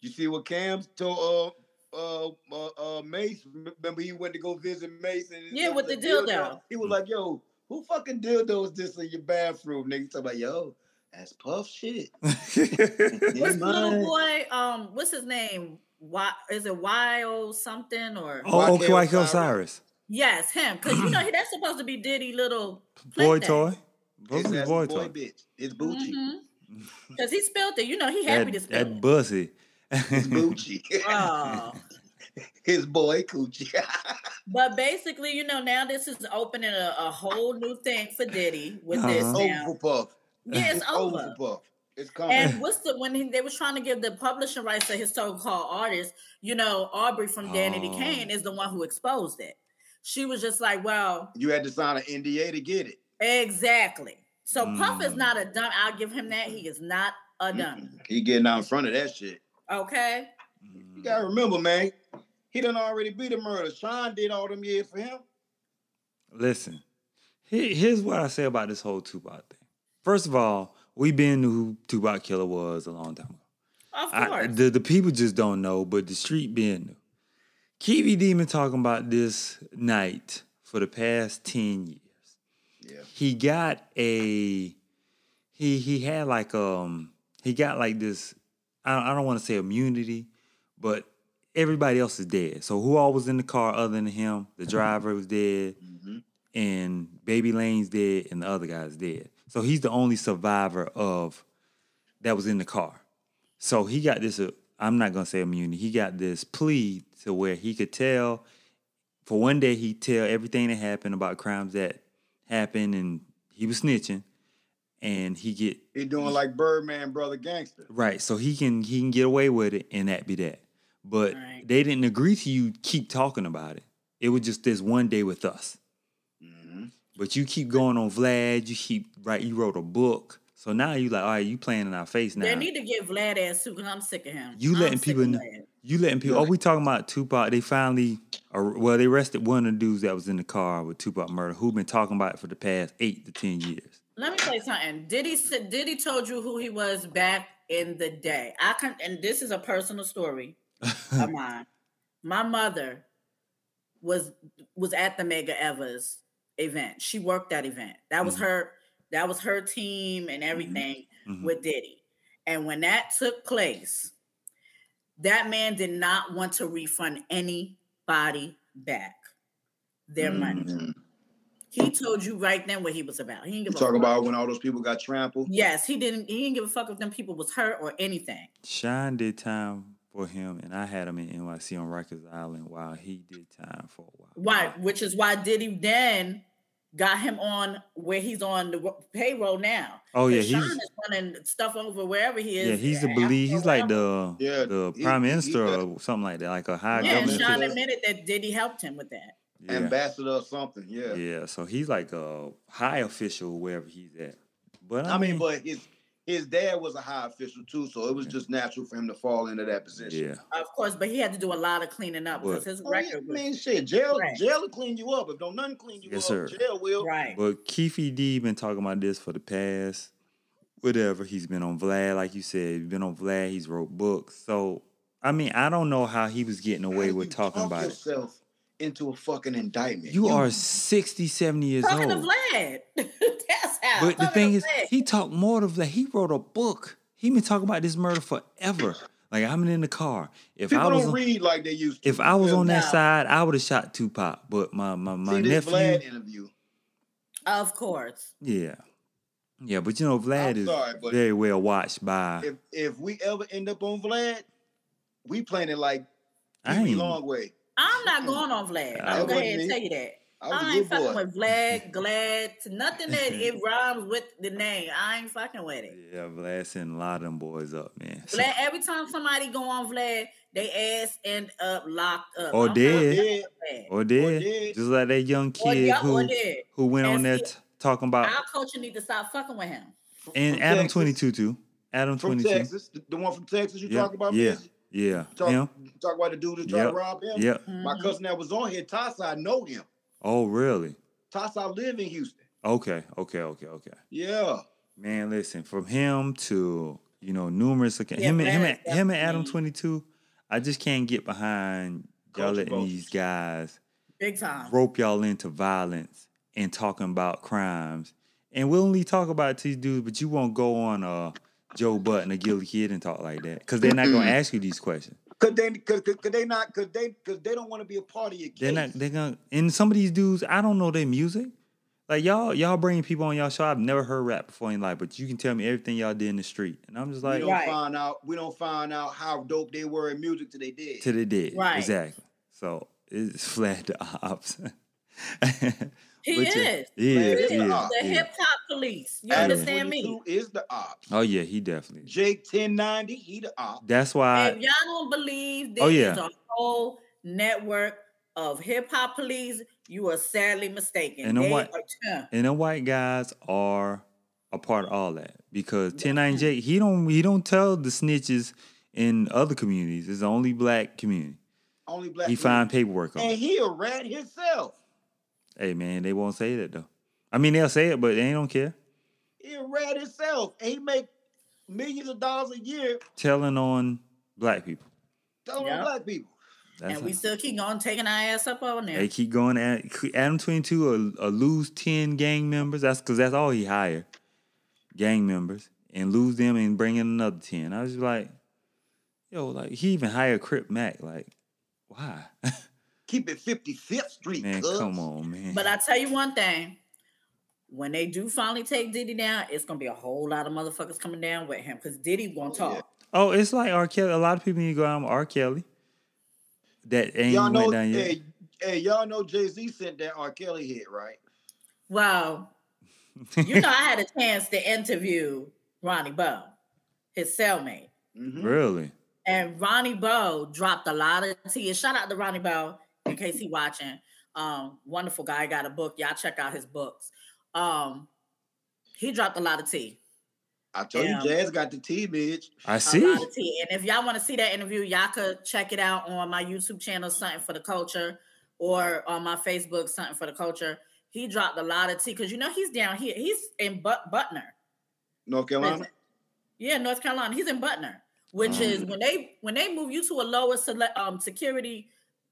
Speaker 3: you see what Cam told uh uh, uh, uh, Mace. Remember, he went to go visit Mace. And
Speaker 2: Yeah,
Speaker 3: it
Speaker 2: with
Speaker 3: was
Speaker 2: the
Speaker 3: a
Speaker 2: dildo.
Speaker 3: He was like, "Yo, who fucking dildo is this in your bathroom?" Nigga, talking about, "Yo, that's puff shit."
Speaker 1: That's
Speaker 2: What's
Speaker 3: Ain't
Speaker 2: the little
Speaker 3: mine.
Speaker 2: boy? Um, what's his name? Why is it Wild something or?
Speaker 1: oh,
Speaker 3: Raquel
Speaker 1: Kwai
Speaker 3: Cyrus.
Speaker 1: Cyrus.
Speaker 2: Yes, him. Cause you know he- that's supposed to be Diddy little
Speaker 1: Boy
Speaker 2: plaything.
Speaker 1: toy.
Speaker 3: His
Speaker 1: Both
Speaker 3: ass
Speaker 1: is
Speaker 3: a
Speaker 1: boy
Speaker 3: boy
Speaker 1: toy.
Speaker 3: bitch. It's Bucci.
Speaker 2: Mhm. Mm-hmm. Cause he spilled it. You know he happy to
Speaker 1: That,
Speaker 2: spill
Speaker 1: that
Speaker 2: it.
Speaker 1: bussy.
Speaker 3: It's Bucci.
Speaker 2: Oh.
Speaker 3: His boy Coochie.
Speaker 2: But basically, you know, now this is opening a, a whole new thing for Diddy with this
Speaker 1: Uh-huh.
Speaker 3: over
Speaker 2: now.
Speaker 3: for puff.
Speaker 2: Yeah, it's over.
Speaker 3: for puff. It's coming.
Speaker 2: And what's the when he, they was trying to give the publishing rights to his so-called artist? You know, Aubrey from Danny
Speaker 1: Oh.
Speaker 2: Kane is the one who exposed it. She was just like, "Well,
Speaker 3: you had to sign an NDA to get it.
Speaker 2: exactly." So Puff is
Speaker 1: Mm.
Speaker 2: not a dumb. I'll give him that. He is not a dumb.
Speaker 3: Mm-mm. He getting out in front of that shit.
Speaker 2: Okay.
Speaker 3: You gotta remember, man. He done already be the murderer. Sean did all them years for him.
Speaker 1: Mm, Listen, he- here's what I say about this whole Tupac thing. First of all, we been who Tupac Killer was a long time ago.
Speaker 2: Of course.
Speaker 1: I, the, the people just don't know, but the street being new. Kiwi Demon talking about this night for the past 10 years.
Speaker 3: Yeah.
Speaker 1: He got a he he had like um he got like this I, I don't want to say immunity, but everybody else is dead. So who all was in the car other than him? The driver was dead
Speaker 3: hmm
Speaker 1: and Baby Lane's dead, and the other guy's dead. So he's the only survivor of that was in the car. So he got this. Uh, I'm not gonna say immunity. He got this plea to where he could tell. For one day, he tell everything that happened about crimes that happened, and he was snitching, and he get
Speaker 3: He doing like Birdman, brother gangster.
Speaker 1: Right. So he can he can get away with it and that be that. But
Speaker 2: Right.
Speaker 1: they didn't agree to you keep talking about it. It was just this one day with us. Mm-hmm.
Speaker 3: Mhm.
Speaker 1: But you keep going on Vlad, you keep right, you wrote a book. So now you like, all right, you playing in our face now.
Speaker 2: They need to get Vlad ass too, because I'm sick of him.
Speaker 1: You
Speaker 2: I'm
Speaker 1: letting
Speaker 2: sick
Speaker 1: people
Speaker 2: of
Speaker 1: know-
Speaker 2: Vlad.
Speaker 1: you letting people oh, we talking about Tupac. They finally ar- well, they arrested one of the dudes that was in the car with Tupac murder, who've been talking about it for the past eight to ten years.
Speaker 2: Let me tell you something. Diddy said Diddy told you who he was back in the day. I can and this is a personal story of mine. My mother was was at the Mega Evers event. She worked that event. That was
Speaker 3: Mm-hmm.
Speaker 1: Mhm.
Speaker 2: her that was her team and everything
Speaker 1: Mhm.
Speaker 3: Mm-hmm.
Speaker 2: with Diddy. And when that took place, that man did not want to refund anybody back their money.
Speaker 3: Mhm.
Speaker 2: He told you right then what he was about. He didn't
Speaker 3: You
Speaker 2: give a
Speaker 3: talk
Speaker 2: fuck.
Speaker 3: about when all those people got trampled.
Speaker 2: Yes, he didn't. He didn't give a fuck if them people was hurt or anything.
Speaker 1: Sean did time for him, and I had him in NYC on Rikers Island while he did time for a while.
Speaker 2: Why? Which is why Diddy then got him on where he's on the ro- payroll now.
Speaker 1: Oh yeah,
Speaker 2: 'Cause Sean
Speaker 1: he's
Speaker 2: is running stuff over wherever he is.
Speaker 1: yeah he's the
Speaker 2: at,
Speaker 1: believe. He's like
Speaker 2: wherever.
Speaker 1: the
Speaker 3: Yeah,
Speaker 1: the
Speaker 3: he-
Speaker 1: prime
Speaker 3: he- he
Speaker 1: minister
Speaker 3: does-
Speaker 1: or something like that, like a high
Speaker 2: yeah. And
Speaker 1: government.
Speaker 2: Sean
Speaker 3: government.
Speaker 2: admitted that Diddy helped him with that.
Speaker 1: Yeah.
Speaker 3: Ambassador or something. Yeah.
Speaker 1: yeah, so he's like a high official wherever he's at. But I,
Speaker 3: I mean, but his his dad was a high official too, so it was just natural for him to fall into that position.
Speaker 1: yeah,
Speaker 2: Of course, but he had to do a lot of cleaning up because
Speaker 1: But-
Speaker 2: his
Speaker 3: Oh, yeah,
Speaker 2: record
Speaker 3: I
Speaker 2: was
Speaker 3: mean, shit, jail,
Speaker 2: Right.
Speaker 3: jail will clean you up. If don't nothing clean you
Speaker 1: Yes,
Speaker 3: up,
Speaker 1: sir.
Speaker 3: jail will.
Speaker 2: right.
Speaker 1: but Keefe D been talking about this for the past whatever. He's been on Vlad, like you said, he's been on Vlad. He's wrote books. So I mean, I don't know how he was getting
Speaker 3: How
Speaker 1: away
Speaker 3: do
Speaker 1: with
Speaker 3: you
Speaker 1: talking
Speaker 3: talk
Speaker 1: about it.
Speaker 3: yourself into a fucking indictment.
Speaker 1: You are 60, 70 years
Speaker 2: Talking
Speaker 1: old.
Speaker 2: to Vlad. That's how.
Speaker 1: But the
Speaker 2: talking to
Speaker 1: thing is,
Speaker 2: Vlad.
Speaker 1: he talked more to Vlad. He wrote a book. He been talking about this murder forever. Like I'm in the car. If
Speaker 3: People
Speaker 1: I was
Speaker 3: don't
Speaker 1: on-
Speaker 3: read like they used to.
Speaker 1: if I was on that
Speaker 2: No.
Speaker 1: side, I would have shot Tupac. But my my, my
Speaker 3: See this
Speaker 1: nephew,
Speaker 3: Vlad interview.
Speaker 2: of course.
Speaker 1: yeah, yeah. But you know, Vlad
Speaker 3: I'm
Speaker 1: is
Speaker 3: sorry, but-
Speaker 1: very well watched by.
Speaker 3: If if we ever end up on Vlad, we playing it like
Speaker 1: I ain't
Speaker 3: Huey
Speaker 1: even-
Speaker 3: Longway.
Speaker 2: I'm not going on Vlad.
Speaker 1: That
Speaker 2: I'm gonna go ahead and
Speaker 3: wasn't
Speaker 2: tell
Speaker 3: me.
Speaker 2: you that.
Speaker 3: I was
Speaker 2: I
Speaker 3: a
Speaker 2: ain't
Speaker 3: good
Speaker 2: fucking
Speaker 3: boy.
Speaker 2: with Vlad, Glad, nothing that it rhymes with the name. I ain't fucking with it.
Speaker 1: yeah, Vlad sending a lot of them boys up, man. So-
Speaker 2: Vlad, every time somebody go on Vlad, they ass end up locked up.
Speaker 1: Or
Speaker 2: I'm not
Speaker 1: dead.
Speaker 2: fucking
Speaker 3: Yeah,
Speaker 2: with Vlad.
Speaker 1: or did
Speaker 3: did.
Speaker 1: just like that young
Speaker 2: Or,
Speaker 1: kid
Speaker 2: yeah, or
Speaker 1: who uh,
Speaker 2: dead.
Speaker 1: who went
Speaker 2: And
Speaker 1: on there
Speaker 2: see-
Speaker 1: t- talking about
Speaker 2: Our culture need to stop fucking with him.
Speaker 1: and
Speaker 3: from
Speaker 1: Adam
Speaker 3: Texas.
Speaker 1: twenty two too. Adam
Speaker 3: from
Speaker 1: twenty two.
Speaker 3: Texas, the, the one from Texas you
Speaker 1: Yeah,
Speaker 3: talking about.
Speaker 1: yeah,
Speaker 3: Fizzy?
Speaker 1: yeah,
Speaker 3: Talk,
Speaker 1: him,
Speaker 3: talk about the dude that tried
Speaker 1: Yep.
Speaker 3: to rob him.
Speaker 1: yeah.
Speaker 3: My
Speaker 2: Mhm.
Speaker 3: cousin that was on here, Tasa, I know him.
Speaker 1: Oh, really?
Speaker 3: Tasa live in Houston.
Speaker 1: Okay, okay, okay, okay.
Speaker 3: Yeah.
Speaker 1: Man, listen, from him to you know numerous accounts.
Speaker 2: Yeah,
Speaker 1: him and him
Speaker 2: Vlad
Speaker 1: and, him and Adam
Speaker 2: definitely-
Speaker 1: twenty two. I just can't get behind y'all
Speaker 3: Culture
Speaker 1: letting
Speaker 3: vultures.
Speaker 1: these guys
Speaker 2: Big time.
Speaker 1: rope y'all into violence and talking about crimes. And we'll only talk about it to these dudes, but you won't go on uh Joe Button or Gilly Kid and talk like that. Because they're not gonna
Speaker 3: Mm-mm.
Speaker 1: ask you these questions.
Speaker 3: Cause they, cause, cause, cause they not, cause they, cause they don't want to be a part of your case.
Speaker 1: They're not they're gonna and some of these dudes, I don't know their music. Like y'all, y'all bringing people on y'all show. I've never heard rap before in life, but you can tell me everything y'all did in the street. And I'm just
Speaker 3: we
Speaker 1: like
Speaker 3: don't
Speaker 2: Right.
Speaker 3: find out. We don't find out how dope they were in music till they did.
Speaker 1: to the dead.
Speaker 2: Right.
Speaker 1: Exactly. So it's flat the ops.
Speaker 2: He
Speaker 1: But you-
Speaker 2: is.
Speaker 1: Yeah,
Speaker 3: Flat
Speaker 2: He is
Speaker 3: the
Speaker 1: yeah,
Speaker 3: ops.
Speaker 2: the
Speaker 1: yeah.
Speaker 2: hip hop police. You
Speaker 1: Yeah.
Speaker 2: understand me?
Speaker 3: 22 Is the ops.
Speaker 1: Oh yeah, he definitely.
Speaker 3: Jake 1090. He the ops.
Speaker 1: That's why
Speaker 2: if y'all don't believe there
Speaker 1: Oh,
Speaker 2: is
Speaker 1: yeah.
Speaker 2: a whole network of hip hop police, you are sadly mistaken.
Speaker 1: And then
Speaker 2: They
Speaker 1: what-
Speaker 2: are ten.
Speaker 1: and the white guys are a part of all that because
Speaker 2: Yeah.
Speaker 1: 109 J he don't he don't tell the snitches in other communities. It's the only black community.
Speaker 3: Only black.
Speaker 1: he
Speaker 3: man.
Speaker 1: find paperwork on.
Speaker 3: And
Speaker 1: it.
Speaker 3: he a rat himself.
Speaker 1: Hey man, they won't say that though. I mean they'll say it, but they don't care.
Speaker 3: He a rat himself. And he make millions of dollars a year
Speaker 1: Telling on black people.
Speaker 3: telling
Speaker 2: Yeah.
Speaker 3: black people.
Speaker 1: That's
Speaker 2: and we
Speaker 1: it.
Speaker 2: still keep on taking our ass up on there.
Speaker 1: they keep going at Adam Twenty Two or, or lose ten gang members. That's because that's all he hired, gang members, and lose them and bring in another ten. I was just like, yo, like he even hired Crip Mac. Like, why?
Speaker 3: Keep it 55th Street.
Speaker 1: Man,
Speaker 3: cuz.
Speaker 1: come on, man.
Speaker 2: But I tell you one thing. When they do finally take Diddy down, it's gonna be a whole lot of motherfuckers coming down with him because Diddy gonna
Speaker 3: Oh,
Speaker 2: talk.
Speaker 3: yeah.
Speaker 1: oh, it's like R. Kelly. A lot of people need to go out with R. Kelly. That ain't
Speaker 3: Y'all know,
Speaker 1: went down yet.
Speaker 3: hey, hey, y'all know Jay Z sent that R. Kelly hit, right?
Speaker 2: Well, you know, I had a chance to interview Ronnie Bo, his cellmate.
Speaker 3: Mhm.
Speaker 1: really?
Speaker 2: And Ronnie Bo dropped a lot of tea. And shout out to Ronnie Bo in case he watching. Um, wonderful guy. Got a book. Y'all check out his books. Um, he dropped a lot of tea.
Speaker 3: I told
Speaker 2: Yeah.
Speaker 3: you, Jazz got the T, bitch.
Speaker 1: I
Speaker 2: A
Speaker 1: see.
Speaker 2: lot of tea. And if y'all want to see that interview, y'all could check it out on my YouTube channel, Something for the Culture, or on my Facebook, Something for the Culture. He dropped a lot of tea because you know he's down here. He's in but- Butner.
Speaker 3: North Carolina.
Speaker 2: Yeah, North Carolina. He's in Butner, which is
Speaker 1: Mm.
Speaker 2: when they when they move you to a lower sele- um, security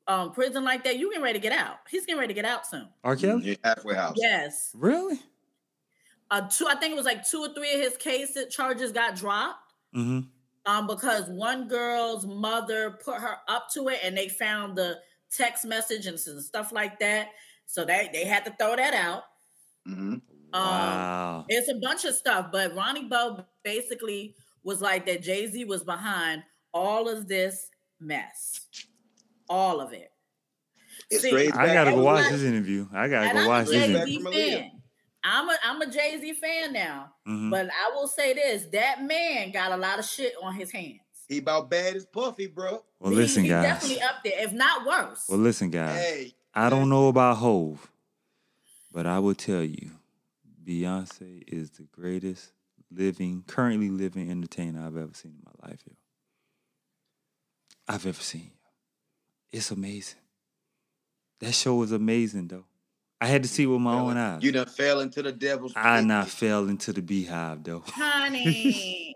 Speaker 2: um, prison like that, you getting ready to get out. He's getting ready to get out soon.
Speaker 1: R. Kelly?
Speaker 3: Yeah, halfway house.
Speaker 2: Yes,
Speaker 1: Really?
Speaker 2: uh, two. I think it was like two or three of his cases charges got dropped.
Speaker 1: Mm-hmm.
Speaker 2: um, because one girl's mother put her up to it and they found the text message and some stuff like that. So they, they had to throw that out.
Speaker 3: Mhm.
Speaker 2: Um,
Speaker 1: wow.
Speaker 2: It's a bunch of stuff, but Ronnie Bo basically was like that Jay Z was behind all of this mess, all of it.
Speaker 3: It
Speaker 2: See,
Speaker 3: strays
Speaker 1: I
Speaker 3: back-
Speaker 1: gotta go
Speaker 2: I'm
Speaker 1: watch
Speaker 2: not-
Speaker 1: this interview. I gotta
Speaker 2: And
Speaker 1: go
Speaker 2: I'm
Speaker 1: watch
Speaker 2: a
Speaker 1: this
Speaker 3: Jay-Z.
Speaker 1: interview.
Speaker 2: Jay
Speaker 3: back
Speaker 2: Z
Speaker 3: from Aaliyah.
Speaker 2: fan. I'm a I'm a Jay Z fan now,
Speaker 1: Mhm.
Speaker 2: but I will say this: that man got a lot of shit on his hands.
Speaker 3: He about bad as Puffy, bro.
Speaker 1: Well,
Speaker 2: He-
Speaker 1: listen,
Speaker 2: he
Speaker 1: guys.
Speaker 2: definitely up there, if not worse.
Speaker 1: Well, listen, guys.
Speaker 3: Hey,
Speaker 1: I don't know about Hove, but I will tell you, Beyonce is the greatest living, currently living entertainer I've ever seen in my life. Yo. I've ever seen. It's amazing. That show was amazing, though. I had to see it with my own eyes.
Speaker 3: you done fell into the devil's
Speaker 1: I
Speaker 3: pit.
Speaker 1: not fell into the beehive, though.
Speaker 2: honey.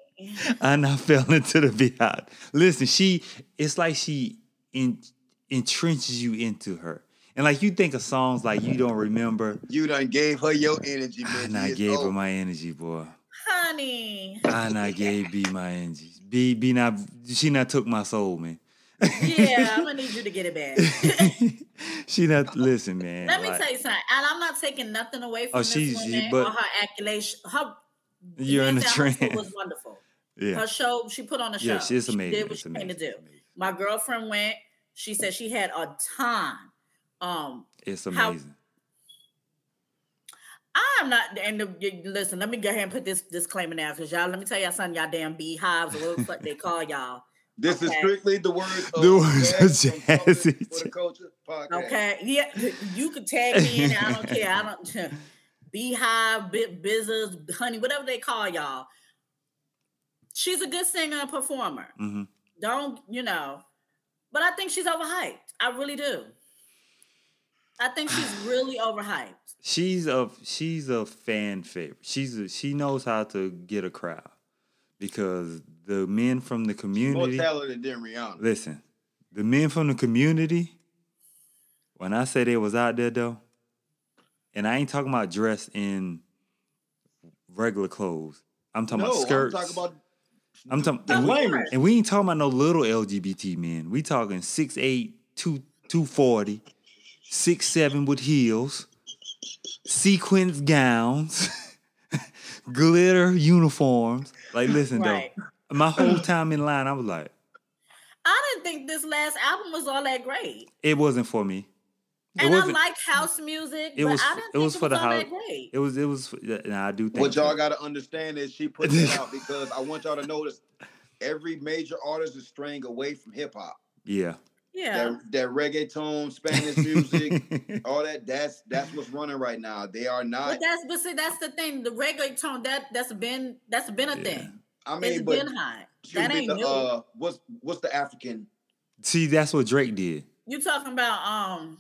Speaker 1: I not fell into the beehive. Listen, she it's like she in, entrenches you into her. And like you think of songs like you don't remember.
Speaker 3: You done gave her your energy,
Speaker 1: I
Speaker 3: bitch.
Speaker 1: and I
Speaker 3: It's
Speaker 1: gave
Speaker 3: over.
Speaker 1: her my energy, boy.
Speaker 2: honey.
Speaker 1: I and I gave B my energy. B B not she not took my soul, man.
Speaker 2: Yeah, I'm gonna need you to get it back.
Speaker 1: she not listen, man.
Speaker 2: Let me
Speaker 1: like,
Speaker 2: tell you something, and I'm not taking nothing away from this
Speaker 1: Oh, she's- she-
Speaker 2: woman
Speaker 1: but-
Speaker 2: or her accolation. Her
Speaker 1: You're in a
Speaker 2: Denzel Hudston
Speaker 1: trance.
Speaker 2: Was wonderful.
Speaker 1: yeah,
Speaker 2: Her show, she put on a show.
Speaker 1: yeah, she's amazing.
Speaker 2: She did what
Speaker 1: it's
Speaker 2: she came
Speaker 1: amazing.
Speaker 2: to do.
Speaker 1: It's amazing.
Speaker 2: My girlfriend went. She said she had a time. Um,
Speaker 1: It's
Speaker 2: How-
Speaker 1: amazing.
Speaker 2: I'm not. And the, y- listen, let me go ahead and put this disclaimer now, cause y'all. Let me tell y'all something. Y'all damn beehives or what the fuck they call y'all.
Speaker 3: This is
Speaker 2: Okay.
Speaker 3: strictly the words of
Speaker 1: The words of
Speaker 3: Jazz from Puffy
Speaker 1: Jazzy
Speaker 3: for the
Speaker 1: Jeff.
Speaker 3: culture podcast.
Speaker 2: Okay. Yeah. You could tag me in. I don't care. I don't beehive, bit business, honey, whatever they call y'all. She's a good singer and performer.
Speaker 1: hmm
Speaker 2: Don't, you know, but I think she's overhyped. I really do. I think she's really overhyped.
Speaker 1: She's a she's a fan favorite. She's a, she knows how to get a crowd because the men from the
Speaker 3: More
Speaker 1: community.
Speaker 3: talented than Rihanna.
Speaker 1: Listen, The men from the community, when I say they was out there though, and I ain't talking about dressed in regular clothes. I'm talking
Speaker 3: no,
Speaker 1: about skirts.
Speaker 3: I'm talking about
Speaker 1: I'm talking-
Speaker 3: the
Speaker 1: and we-
Speaker 3: lamers.
Speaker 1: and we ain't talking about no little LGBT men. We talking 6'8", 2, 240, 6'7 with heels, sequence gowns, glitter uniforms. Like, listen,
Speaker 2: Right.
Speaker 1: though, my whole time in line, I was like,
Speaker 2: I didn't think this last album was all that great.
Speaker 1: it wasn't for me. It
Speaker 2: And I
Speaker 1: wasn't-
Speaker 2: like house music,
Speaker 1: It
Speaker 2: but
Speaker 1: was-
Speaker 2: I didn't
Speaker 1: it
Speaker 2: think it
Speaker 1: was
Speaker 2: was,
Speaker 1: for the
Speaker 2: all that
Speaker 1: house-
Speaker 2: great.
Speaker 1: It was, it was, and I do think
Speaker 3: What y'all got to understand is she put it out because I want y'all to notice every major artist is straying away from hip hop.
Speaker 1: Yeah.
Speaker 2: yeah.
Speaker 3: That, that reggaeton, Spanish music, all that. That's that's what's running right now. They are not.
Speaker 2: But that's but see that's the thing. The reggaeton that that's been that's been a
Speaker 1: Yeah.
Speaker 2: thing.
Speaker 3: I
Speaker 2: It's
Speaker 3: mean, but
Speaker 2: been hot.
Speaker 3: excuse
Speaker 2: That
Speaker 3: me,
Speaker 2: ain't
Speaker 3: the,
Speaker 2: new.
Speaker 3: uh, what's what's the African?
Speaker 1: See, that's what Drake did.
Speaker 2: you talking about um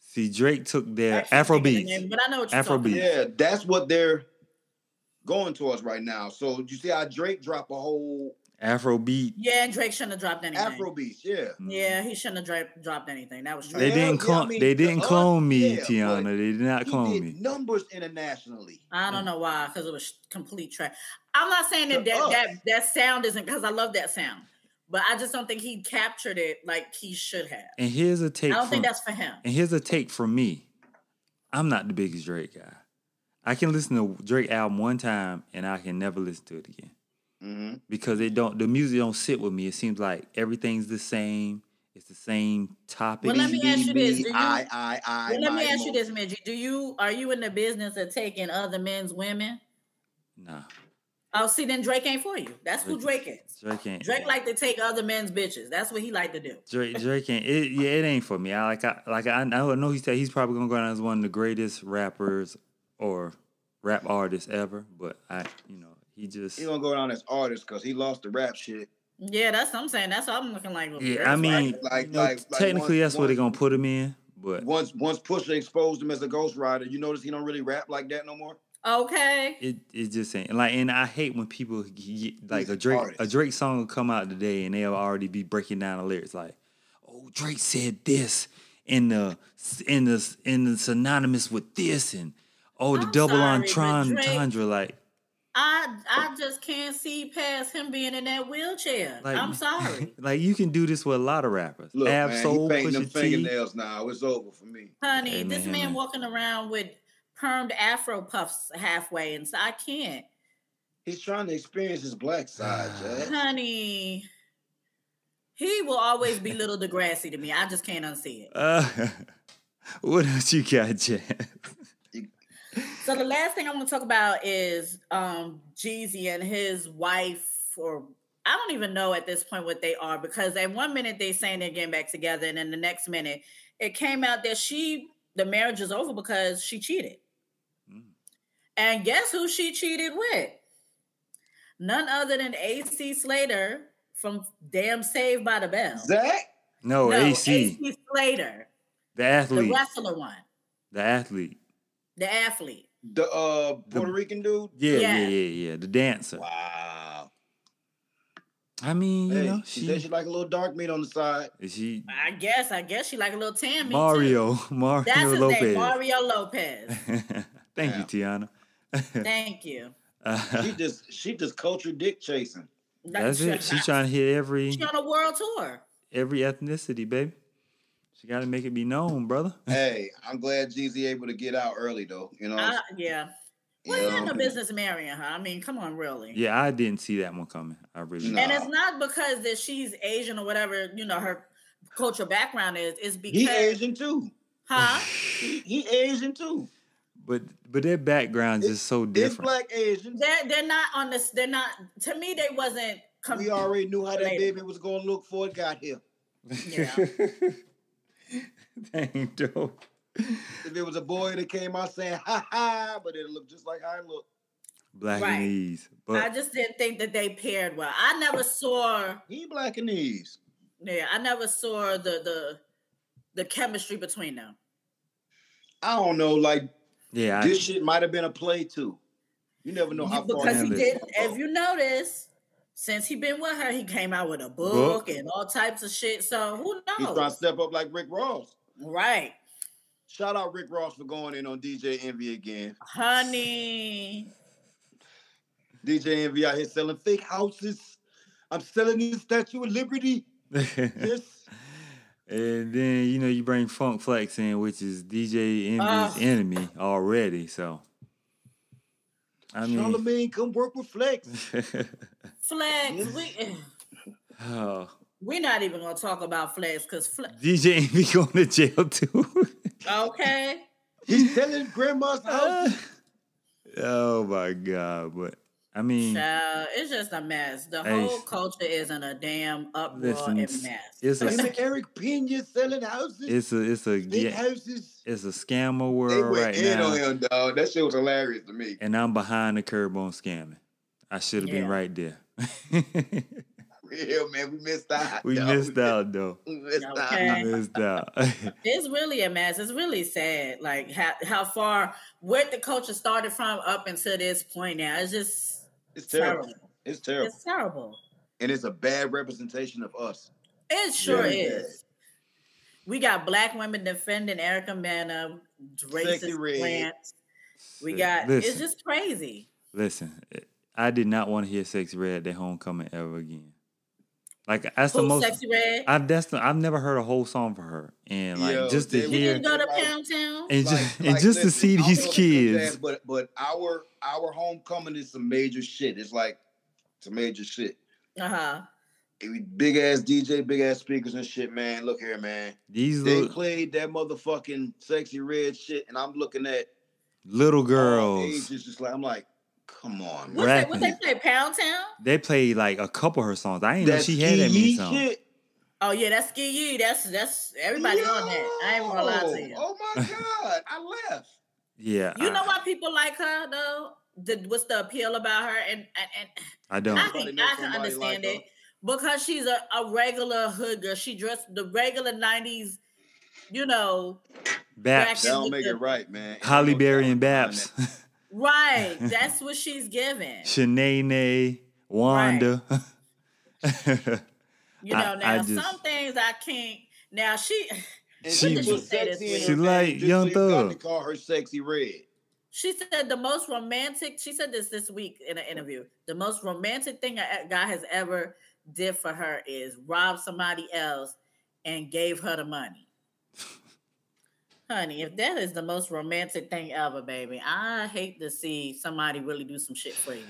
Speaker 1: See, Drake took
Speaker 2: I
Speaker 1: their
Speaker 2: can't think of the
Speaker 1: Afrobeats.
Speaker 2: name, but I know what you're talking
Speaker 1: Afrobeats.
Speaker 2: about.
Speaker 3: Yeah, that's what they're going towards right now. So you see how Drake dropped a whole
Speaker 1: Afrobeat.
Speaker 2: Yeah, and Drake shouldn't have dropped anything.
Speaker 3: Afro beats. Yeah.
Speaker 2: Yeah, he shouldn't have dra- dropped anything. That was
Speaker 1: Mm-hmm. They
Speaker 2: Drake.
Speaker 3: Yeah,
Speaker 1: didn't
Speaker 3: yeah, I
Speaker 1: clone.
Speaker 3: mean,
Speaker 1: they
Speaker 3: to
Speaker 1: didn't
Speaker 3: us,
Speaker 1: clone me,
Speaker 3: yeah, but
Speaker 1: Tiana. They did not
Speaker 3: He
Speaker 1: clone
Speaker 3: did
Speaker 1: me.
Speaker 3: numbers internationally.
Speaker 2: I
Speaker 1: Mm.
Speaker 2: don't know why, because it was complete trash. I'm not saying that
Speaker 3: To
Speaker 2: that,
Speaker 3: us.
Speaker 2: that that sound isn't because I love that sound, but I just don't think he captured it like he should have.
Speaker 1: And here's a take.
Speaker 2: I don't
Speaker 1: from,
Speaker 2: think that's for him.
Speaker 1: And here's a take from me. I'm not the biggest Drake guy. I can listen to Drake album one time, and I can never listen to it again
Speaker 3: Mm-hmm.
Speaker 1: because it don't. The music don't sit with me. It seems like everything's the same. It's the same topic.
Speaker 2: Well, let me ask you this, do you-
Speaker 3: E I, I, I.
Speaker 2: Well, let
Speaker 3: my
Speaker 2: me ask you
Speaker 3: emotions.
Speaker 2: this, Midgie. Do you are you in the business of taking other men's women?
Speaker 1: nah,
Speaker 2: Oh, see, then Drake ain't for you. That's who Drake is.
Speaker 1: Drake ain't.
Speaker 2: Drake like to take other men's bitches. That's what he like to do.
Speaker 1: Drake, Drake ain't it. Yeah, it ain't for me. I like, I like, I, I know he said he's probably gonna go down as one of the greatest rappers or rap artists ever. But I, you know, he just.
Speaker 3: He gonna go down as artist because he lost the rap shit.
Speaker 2: Yeah, that's what I'm saying. That's what I'm looking like. with
Speaker 1: Yeah,
Speaker 2: Drake.
Speaker 1: I mean,
Speaker 3: like-
Speaker 1: you know,
Speaker 3: like- like
Speaker 1: technically
Speaker 3: once-
Speaker 1: that's where they're gonna
Speaker 3: once-
Speaker 1: put him in, but
Speaker 3: Once once Pusha exposed him as a ghostwriter, you notice he don't really rap like that no more.
Speaker 2: okay.
Speaker 1: it it just ain't like. And I hate when people get, like
Speaker 3: He's
Speaker 1: a
Speaker 3: an
Speaker 1: Drake a
Speaker 3: artist.
Speaker 1: Drake song will come out today and they'll already be breaking down the lyrics like, "Oh, Drake said this in the in the in the synonymous with this and oh the
Speaker 2: I'm
Speaker 1: double
Speaker 2: sorry, but
Speaker 1: entendre
Speaker 2: Drake-
Speaker 1: entendre," like
Speaker 2: I I just can't see past him being in that wheelchair.
Speaker 1: like
Speaker 2: I'm sorry.
Speaker 1: like you can do this with a lot of rappers.
Speaker 3: Look,
Speaker 1: Ab
Speaker 3: man,
Speaker 1: Soul,
Speaker 3: he painting them
Speaker 1: Pusha T.
Speaker 3: fingernails now. It's over for me.
Speaker 2: Honey,
Speaker 1: Hey,
Speaker 2: this
Speaker 1: man,
Speaker 2: man
Speaker 1: man.
Speaker 2: walking around with permed afro puffs halfway, and so I can't.
Speaker 3: He's trying to experience his
Speaker 1: Ah.
Speaker 3: black side, Jack.
Speaker 2: Honey, he will always be little Degrassi to me. I just can't unsee it.
Speaker 1: Uh, what else you got, Jazz?
Speaker 2: So the last thing I want to talk about is um Jeezy and his wife, or I don't even know at this point what they are because at one minute they saying they're getting back together, and then the next minute it came out that she the marriage is over because she cheated.
Speaker 1: Mm.
Speaker 2: And guess who she cheated with? None other than AC Slater from Damn Saved by the Bell.
Speaker 3: Zach,
Speaker 1: No,
Speaker 2: No,
Speaker 1: AC,
Speaker 2: AC Slater,
Speaker 1: the
Speaker 2: the
Speaker 1: athlete,
Speaker 2: wrestler one,
Speaker 1: the athlete.
Speaker 2: the athlete.
Speaker 3: the uh
Speaker 1: The-
Speaker 3: Puerto Rican dude.
Speaker 1: Yeah, yeah,
Speaker 2: Yeah.
Speaker 1: yeah, yeah. The dancer.
Speaker 3: Wow.
Speaker 1: I mean, you
Speaker 3: Hey,
Speaker 1: know,
Speaker 3: she, said she
Speaker 1: she,
Speaker 3: like a little dark meat on the side.
Speaker 1: she
Speaker 2: I guess, I guess she like a little Tammy. too.
Speaker 1: Mario, Mario
Speaker 2: That's his
Speaker 1: Lopez.
Speaker 2: name, Mario Lopez.
Speaker 1: Thank you, Tiana.
Speaker 2: Thank you.
Speaker 3: She
Speaker 1: Uh,
Speaker 3: just she just culture dick chasing.
Speaker 2: Like,
Speaker 1: that's it. She trying to hit every
Speaker 2: she on a world tour.
Speaker 1: every ethnicity, baby. She got to make it be known, brother.
Speaker 3: hey, I'm glad Jeezy able to get out early though. You know, what I'm
Speaker 2: I- Uh, yeah. Well,
Speaker 3: saying?
Speaker 2: you had no
Speaker 3: Um,
Speaker 2: business marrying her. I mean, come on, really.
Speaker 1: Yeah, I didn't see that one coming. I really.
Speaker 3: No.
Speaker 2: And it's not because that she's Asian or whatever, you know, her cultural background is. It's because,
Speaker 3: He Asian too.
Speaker 2: huh?
Speaker 1: Mm.
Speaker 3: He, he Asian too.
Speaker 1: But but their background's
Speaker 3: It-
Speaker 1: just so
Speaker 3: It's
Speaker 1: different.
Speaker 3: black Asians.
Speaker 2: They're, they're not on this. They're not, to me, they wasn't. com-
Speaker 3: We already knew how that
Speaker 2: Later.
Speaker 3: baby was gonna look for it got here.
Speaker 1: Dang, dope.
Speaker 3: If it was a boy that came out saying ha ha, but it looked just like I look.
Speaker 1: Black
Speaker 2: Right.
Speaker 1: and ease. But
Speaker 2: I just didn't think that they paired well. I never saw
Speaker 3: He black and these.
Speaker 2: Yeah, I never saw the the the chemistry between them.
Speaker 3: I don't know, like
Speaker 1: yeah, I,
Speaker 3: this shit might have been a play too. You never know how far
Speaker 2: because
Speaker 1: down
Speaker 2: he
Speaker 1: it
Speaker 3: this
Speaker 1: is.
Speaker 2: did
Speaker 3: shit
Speaker 2: if you notice, Since he been with her, he came out with a book,
Speaker 1: Book.
Speaker 2: and all types of shit. So who
Speaker 3: He's trying to
Speaker 2: knows?
Speaker 3: step up like Rick Ross.
Speaker 2: Right,
Speaker 3: Shout out Rick Ross for going in on DJ Envy again.
Speaker 2: honey.
Speaker 3: DJ Envy out here selling fake houses. I'm selling this Statue of Liberty. Yes.
Speaker 1: And then you know you bring Funk Flex in, which is DJ Envy's
Speaker 2: Ugh.
Speaker 1: enemy already. So I mean,
Speaker 3: Charlemagne, come work with Flex.
Speaker 2: Flex,
Speaker 1: Mm.
Speaker 3: Yes.
Speaker 2: we
Speaker 1: oh,
Speaker 2: we're not even gonna talk about Flex because Flex.
Speaker 1: DJ Envy going to jail too.
Speaker 2: Okay,
Speaker 3: He's selling grandma's house.
Speaker 1: oh my god! But I mean,
Speaker 2: Child, it's just a mess. The
Speaker 1: Mm. Hey.
Speaker 2: whole culture is in a damn uproar
Speaker 1: Listen,
Speaker 2: and
Speaker 1: it's-
Speaker 2: mess.
Speaker 1: it's
Speaker 3: Him
Speaker 1: a
Speaker 3: and Eric Pena selling houses.
Speaker 1: it's a it's a
Speaker 3: big
Speaker 1: yeah,
Speaker 3: houses.
Speaker 1: it's a scammer world right now,
Speaker 3: him, dog. That shit was hilarious to me.
Speaker 1: and I'm behind the curb on scamming. I should have
Speaker 2: Yeah.
Speaker 1: been right there.
Speaker 3: Real man, we missed out.
Speaker 1: we
Speaker 3: dog.
Speaker 1: missed out though.
Speaker 3: We missed
Speaker 2: Okay.
Speaker 1: We missed out.
Speaker 2: It's really a mess. It's really sad. Like how how far where the culture started from up until this point now. It's just
Speaker 3: It's
Speaker 2: terrible.
Speaker 3: terrible. It's terrible.
Speaker 2: It's terrible.
Speaker 3: and it's a bad representation of us.
Speaker 2: It sure
Speaker 3: Yeah.
Speaker 2: is. We got black women defending Erica Mena,
Speaker 3: Sexy
Speaker 2: racist
Speaker 3: red.
Speaker 2: rants. We got
Speaker 1: listen,
Speaker 2: it's just crazy.
Speaker 1: listen. I did not want to hear "Sex Red" at homecoming ever again. Like that's the
Speaker 2: Who's
Speaker 1: most.
Speaker 2: sexy red?
Speaker 1: I that's the, I've never heard a whole song for her, and like
Speaker 3: Yo,
Speaker 1: just to
Speaker 3: they-
Speaker 2: we
Speaker 1: hear
Speaker 2: didn't go to
Speaker 3: Like-
Speaker 2: Pound Town.
Speaker 1: and
Speaker 3: Like-
Speaker 1: just and
Speaker 3: like,
Speaker 1: just to
Speaker 3: listen,
Speaker 1: see
Speaker 3: I
Speaker 1: these
Speaker 3: know it's good
Speaker 1: kids.
Speaker 3: jazz, but but our our homecoming is some major shit. It's like some major shit.
Speaker 2: Uh huh.
Speaker 3: It- Big ass DJ, big ass speakers and shit, man. Look here, man.
Speaker 1: These
Speaker 3: They
Speaker 1: little,
Speaker 3: played that motherfucking sexy red shit, and I'm looking at
Speaker 1: little
Speaker 3: all
Speaker 1: girls,
Speaker 3: ages, just like I'm like, come on, man.
Speaker 2: What they, what they
Speaker 1: Rapping.
Speaker 2: play? Pound Town?
Speaker 1: they played like a couple of her songs. I didn't know she had that many
Speaker 3: ski-yee
Speaker 1: songs.
Speaker 3: shit.
Speaker 2: Oh yeah, that's ski you. That's that's everybody on that. I ain't gonna lie to
Speaker 3: Yo,
Speaker 2: you.
Speaker 3: Oh my god, I left.
Speaker 1: Yeah,
Speaker 2: You
Speaker 1: I,
Speaker 2: know why people like her though? The, what's the appeal about her? And and, and
Speaker 1: I don't.
Speaker 2: I
Speaker 3: Nobody
Speaker 2: think
Speaker 3: knows
Speaker 2: I can
Speaker 3: somebody
Speaker 2: understand
Speaker 3: like her.
Speaker 2: it because she's a, a regular hood girl. She dressed the regular '90s, you know,
Speaker 1: Baps,
Speaker 3: That
Speaker 2: Back
Speaker 3: don't make it right, man.
Speaker 1: Holly
Speaker 3: Ain't no
Speaker 1: Berry,
Speaker 3: telling
Speaker 1: and
Speaker 3: behind
Speaker 1: Baps,
Speaker 2: right? That's what she's given.
Speaker 1: Shanae, Wanda.
Speaker 2: You know,
Speaker 1: I-
Speaker 2: now
Speaker 1: I just-
Speaker 2: some things I can't. Now she
Speaker 3: that. And
Speaker 1: She
Speaker 3: she
Speaker 1: was-
Speaker 3: was sexy. in
Speaker 2: She
Speaker 3: her name,
Speaker 1: like
Speaker 3: just so
Speaker 1: Young
Speaker 3: you got to
Speaker 1: Thug.
Speaker 3: Call her sexy red.
Speaker 2: she said the most romantic. She said this this week in an interview. The most romantic thing a a guy has ever did for her is rob somebody else and gave her the money. Honey, if that is the most romantic thing ever, baby, I hate to see somebody really do some shit for you.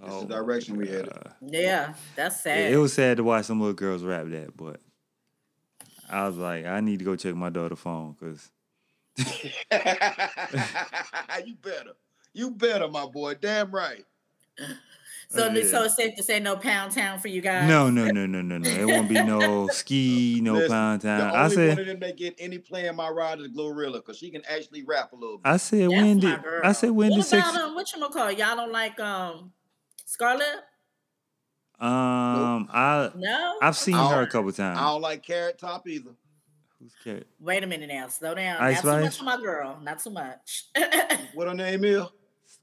Speaker 3: That's
Speaker 1: Oh,
Speaker 3: the direction we headed.
Speaker 1: God.
Speaker 2: Yeah, that's
Speaker 1: It,
Speaker 2: sad.
Speaker 1: it was sad to watch some little girls rap that, but I was like, I need to go check my daughter's phone because
Speaker 3: you better. You better, my boy. Damn right.
Speaker 2: so,
Speaker 1: uh, yeah.
Speaker 2: so it's safe to say no pound town for you guys.
Speaker 1: no, no, no, no, no, no. It won't be no ski, no
Speaker 3: Listen,
Speaker 1: pound
Speaker 3: The
Speaker 1: time.
Speaker 3: only
Speaker 1: I
Speaker 3: one
Speaker 1: said,
Speaker 3: of them that get any play in my ride is Glorilla, because she can actually rap a little bit.
Speaker 1: I said,
Speaker 2: That's
Speaker 1: when
Speaker 2: my
Speaker 1: did
Speaker 2: girl.
Speaker 1: I said when did
Speaker 2: What
Speaker 1: sex?
Speaker 2: about um, what you call? Y'all don't like um, Scarlett?
Speaker 1: Um, I
Speaker 2: No,
Speaker 1: I've seen
Speaker 3: I
Speaker 1: her a
Speaker 3: don't-
Speaker 1: couple times.
Speaker 3: I don't like Carrot Top either.
Speaker 1: Who's cat?
Speaker 2: Wait a minute now. Slow down.
Speaker 1: Ice Spice?
Speaker 2: not too much on my girl. Not too much. Ice,
Speaker 3: What her name is?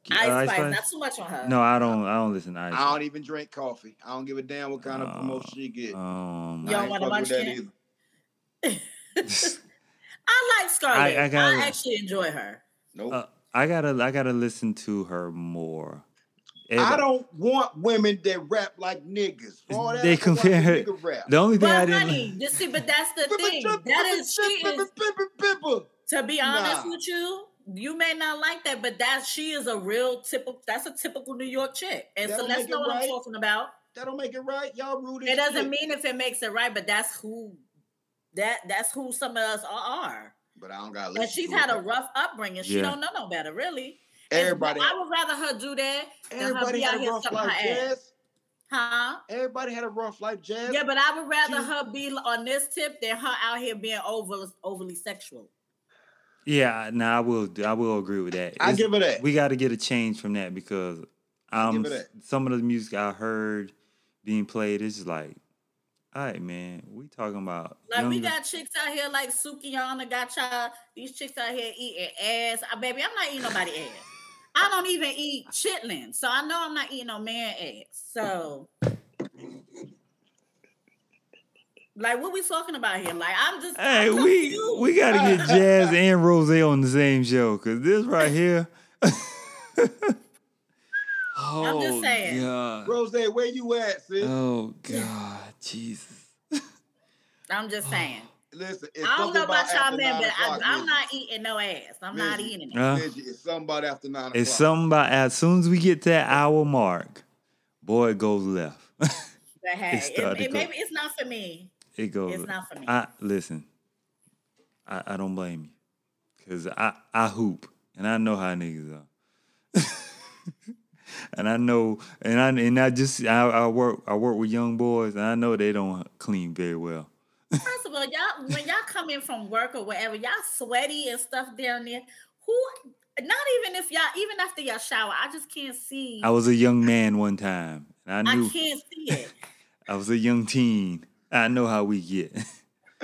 Speaker 1: Ski- uh, Ice
Speaker 2: Spice.
Speaker 1: Spice?
Speaker 2: Not too much on her.
Speaker 1: No, I don't. I don't listen to Ice.
Speaker 3: I don't even drink coffee. I don't give a damn what kind of
Speaker 1: Uh,
Speaker 3: promotion she get.
Speaker 1: Um,
Speaker 2: Y'all
Speaker 3: I ain't
Speaker 2: wanna
Speaker 3: fucking with
Speaker 2: watch
Speaker 3: that
Speaker 2: that?
Speaker 3: either.
Speaker 2: I like Scarlett.
Speaker 1: I- I
Speaker 2: I,
Speaker 1: gotta-
Speaker 2: actually enjoy her.
Speaker 3: Nope.
Speaker 1: uh, I gotta I gotta listen to her more.
Speaker 3: I
Speaker 1: Every-
Speaker 3: don't want women that rap like niggas. For all that,
Speaker 1: They
Speaker 3: I want
Speaker 1: compare
Speaker 3: the
Speaker 1: her-
Speaker 3: nigga rap.
Speaker 1: The only thing I
Speaker 2: But
Speaker 1: didn't.
Speaker 2: honey, you see, but that's the thing. That is she is to be honest
Speaker 3: Nah.
Speaker 2: with you. You may not like that, but that she is a real typical. That's a typical New York chick, and
Speaker 3: That'll
Speaker 2: so that's
Speaker 3: make it
Speaker 2: not what I'm
Speaker 3: right.
Speaker 2: talking about.
Speaker 3: That don't make it right. Y'all rude. as
Speaker 2: It doesn't
Speaker 3: shit.
Speaker 2: mean if it makes it right, but that's who that that's who some of us are.
Speaker 3: But I don't got.
Speaker 2: And she's had a rough upbringing. She
Speaker 1: Yeah.
Speaker 2: don't know no better, really. And
Speaker 3: Everybody,
Speaker 2: I would rather her do that,
Speaker 3: everybody
Speaker 2: be out
Speaker 3: had a
Speaker 2: here
Speaker 3: rough
Speaker 2: sucking
Speaker 3: life.
Speaker 2: her ass.
Speaker 3: Jazz.
Speaker 2: huh?
Speaker 3: Everybody had a rough life. Jazz.
Speaker 2: Yeah, but I would rather
Speaker 3: She-
Speaker 2: her be on this tip than her out here being over, overly sexual.
Speaker 1: Yeah, no, I will. I will agree with that.
Speaker 3: I
Speaker 1: It's-
Speaker 3: give her that.
Speaker 1: We got to get a change from that because um,
Speaker 3: her that.
Speaker 1: some of the music I heard being played is just like, all right, man, we talking about
Speaker 2: Like we
Speaker 1: younger-
Speaker 2: got chicks out here like Sukiana got y'all. These chicks out here eating ass. Uh, baby, I'm not eating nobody ass. I don't even eat chitlin, so I know I'm not eating no man eggs. So, like, what we talking about here? Like, I'm just
Speaker 1: Hey,
Speaker 2: I'm
Speaker 1: we
Speaker 2: confused.
Speaker 1: we gotta get Jazz and Rose on the same show because this right here. oh,
Speaker 2: just saying.
Speaker 1: God.
Speaker 3: Rose, where you at, sis?
Speaker 1: Oh God, Jesus.
Speaker 2: I'm just saying.
Speaker 3: Listen, it's
Speaker 2: I don't
Speaker 3: something
Speaker 2: know about y'all
Speaker 3: after
Speaker 2: men,
Speaker 3: nine
Speaker 2: but I,
Speaker 3: o'clock,
Speaker 2: I'm
Speaker 3: Midget.
Speaker 2: not eating no ass. I'm not
Speaker 3: Midget.
Speaker 2: eating it.
Speaker 1: Uh,
Speaker 3: Midget, it's something about after nine
Speaker 1: It's
Speaker 3: o'clock.
Speaker 1: something about as soon as we get that hour mark, boy, it goes left.
Speaker 2: But hey,
Speaker 1: It's
Speaker 2: it,
Speaker 1: starting
Speaker 2: it,
Speaker 1: to go-
Speaker 2: maybe it's not for me.
Speaker 1: it goes.
Speaker 2: It's not for me.
Speaker 1: I listen. I, I don't blame you, cause I I hoop and I know how niggas are. and I know, and I and I just I, I work I work with young boys, and I know they don't clean very well.
Speaker 2: First of all, y'all when y'all come in from work or whatever, y'all sweaty and stuff down there. Who? Not even if y'all, even after y'all shower, I just can't see.
Speaker 1: I was a young man one time, and I
Speaker 2: I
Speaker 1: knew
Speaker 2: can't see it.
Speaker 1: I was a young teen. I know how we get.
Speaker 2: I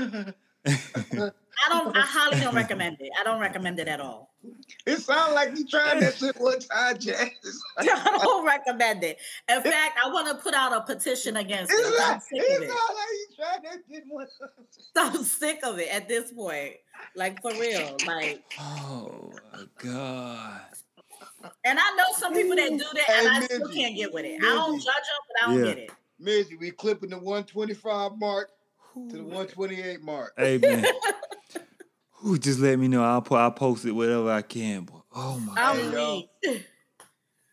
Speaker 2: don't. I highly don't recommend it. I don't recommend it at all.
Speaker 3: It sounds like you tried that shit one time, Jazz. It's like,
Speaker 2: I don't recommend it. In fact, I want to put out a petition against it.
Speaker 3: it's
Speaker 2: I'm
Speaker 3: like,
Speaker 2: sick of
Speaker 3: it
Speaker 2: it.
Speaker 3: sound like you tried that shit one time.
Speaker 2: I'm sick of it at this point. Like for real. Like,
Speaker 1: oh my god!
Speaker 2: and I know some people that do that, and
Speaker 3: Hey,
Speaker 2: I still
Speaker 3: Mindy.
Speaker 2: can't get with it. I don't judge
Speaker 3: Mindy.
Speaker 2: them, but I don't
Speaker 1: Yeah.
Speaker 2: get it.
Speaker 3: Midget, we clipping the 125 mark to the 128 mark.
Speaker 1: Hey man, who just let me know? I'll put I'll post it whatever I can. But oh my
Speaker 2: I'm
Speaker 3: Hey,
Speaker 1: god!
Speaker 3: y'all.
Speaker 2: weak. Um,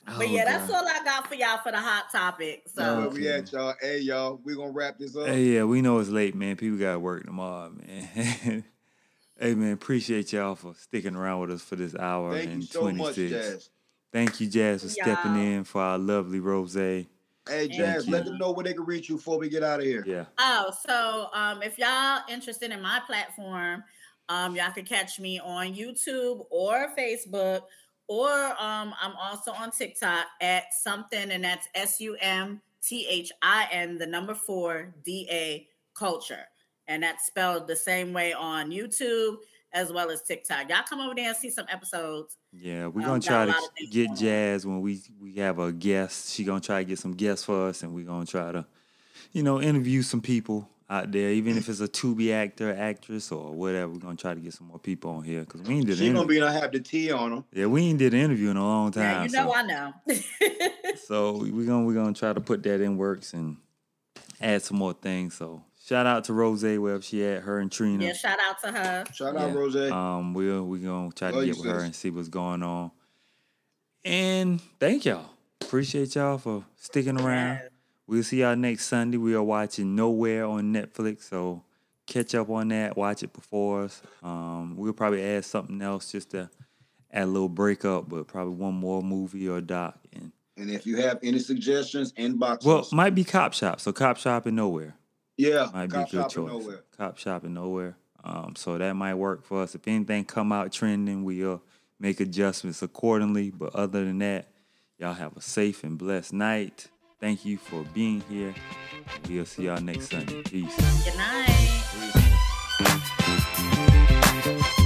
Speaker 1: Oh,
Speaker 2: But yeah, that's all I got for y'all for the hot topic.
Speaker 3: That's
Speaker 2: So
Speaker 3: where we at, y'all. Hey, y'all, we gonna wrap this up.
Speaker 1: Hey, yeah, we know it's late, man. People got to work tomorrow, man. hey, man, appreciate y'all for sticking around with us for this hour
Speaker 3: Thank
Speaker 1: and
Speaker 3: you so
Speaker 1: 26.
Speaker 3: much, Jazz.
Speaker 1: Thank you, Jazz, for stepping
Speaker 2: Y'all.
Speaker 1: in for our lovely rose. Yeah.
Speaker 3: Hey,
Speaker 2: Thank
Speaker 3: Jazz, let
Speaker 1: you.
Speaker 3: them know where they can reach you before we get out of here.
Speaker 2: oh, so um, if y'all interested in my platform, um, y'all can catch me on YouTube or Facebook, or um, I'm also on TikTok at something, and that's S U M T H I N, the number four D A culture, and that's spelled the same way on YouTube as well as TikTok. Y'all come over there and see some episodes.
Speaker 1: Yeah, we're
Speaker 2: Um,
Speaker 1: going
Speaker 2: got
Speaker 1: to try
Speaker 2: a
Speaker 1: to
Speaker 2: lot of things going
Speaker 1: get
Speaker 2: on.
Speaker 1: Jazz when we, we have a guest. She going to try to get some guests for us, and we're going to try to, you know, interview some people out there, even if it's a to be actor, actress, or whatever. We're going to try to get some more people on here because we ain't did
Speaker 3: She
Speaker 1: an
Speaker 3: gonna
Speaker 1: interview.
Speaker 3: be gonna have the tea on them.
Speaker 1: Yeah, we ain't did an interview in a long time.
Speaker 2: Now you know
Speaker 1: so.
Speaker 2: I know.
Speaker 1: So we're gonna we're gonna try to put that in works and add some more things. So shout out to Rose wherever she at, her and Trina.
Speaker 2: yeah, shout out to her.
Speaker 3: Shout
Speaker 1: Yeah.
Speaker 3: out, Rose.
Speaker 1: Um we'll we gonna try to
Speaker 3: Love
Speaker 1: get
Speaker 3: you,
Speaker 1: with her
Speaker 3: sis.
Speaker 1: and see what's going on. And thank y'all. Appreciate y'all for sticking around.
Speaker 2: Yes.
Speaker 1: We'll see y'all next Sunday. We are watching Nowhere on Netflix, so catch up on that. Watch it before us. Um, we'll probably add something else just to add a little breakup, but probably one more movie or doc. And
Speaker 3: and if you have any suggestions, inbox
Speaker 1: well,
Speaker 3: us.
Speaker 1: might be Cop Shop. So Cop Shop and Nowhere.
Speaker 3: yeah,
Speaker 1: might be
Speaker 3: cop
Speaker 1: a good
Speaker 3: shopping
Speaker 1: choice.
Speaker 3: nowhere.
Speaker 1: Cop shopping nowhere. Um, so that might work for us. If anything come out trending, we'll make adjustments accordingly. But other than that, y'all have a safe and blessed night. Thank you for being here. We'll see y'all next Sunday. Peace.
Speaker 2: Good night.